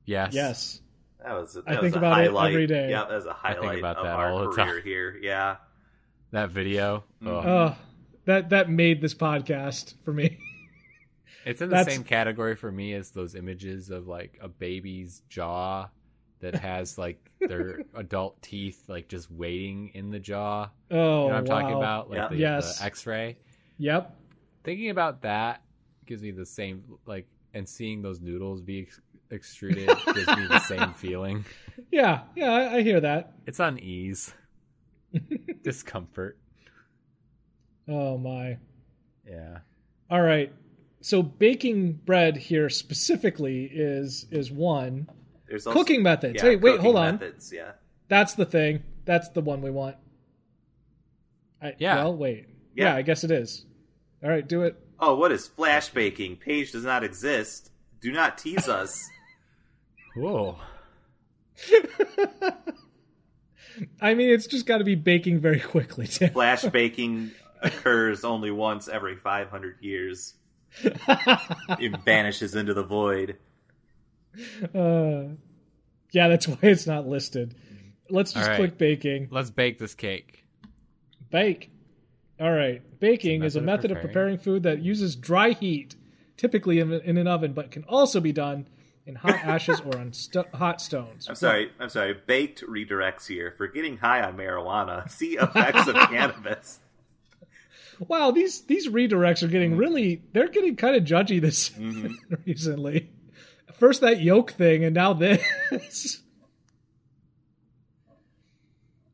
[SPEAKER 1] Yes.
[SPEAKER 2] Yes,
[SPEAKER 3] That was that
[SPEAKER 2] I
[SPEAKER 3] was
[SPEAKER 2] think
[SPEAKER 3] a
[SPEAKER 2] about it every
[SPEAKER 3] highlight.
[SPEAKER 2] day.
[SPEAKER 3] Yeah, that was a highlight
[SPEAKER 1] about
[SPEAKER 3] of
[SPEAKER 1] that
[SPEAKER 3] our
[SPEAKER 1] all the
[SPEAKER 3] career
[SPEAKER 1] time.
[SPEAKER 3] here. Yeah.
[SPEAKER 1] That video. Oh.
[SPEAKER 3] Mm.
[SPEAKER 1] Ugh.
[SPEAKER 2] uh, that that made this podcast for me.
[SPEAKER 1] It's in the
[SPEAKER 2] That's-
[SPEAKER 1] same category for me as those images of like a baby's jaw that has like their adult teeth like just waiting in the jaw.
[SPEAKER 2] Oh,
[SPEAKER 1] You know what I'm talking
[SPEAKER 2] wow.
[SPEAKER 1] about? Like
[SPEAKER 3] Yeah.
[SPEAKER 1] the,
[SPEAKER 2] Yes.
[SPEAKER 1] the X-ray.
[SPEAKER 2] Yep.
[SPEAKER 1] Thinking about that gives me the same like, and seeing those noodles be ex- extruded gives me the same feeling.
[SPEAKER 2] Yeah, yeah, I, I hear that.
[SPEAKER 1] It's unease, discomfort.
[SPEAKER 2] Oh my.
[SPEAKER 1] Yeah.
[SPEAKER 2] All right. So baking bread here specifically is is one.
[SPEAKER 3] There's
[SPEAKER 2] Cooking methods. Hey, wait,
[SPEAKER 3] cooking
[SPEAKER 2] hold on.
[SPEAKER 3] Methods, yeah.
[SPEAKER 2] That's the thing. That's the one we want. I,
[SPEAKER 1] Yeah.
[SPEAKER 2] Well, wait.
[SPEAKER 3] Yeah.
[SPEAKER 2] yeah, I guess it is. All right, do it.
[SPEAKER 3] Oh, what is flash baking? Page does not exist. Do not tease us.
[SPEAKER 1] Whoa.
[SPEAKER 2] I mean, it's just got to be baking very quickly, Tim.
[SPEAKER 3] flash baking occurs only once every 500 years. it vanishes into the void.
[SPEAKER 2] Uh, yeah, that's why it's not listed. Let's just
[SPEAKER 1] All right.
[SPEAKER 2] click baking.
[SPEAKER 1] Let's bake this cake.
[SPEAKER 2] Bake. All right. Baking
[SPEAKER 1] It's
[SPEAKER 2] is a method of preparing food that uses dry heat, typically in, in an oven, but can also be done in hot ashes or on sto- hot stones.
[SPEAKER 3] I'm sorry. I'm sorry. Baked redirects here for getting high on marijuana. See effects of cannabis.
[SPEAKER 2] Wow, these these redirects are getting really they're getting kind of judgy this recently. First that yoke thing and now this.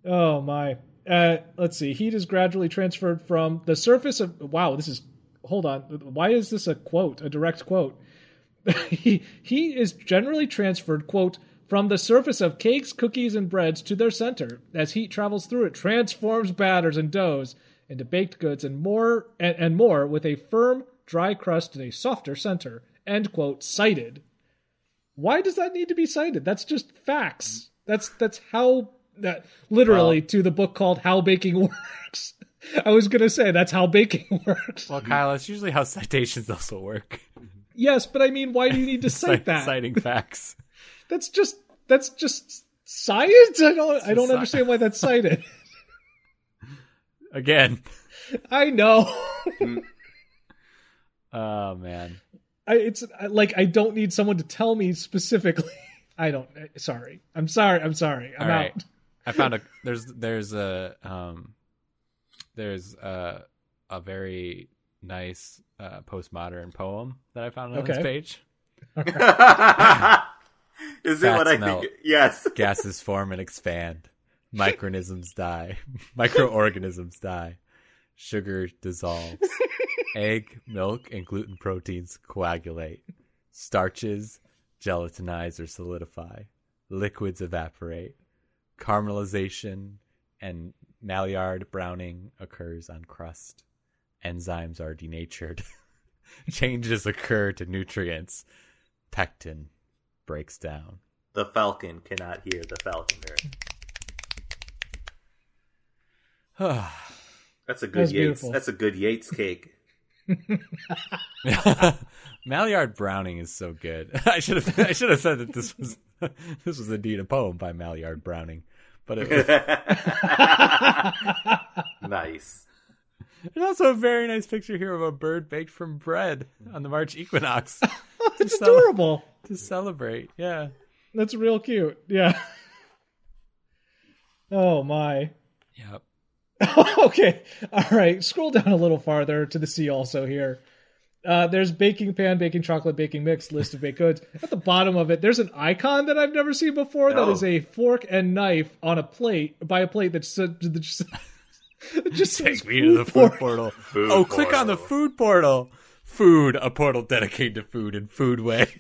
[SPEAKER 2] oh my. Uh, let's see. Heat is gradually transferred from the surface of wow, this is hold on. Why is this a quote, a direct quote? he, he is generally transferred, quote, from the surface of cakes, cookies, and breads to their center. As heat travels through it, transforms batters and doughs into baked goods and more and, and more with a firm, dry crust and a softer center. End quote. Cited. Why does that need to be cited? That's just facts. That's that's how that literally to the book called How Baking Works. I was gonna say that's how baking works.
[SPEAKER 1] Well, Kyle, that's usually how citations also work.
[SPEAKER 2] Yes, but I mean, why do you need to cite
[SPEAKER 1] Cite-
[SPEAKER 2] that?
[SPEAKER 1] Citing facts.
[SPEAKER 2] that's just that's just science. I don't I don't
[SPEAKER 1] sci-
[SPEAKER 2] understand why that's cited.
[SPEAKER 1] Again.
[SPEAKER 2] I know.
[SPEAKER 1] Oh, man.
[SPEAKER 2] I, it's I- like I don't need someone to tell me specifically. I don't. eh, Sorry. I'm sorry. I'm sorry. I'm
[SPEAKER 1] All
[SPEAKER 2] out.
[SPEAKER 1] right. I found a there's there's a um there's a a very nice uh postmodern poem that I found on this
[SPEAKER 2] Okay.
[SPEAKER 1] page.
[SPEAKER 3] Is it what
[SPEAKER 1] Facts
[SPEAKER 3] I
[SPEAKER 1] melt.
[SPEAKER 3] think? Yes.
[SPEAKER 1] Gases form and expand. Micronisms die. Microorganisms die. Sugar dissolves. Egg, milk, and gluten proteins coagulate. Starches gelatinize or solidify. Liquids evaporate. Caramelization and Maillard browning occurs on crust. Enzymes are denatured. Changes occur to nutrients. Pectin breaks down.
[SPEAKER 3] The falcon cannot hear the falconer.
[SPEAKER 1] Ah.
[SPEAKER 3] That's a good
[SPEAKER 2] That's
[SPEAKER 3] Yates.
[SPEAKER 2] beautiful.
[SPEAKER 3] That's a good Yates cake.
[SPEAKER 1] Maillard Browning is so good. I should have I should have said that this was this was indeed a poem by Maillard Browning, but it was,
[SPEAKER 3] nice.
[SPEAKER 1] there's also a very nice picture here of a bird baked from bread on the March equinox
[SPEAKER 2] It's adorable.
[SPEAKER 1] to celebrate. Yeah,
[SPEAKER 2] That's real cute. Yeah. Oh my.
[SPEAKER 1] yep.
[SPEAKER 2] okay. All right. Scroll down a little farther to the C also here. Uh, there's baking pan, baking chocolate, baking mix, list of baked goods. At the bottom of it, there's an icon that I've never seen before. That
[SPEAKER 3] Oh.
[SPEAKER 2] is a fork and knife on a plate by a plate that's uh, that just, that just says
[SPEAKER 1] Take me to the
[SPEAKER 2] food
[SPEAKER 1] food
[SPEAKER 2] fork.
[SPEAKER 1] portal.
[SPEAKER 3] Food
[SPEAKER 1] oh, click on the
[SPEAKER 3] portal.
[SPEAKER 1] food portal. Food, a portal dedicated to food and food ways.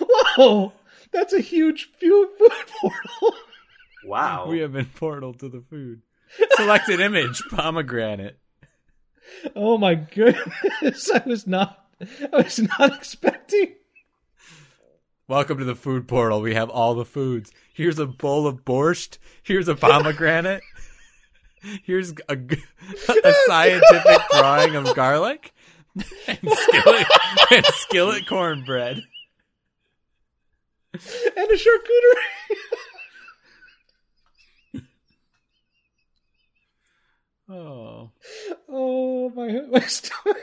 [SPEAKER 2] Whoa, that's a huge food food portal.
[SPEAKER 3] Wow.
[SPEAKER 1] we have been portal to the food. Select an image, pomegranate.
[SPEAKER 2] Oh my goodness, I was not, I was not expecting.
[SPEAKER 1] Welcome to the food portal. We have all the foods. Here's a bowl of borscht. Here's a pomegranate. Here's a, g- a scientific drawing of garlic and skillet, and skillet cornbread.
[SPEAKER 2] and a charcuterie.
[SPEAKER 1] Oh,
[SPEAKER 2] Oh my, my stomach.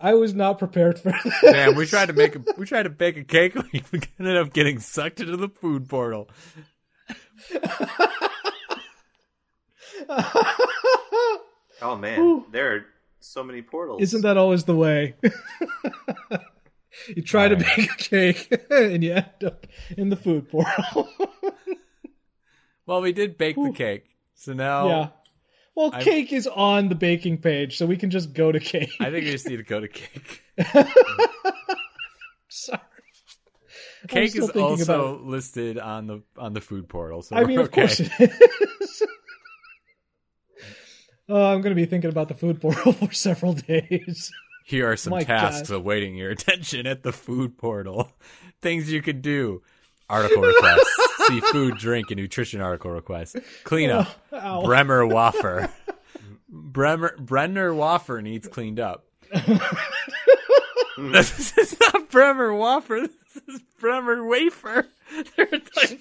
[SPEAKER 2] I was not prepared for this.
[SPEAKER 1] damn! We tried to make a, we tried to bake a cake. We ended up getting sucked into the food portal.
[SPEAKER 3] Oh man,
[SPEAKER 2] Ooh.
[SPEAKER 3] there are so many portals.
[SPEAKER 2] Isn't that always the way? you try to
[SPEAKER 1] Alright.
[SPEAKER 2] bake a cake and you end up in the food portal.
[SPEAKER 1] Well, we did bake the cake, so now
[SPEAKER 2] yeah. Well,
[SPEAKER 1] I'm-
[SPEAKER 2] cake is on the baking page, so we can just go to cake.
[SPEAKER 1] I think we just need to go to cake.
[SPEAKER 2] Sorry. I'm
[SPEAKER 1] Cake
[SPEAKER 2] still
[SPEAKER 1] is
[SPEAKER 2] thinking about
[SPEAKER 1] also listed on the on the food portal. So
[SPEAKER 2] I mean,
[SPEAKER 1] we're
[SPEAKER 2] of
[SPEAKER 1] okay.
[SPEAKER 2] course it is. oh, I'm going to be thinking about the food portal for several days.
[SPEAKER 1] Here are some
[SPEAKER 2] My
[SPEAKER 1] tasks
[SPEAKER 2] God.
[SPEAKER 1] awaiting your attention at the food portal. Things you could do. Article requests. See food, drink, and nutrition article requests. Cleanup.
[SPEAKER 2] Ow.
[SPEAKER 1] Bremer Waffer. Bremer Brenner Waffer needs cleaned up. this is not Bremer Waffer. This is Bremer Wafer. They're like,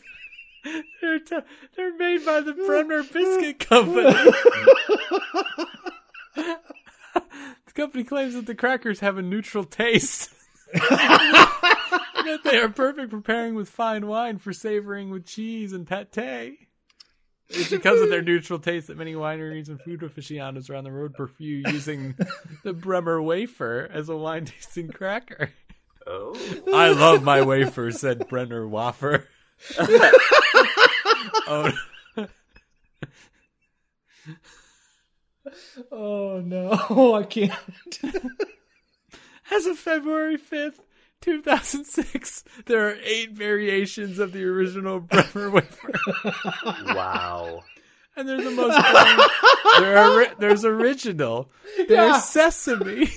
[SPEAKER 1] they're, t- they're made by the Bremer Biscuit Company. the company claims that the crackers have a neutral taste. and that they are perfect for pairing with fine wine for savoring with cheese and pate. It's because of their neutral taste that many wineries and food aficionados around the road pursue using the Bremer wafer as a wine tasting cracker.
[SPEAKER 3] Oh,
[SPEAKER 1] I love my wafer, said Brenner Waffer. oh,
[SPEAKER 2] Oh, no. I can't.
[SPEAKER 1] as of February 5th, 2006, there are eight variations of the original Bremer wafer.
[SPEAKER 3] wow.
[SPEAKER 1] And there's the most. boring- there are, ri- there's original. There's
[SPEAKER 2] Yeah.
[SPEAKER 1] sesame.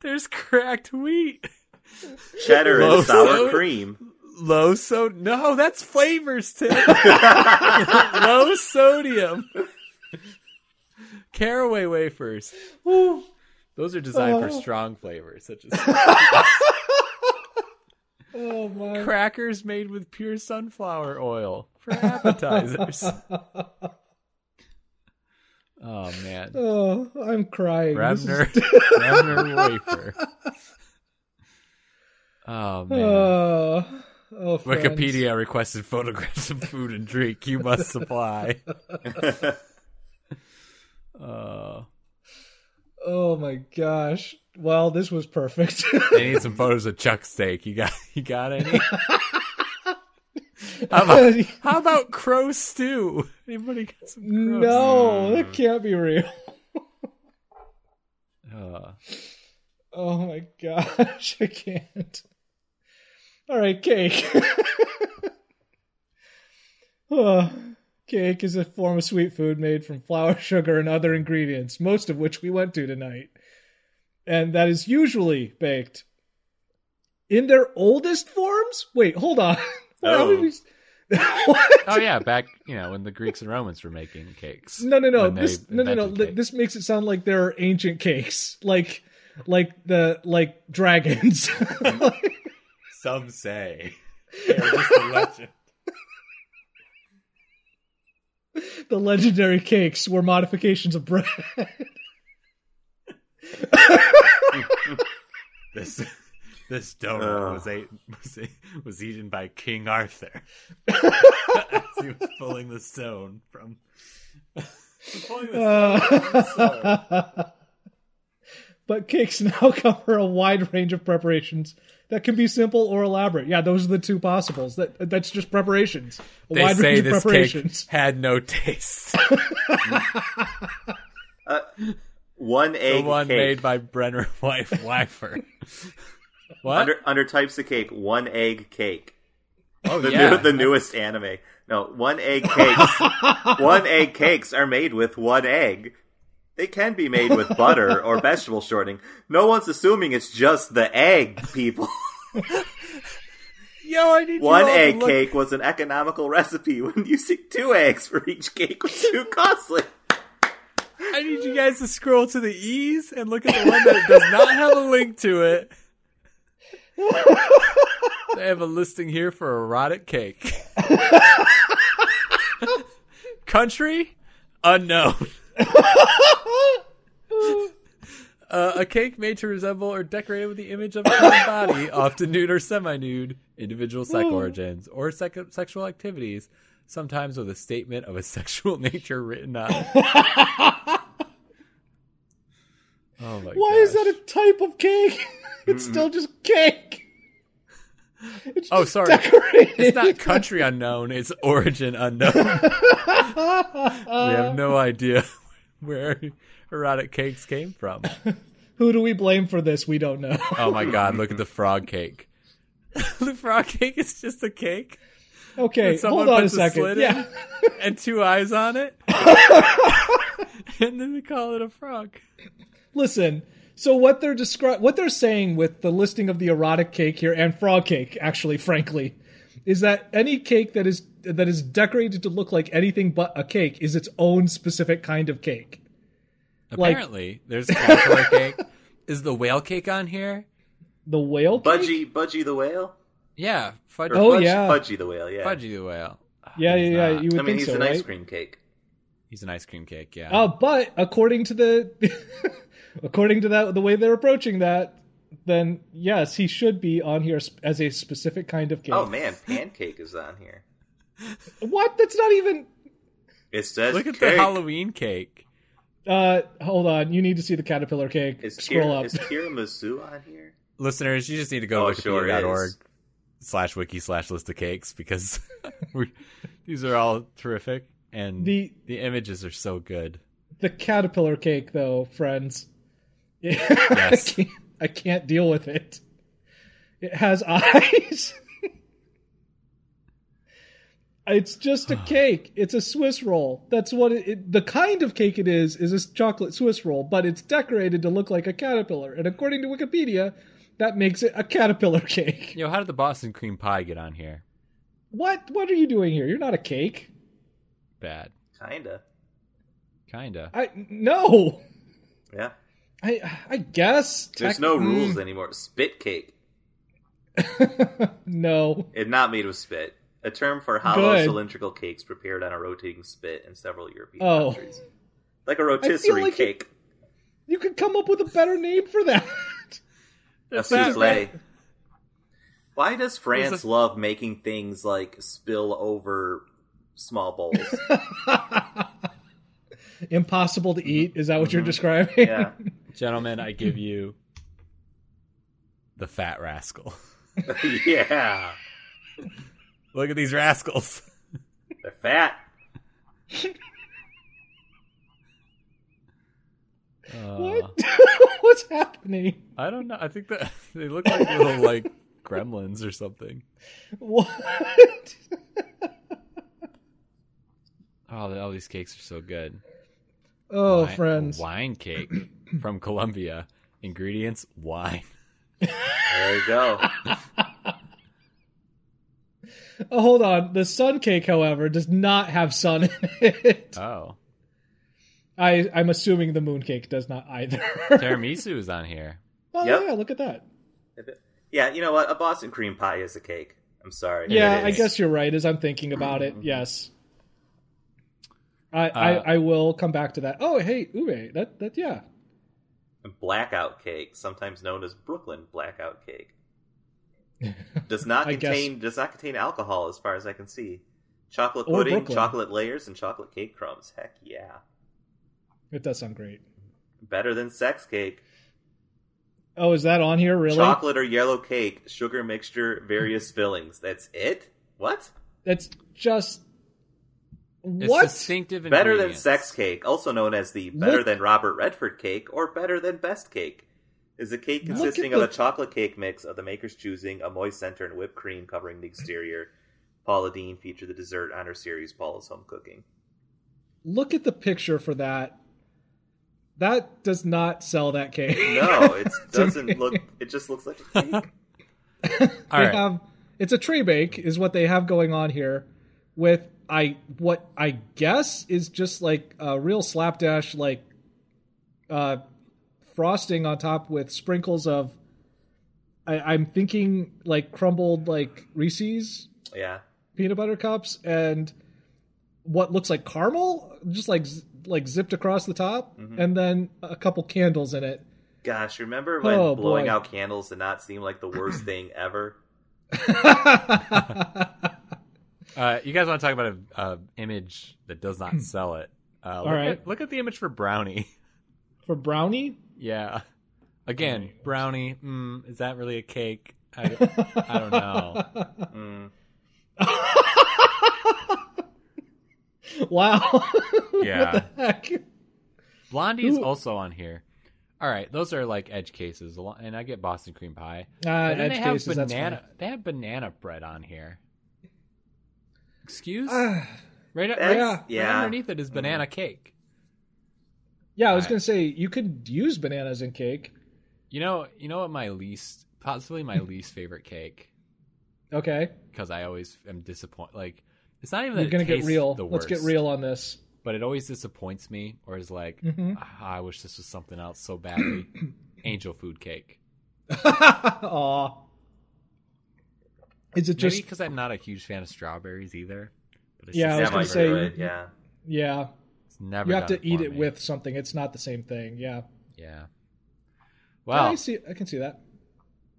[SPEAKER 1] There's cracked wheat.
[SPEAKER 3] Cheddar
[SPEAKER 1] Low
[SPEAKER 3] and sour
[SPEAKER 1] soda?
[SPEAKER 3] cream.
[SPEAKER 1] low so no that's flavors tim low sodium caraway wafers
[SPEAKER 2] Ooh.
[SPEAKER 1] those are designed for
[SPEAKER 2] Oh.
[SPEAKER 1] strong flavors such as
[SPEAKER 2] Oh, my.
[SPEAKER 1] crackers made with pure sunflower oil for appetizers oh man
[SPEAKER 2] Oh, I'm crying. This is-
[SPEAKER 1] Bravner, Bravner wafer oh man
[SPEAKER 2] Oh, uh, oh, friends.
[SPEAKER 1] Wikipedia requested photographs of food and drink you must supply. uh,
[SPEAKER 2] Oh my gosh. Well, this was perfect.
[SPEAKER 1] they need some photos of Chuck steak. You got you got any? How about, how about crow stew? Anybody got some crows?
[SPEAKER 2] no, that can't be real.
[SPEAKER 1] Uh,
[SPEAKER 2] Oh my gosh, I can't. All right, cake. oh, cake is a form of sweet food made from flour, sugar, and other ingredients, most of which we went to tonight. And that is usually baked in their oldest forms? Wait, hold on. How did
[SPEAKER 3] Oh.
[SPEAKER 2] we- what?
[SPEAKER 1] oh yeah, back you know when the Greeks and Romans were making cakes.
[SPEAKER 2] No, no, no.
[SPEAKER 1] when they
[SPEAKER 2] This, no, no, no.
[SPEAKER 1] invented
[SPEAKER 2] Li-
[SPEAKER 1] cake.
[SPEAKER 2] This makes it sound like there are ancient cakes, like, like the like dragons.
[SPEAKER 1] Some say they are just a legend.
[SPEAKER 2] the legendary cakes were modifications of bread.
[SPEAKER 1] This this donut
[SPEAKER 3] donut
[SPEAKER 1] was
[SPEAKER 3] was
[SPEAKER 1] ate, was was eaten by King Arthur as he was pulling the stone from.
[SPEAKER 2] Uh, but cakes now cover a wide range of preparations that can be simple or elaborate. Yeah, those are the two possibles. That that's just preparations. A
[SPEAKER 1] They
[SPEAKER 2] wide
[SPEAKER 1] say
[SPEAKER 2] range of
[SPEAKER 1] this cake
[SPEAKER 2] preparations.
[SPEAKER 1] had no taste.
[SPEAKER 3] One
[SPEAKER 1] the
[SPEAKER 3] egg
[SPEAKER 1] one
[SPEAKER 3] cake.
[SPEAKER 1] made by Brenner Wife Weifer. What?
[SPEAKER 3] Under under types of cake, one egg cake.
[SPEAKER 1] oh
[SPEAKER 3] The,
[SPEAKER 1] yeah,
[SPEAKER 3] new, the newest anime. No, one egg cakes. one egg cakes are made with one egg. They can be made with butter or vegetable shortening. No one's assuming it's just the egg, people.
[SPEAKER 1] yo, I need you
[SPEAKER 3] One
[SPEAKER 1] all to
[SPEAKER 3] egg
[SPEAKER 1] look-
[SPEAKER 3] cake was an economical recipe when using two eggs for each cake was too costly.
[SPEAKER 1] I need you guys to scroll to the E's and look at the one that does not have a link to it. they have a listing here for erotic cake. Country? Unknown. Uh, a cake made to resemble or decorated with the image of a human body, often nude or semi-nude, individual sex origins, or sec- sexual activities, sometimes with a statement of a sexual nature written on it. Oh my Oh Mm-hmm.
[SPEAKER 2] Why is that a type of cake? it's still just cake. It's
[SPEAKER 1] Oh,
[SPEAKER 2] just
[SPEAKER 1] sorry.
[SPEAKER 2] Decorated.
[SPEAKER 1] It's not country unknown, it's origin unknown. we have no idea where erotic cakes came from.
[SPEAKER 2] Who do we blame for this? We don't know.
[SPEAKER 1] Oh my god, look at the frog cake. the frog cake is just a cake
[SPEAKER 2] okay,
[SPEAKER 1] Did someone
[SPEAKER 2] hold on a
[SPEAKER 1] puts a
[SPEAKER 2] second.
[SPEAKER 1] slit in?
[SPEAKER 2] yeah.
[SPEAKER 1] and two eyes on it. and then they call it a frog.
[SPEAKER 2] Listen. So what they're descri- what they're saying with the listing of the erotic cake here and frog cake, actually, frankly, is that any cake that is that is decorated to look like anything but a cake is its own specific kind of cake. Like-
[SPEAKER 1] Apparently, there's caterpillar cake. Is the whale cake on here?
[SPEAKER 2] The whale cake?
[SPEAKER 3] Budgie, Budgie the whale.
[SPEAKER 1] Yeah, fudge,
[SPEAKER 3] Or
[SPEAKER 2] Oh,
[SPEAKER 3] Fudge-
[SPEAKER 2] yeah.
[SPEAKER 3] Fudgy the whale. Yeah,
[SPEAKER 1] fudgy the whale.
[SPEAKER 2] Yeah,
[SPEAKER 1] He's
[SPEAKER 2] yeah, yeah.
[SPEAKER 1] not.
[SPEAKER 2] You would
[SPEAKER 3] I mean,
[SPEAKER 2] think
[SPEAKER 3] he's
[SPEAKER 2] so,
[SPEAKER 3] an
[SPEAKER 2] right?
[SPEAKER 3] ice cream cake.
[SPEAKER 1] He's an ice cream cake. Yeah,
[SPEAKER 2] Uh, but according to the according to that the way they're approaching that, then yes, he should be on here sp- as a specific kind of cake.
[SPEAKER 3] Oh man, pancake is on here.
[SPEAKER 2] What? That's not even.
[SPEAKER 3] It says
[SPEAKER 1] look at
[SPEAKER 3] cake.
[SPEAKER 1] the Halloween cake.
[SPEAKER 2] Uh, hold on. You need to see the caterpillar cake.
[SPEAKER 3] Is,
[SPEAKER 2] Scroll
[SPEAKER 3] tira-
[SPEAKER 2] up.
[SPEAKER 3] is tiramisu on here?
[SPEAKER 1] Listeners, you just need to go
[SPEAKER 3] Oh,
[SPEAKER 1] to
[SPEAKER 3] sure is.
[SPEAKER 1] wikipedia.org E slash wiki slash list of cakes because we these are all terrific and the,
[SPEAKER 2] the
[SPEAKER 1] images are so good.
[SPEAKER 2] the caterpillar cake, though, friends.
[SPEAKER 1] Yes.
[SPEAKER 2] I, can't, I can't deal with it. It has eyes. it's just a cake. It's a Swiss roll. That's what it, it- the kind of cake it is is a chocolate Swiss roll, but it's decorated to look like a caterpillar. And according to Wikipedia, that makes it a caterpillar cake.
[SPEAKER 1] Yo, how did the Boston cream pie get on here?
[SPEAKER 2] What? What are you doing here? You're not a cake.
[SPEAKER 1] Bad,
[SPEAKER 3] Kinda.
[SPEAKER 1] kinda.
[SPEAKER 2] I no.
[SPEAKER 3] Yeah.
[SPEAKER 2] I I guess
[SPEAKER 3] There's
[SPEAKER 2] tech-
[SPEAKER 3] no
[SPEAKER 2] mm,
[SPEAKER 3] rules anymore. Spit cake.
[SPEAKER 2] No.
[SPEAKER 3] It's not made of spit. A term for hollow
[SPEAKER 2] Good.
[SPEAKER 3] cylindrical cakes prepared on a rotating spit in several European
[SPEAKER 2] Oh.
[SPEAKER 3] countries. Like a rotisserie
[SPEAKER 2] like it-
[SPEAKER 3] cake.
[SPEAKER 2] You could come up with a better name for that.
[SPEAKER 3] a
[SPEAKER 1] That's not
[SPEAKER 3] souffle. Why does France
[SPEAKER 1] a-
[SPEAKER 3] love making things like spill over small bowls?
[SPEAKER 2] Impossible to eat. Is that what you're describing?
[SPEAKER 3] Mm-hmm. yeah.
[SPEAKER 1] Gentlemen, I give you the fat rascal.
[SPEAKER 3] yeah.
[SPEAKER 1] Look at these rascals.
[SPEAKER 3] They're fat.
[SPEAKER 1] Uh,
[SPEAKER 2] What? What's happening?
[SPEAKER 1] I don't know. I think that they look like little like gremlins or something.
[SPEAKER 2] What?
[SPEAKER 1] Oh, all these cakes are so good.
[SPEAKER 2] Oh,
[SPEAKER 1] Wi-
[SPEAKER 2] friends.
[SPEAKER 1] Wine cake from Colombia. Ingredients: wine.
[SPEAKER 3] There you go.
[SPEAKER 2] Oh, hold on. The sun cake, however, does not have sun in it.
[SPEAKER 1] Oh,
[SPEAKER 2] I, I'm assuming the moon cake does not either.
[SPEAKER 1] tiramisu is on here.
[SPEAKER 2] oh,
[SPEAKER 3] Yep.
[SPEAKER 2] yeah, look at that.
[SPEAKER 3] Yeah, you know what? A Boston cream pie is a cake. I'm sorry.
[SPEAKER 2] Yeah,
[SPEAKER 3] It
[SPEAKER 2] I
[SPEAKER 3] is.
[SPEAKER 2] guess you're right. As I'm thinking about it, yes, I,
[SPEAKER 1] Mm-hmm. Uh,
[SPEAKER 2] I I will come back to that. Oh, hey, Ube, that that yeah,
[SPEAKER 3] Blackout cake, sometimes known as Brooklyn blackout cake, does not
[SPEAKER 2] I guess.
[SPEAKER 3] contain does not contain alcohol as far as I can see. Chocolate
[SPEAKER 2] Or
[SPEAKER 3] pudding,
[SPEAKER 2] Brooklyn.
[SPEAKER 3] chocolate layers, and chocolate cake crumbs. Heck yeah,
[SPEAKER 2] it does sound great.
[SPEAKER 3] better than sex cake.
[SPEAKER 2] Oh, is that on here really?
[SPEAKER 3] Chocolate or yellow cake, sugar mixture, various fillings. That's it? What?
[SPEAKER 2] That's just
[SPEAKER 1] It's
[SPEAKER 2] what?
[SPEAKER 1] distinctive
[SPEAKER 3] Better than
[SPEAKER 1] ingredients.
[SPEAKER 3] sex cake, also known as the better
[SPEAKER 2] Look-
[SPEAKER 3] than Robert Redford cake or better than best cake, is a cake
[SPEAKER 2] Look
[SPEAKER 3] consisting
[SPEAKER 2] at
[SPEAKER 3] of
[SPEAKER 2] the-
[SPEAKER 3] a chocolate cake mix of the maker's choosing, a moist center, and whipped cream covering the exterior. Paula Dean featured the dessert on her series Paula's Home Cooking.
[SPEAKER 2] Look at the picture for that. That does not sell that cake.
[SPEAKER 3] No, it doesn't look. It just looks like a cake.
[SPEAKER 1] All
[SPEAKER 2] they
[SPEAKER 1] right.
[SPEAKER 2] have it's a tree bake is what they have going on here with i what i guess is just like a real slapdash like uh frosting on top with sprinkles of I, i'm thinking like crumbled like reese's
[SPEAKER 3] Yeah,
[SPEAKER 2] peanut butter cups and what looks like caramel just like z- like zipped across the top
[SPEAKER 1] Mm-hmm.
[SPEAKER 2] and then a couple candles in it
[SPEAKER 3] gosh, remember when
[SPEAKER 2] Oh,
[SPEAKER 3] blowing
[SPEAKER 2] boy.
[SPEAKER 3] out candles did not seem like the worst thing ever?
[SPEAKER 1] Uh, you guys want to talk about a, a image that does not sell it? Uh, look,
[SPEAKER 2] Hmm. right.
[SPEAKER 1] at, look at the image for brownie.
[SPEAKER 2] for brownie
[SPEAKER 1] yeah. Again, brownie. Mm, is that really a cake? I, I don't know.
[SPEAKER 3] Mm.
[SPEAKER 2] wow.
[SPEAKER 1] Yeah.
[SPEAKER 2] what the heck?
[SPEAKER 1] Blondie's
[SPEAKER 2] Who-
[SPEAKER 1] also on here. All right, those are like edge cases, al- and I get Boston cream pie. But
[SPEAKER 2] Uh,
[SPEAKER 1] then
[SPEAKER 2] edge
[SPEAKER 1] they have
[SPEAKER 2] cases, that's
[SPEAKER 1] banana.
[SPEAKER 2] fine.
[SPEAKER 1] They have banana bread on here. Excuse?
[SPEAKER 2] Ah,
[SPEAKER 1] right, right,
[SPEAKER 3] That's-
[SPEAKER 1] right
[SPEAKER 3] yeah.
[SPEAKER 1] underneath it is banana cake.
[SPEAKER 2] yeah, I was
[SPEAKER 1] Alright.
[SPEAKER 2] gonna say you could use bananas in cake.
[SPEAKER 1] You know, you know what my least, possibly my least favorite cake,
[SPEAKER 2] Okay,
[SPEAKER 1] because I always am disappointed. Like it's not even that
[SPEAKER 2] we're
[SPEAKER 1] it
[SPEAKER 2] gonna get
[SPEAKER 1] tastes
[SPEAKER 2] real.
[SPEAKER 1] The
[SPEAKER 2] Let's get
[SPEAKER 1] worst,
[SPEAKER 2] real on this.
[SPEAKER 1] But it always disappoints me, or is like,
[SPEAKER 2] Mhm.
[SPEAKER 1] "Ah, I wish this was something else so badly. Angel food cake.
[SPEAKER 2] Aw. Is it
[SPEAKER 1] Just
[SPEAKER 2] just
[SPEAKER 1] because I'm not a huge fan of strawberries either. But it's
[SPEAKER 2] Yeah, I
[SPEAKER 1] just
[SPEAKER 2] was
[SPEAKER 3] That
[SPEAKER 2] gonna
[SPEAKER 3] might
[SPEAKER 2] say-
[SPEAKER 3] do it. Yeah.
[SPEAKER 2] yeah?
[SPEAKER 1] It's never.
[SPEAKER 2] You have
[SPEAKER 1] done
[SPEAKER 2] to eat
[SPEAKER 1] for
[SPEAKER 2] it
[SPEAKER 1] me.
[SPEAKER 2] with something. It's not the same thing. Yeah.
[SPEAKER 1] Yeah. Well,
[SPEAKER 2] I see. I can see that.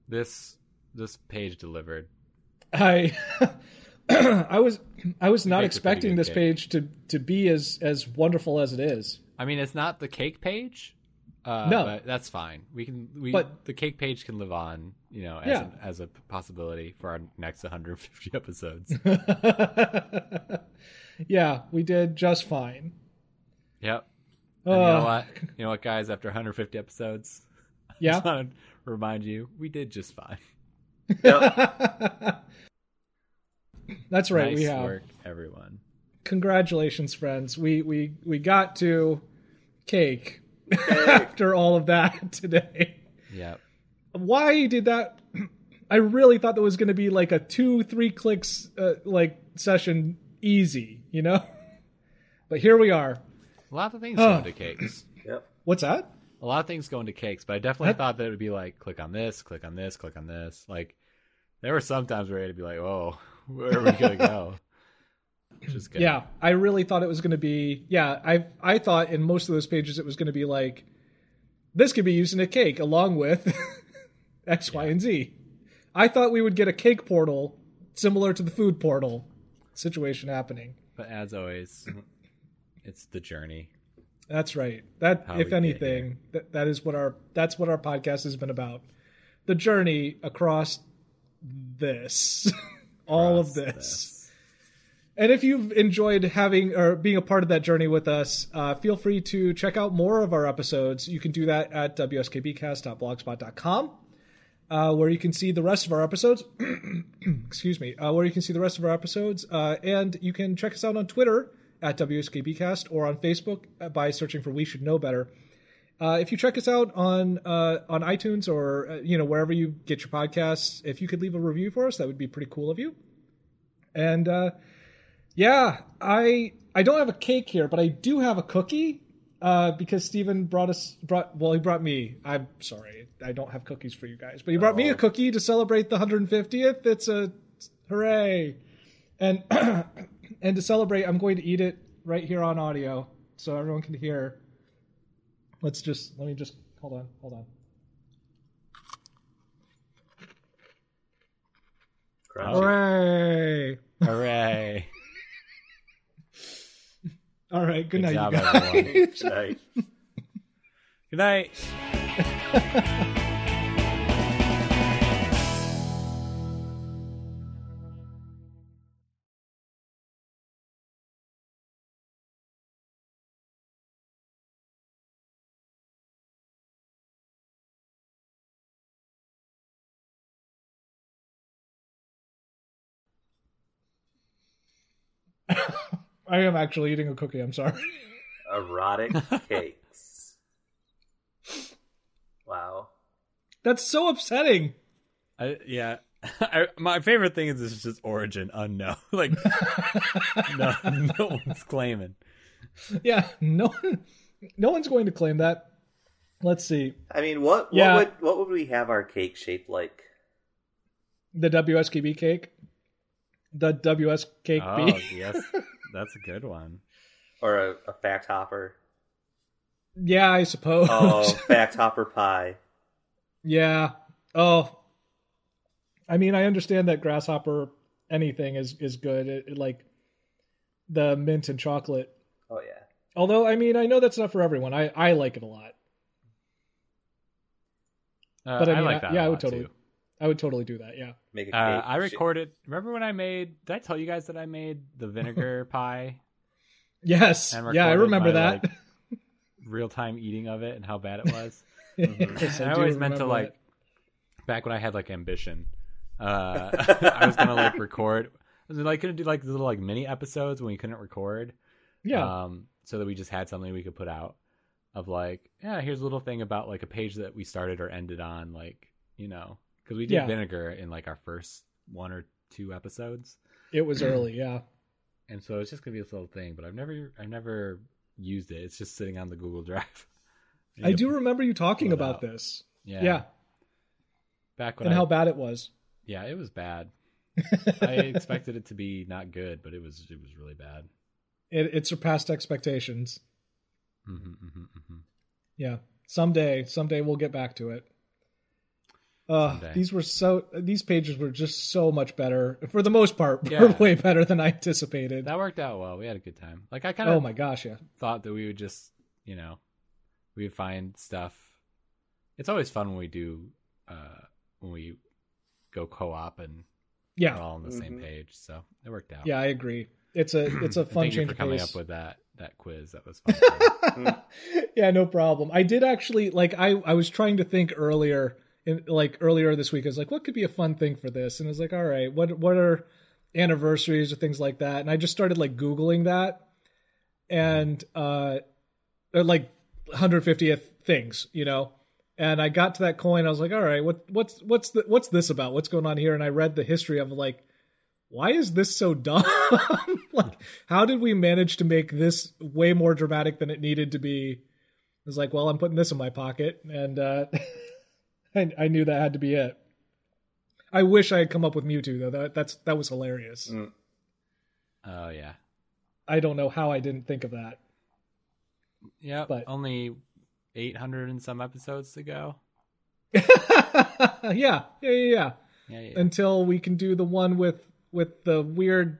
[SPEAKER 1] this this page delivered.
[SPEAKER 2] I I was I was
[SPEAKER 1] baked a
[SPEAKER 2] not
[SPEAKER 1] pretty
[SPEAKER 2] expecting
[SPEAKER 1] good
[SPEAKER 2] this
[SPEAKER 1] cake.
[SPEAKER 2] page to to be as as wonderful as it is.
[SPEAKER 1] I mean, it's not the cake page. Uh,
[SPEAKER 2] No.
[SPEAKER 1] but that's fine. We can we
[SPEAKER 2] But-
[SPEAKER 1] the cake page can live on, you know, as
[SPEAKER 2] Yeah.
[SPEAKER 1] an- as a possibility for our next 150 episodes.
[SPEAKER 2] yeah, we did just fine.
[SPEAKER 1] yep. And you know
[SPEAKER 2] Uh,
[SPEAKER 1] what? You know what, guys? After 150 episodes, I just
[SPEAKER 2] Yeah.
[SPEAKER 1] want to remind you, we did just fine.
[SPEAKER 3] Yep.
[SPEAKER 2] That's right.
[SPEAKER 1] nice
[SPEAKER 2] we have.
[SPEAKER 1] work, everyone.
[SPEAKER 2] Congratulations, friends. We we we got to cake after all of that today.
[SPEAKER 1] Yep.
[SPEAKER 2] why did that i really thought that was going to be like a two three clicks uh, like session easy you know but here we are
[SPEAKER 1] A lot of things
[SPEAKER 2] Oh.
[SPEAKER 1] go into cakes.
[SPEAKER 3] Yep.
[SPEAKER 2] what's that
[SPEAKER 1] A lot of things go into cakes, but I definitely
[SPEAKER 2] That-
[SPEAKER 1] thought that it would be like click on this, click on this, click on this. Like there were some times where I had to be like, "Whoa, where are we gonna go?" Which is good.
[SPEAKER 2] yeah i really thought it was going to be yeah i i thought in most of those pages it was going to be like this could be used in a cake along with X, Y, and z i thought we would get a cake portal similar to the food portal situation happening
[SPEAKER 1] But as always,
[SPEAKER 2] Mm-hmm.
[SPEAKER 1] it's the journey.
[SPEAKER 2] That's right. That,
[SPEAKER 1] How we
[SPEAKER 2] if
[SPEAKER 1] get
[SPEAKER 2] anything, that, that is what our that's what our podcast has been about: the journey across this, all of this.
[SPEAKER 1] Process.
[SPEAKER 2] And if you've enjoyed having or being a part of that journey with us, uh, feel free to check out more of our episodes. You can do that at wskbcast.blogspot.com, uh, where you can see the rest of our episodes. Excuse me, uh, where you can see the rest of our episodes, uh, and you can check us out on Twitter at wskbcast or on Facebook uh, by searching for "We Should Know Better." Uh, if you check us out on uh, on iTunes or uh, you know wherever you get your podcasts, if you could leave a review for us, that would be pretty cool of you. And uh, yeah, I I don't have a cake here, but I do have a cookie uh, because Steven brought us brought well he brought me. I'm sorry, I don't have cookies for you guys, but he brought me a
[SPEAKER 3] Oh.
[SPEAKER 2] cookie to celebrate the 150th. It's a hooray, and and to celebrate, I'm going to eat it right here on audio so everyone can hear. Let's just let me just hold on, hold on.
[SPEAKER 3] Crunchy.
[SPEAKER 2] Hooray!
[SPEAKER 1] Hooray!
[SPEAKER 2] All right,
[SPEAKER 1] Good
[SPEAKER 2] good night,
[SPEAKER 1] job,
[SPEAKER 2] you
[SPEAKER 1] everyone.
[SPEAKER 2] guys.
[SPEAKER 3] Right.
[SPEAKER 1] Good night.
[SPEAKER 2] I am actually eating a cookie. I'm sorry.
[SPEAKER 3] Erotic cakes. Wow.
[SPEAKER 2] That's so upsetting.
[SPEAKER 1] I, yeah. I, my favorite thing is it's just origin unknown. Like no, no one's claiming.
[SPEAKER 2] Yeah, no, no one's going to claim that. Let's see
[SPEAKER 3] I mean, what?
[SPEAKER 2] Yeah.
[SPEAKER 3] What would what would we have our cake shaped like?
[SPEAKER 2] the WSKB cake, the WS cake
[SPEAKER 1] Oh,
[SPEAKER 2] bee.
[SPEAKER 1] yes, that's a good one.
[SPEAKER 3] Or a, a fact hopper?
[SPEAKER 2] Yeah, I suppose.
[SPEAKER 3] Oh, fact hopper pie.
[SPEAKER 2] Yeah. Oh. I mean, I understand that grasshopper anything is is good. It, it, like the mint and chocolate.
[SPEAKER 3] Oh yeah.
[SPEAKER 2] Although, I mean, I know that's not for everyone. I I like it a lot.
[SPEAKER 1] Uh,
[SPEAKER 2] But I
[SPEAKER 1] I,
[SPEAKER 2] mean,
[SPEAKER 1] like
[SPEAKER 2] I-
[SPEAKER 1] that.
[SPEAKER 2] yeah,
[SPEAKER 1] a
[SPEAKER 2] I would
[SPEAKER 1] lot,
[SPEAKER 2] totally-
[SPEAKER 1] too.
[SPEAKER 2] I would totally do that. Yeah.
[SPEAKER 3] Make a cake.
[SPEAKER 1] Uh, I
[SPEAKER 3] Shit.
[SPEAKER 1] recorded. Remember when I made? Did I tell you guys that I made the vinegar pie?
[SPEAKER 2] Yes.
[SPEAKER 1] And
[SPEAKER 2] Yeah, I
[SPEAKER 1] recorded
[SPEAKER 2] remember
[SPEAKER 1] my,
[SPEAKER 2] that.
[SPEAKER 1] like, Real time eating of it and how bad it was.
[SPEAKER 2] Yes,
[SPEAKER 1] mm-hmm. And I,
[SPEAKER 2] do
[SPEAKER 1] always meant to
[SPEAKER 2] remember
[SPEAKER 1] like
[SPEAKER 2] that.
[SPEAKER 1] back when I had like ambition. Uh, I was gonna like record. I was like gonna do like little like mini episodes when we couldn't record.
[SPEAKER 2] Yeah.
[SPEAKER 1] Um, so that we just had something we could put out of like, yeah, here's a little thing about like a page that we started or ended on, like you know, because we did
[SPEAKER 2] Yeah.
[SPEAKER 1] vinegar in like our first one or two episodes,
[SPEAKER 2] it was early. Yeah.
[SPEAKER 1] and so it's just gonna be this little thing. But I've never, I've never used it. It's just sitting on the Google Drive.
[SPEAKER 2] I do remember you talking
[SPEAKER 1] pull it
[SPEAKER 2] about
[SPEAKER 1] out.
[SPEAKER 2] this.
[SPEAKER 1] Yeah.
[SPEAKER 2] Yeah.
[SPEAKER 1] Back when
[SPEAKER 2] And
[SPEAKER 1] I
[SPEAKER 2] how bad it was.
[SPEAKER 1] Yeah, it was bad. I expected it to be not good, but it was it was really bad.
[SPEAKER 2] It, it surpassed expectations.
[SPEAKER 1] hmm
[SPEAKER 2] Mm-hmm,
[SPEAKER 1] hmm hmm
[SPEAKER 2] Yeah. Someday, someday we'll get back to it. Uh,
[SPEAKER 1] Someday.
[SPEAKER 2] these were so these pages were just so much better for the most part were
[SPEAKER 1] Yeah.
[SPEAKER 2] way better than i anticipated
[SPEAKER 1] That worked out well. We had a good time. Like I kind of
[SPEAKER 2] oh my gosh yeah
[SPEAKER 1] thought that we would just, you know, we would find stuff. It's always fun when we do uh when we go co-op and
[SPEAKER 2] yeah
[SPEAKER 1] we're all on the same
[SPEAKER 3] Mhm.
[SPEAKER 1] page. So it worked out.
[SPEAKER 2] yeah i agree it's a it's a
[SPEAKER 1] And
[SPEAKER 2] fun
[SPEAKER 1] thank you
[SPEAKER 2] change
[SPEAKER 1] for
[SPEAKER 2] of
[SPEAKER 1] coming
[SPEAKER 2] pace
[SPEAKER 1] up with that that quiz. That was fun.
[SPEAKER 2] yeah, no problem. I did actually like I I was trying to think earlier in like earlier this week. I was like, what could be a fun thing for this? And I was like, all right, what what are anniversaries or things like that? And I just started like googling that and uh or, like 150th things, you know. And I got to that coin. I was like, all right, what what's what's the, what's this about? What's going on here? And I read the history of like why is this so dumb? like, how did we manage to make this way more dramatic than it needed to be? It's like, well, I'm putting this in my pocket, and uh, I, I knew that had to be it. I wish I had come up with Mewtwo though. That that's that was hilarious.
[SPEAKER 3] Mm.
[SPEAKER 1] oh yeah.
[SPEAKER 2] I don't know how I didn't think of that.
[SPEAKER 1] Yeah,
[SPEAKER 2] But-
[SPEAKER 1] only 800 and some episodes to go.
[SPEAKER 2] yeah, yeah, yeah, yeah.
[SPEAKER 1] Yeah, yeah.
[SPEAKER 2] Until we can do the one with with the weird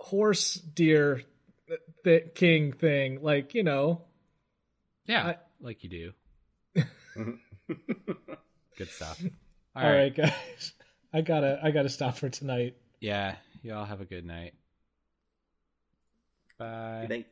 [SPEAKER 2] horse deer th- th- king thing, like you know,
[SPEAKER 1] Yeah,
[SPEAKER 2] I-
[SPEAKER 1] like you do. Good stuff.
[SPEAKER 2] All right. guys. I gotta I gotta stop for tonight.
[SPEAKER 1] Yeah, y'all have a good night. Bye.
[SPEAKER 3] Thank-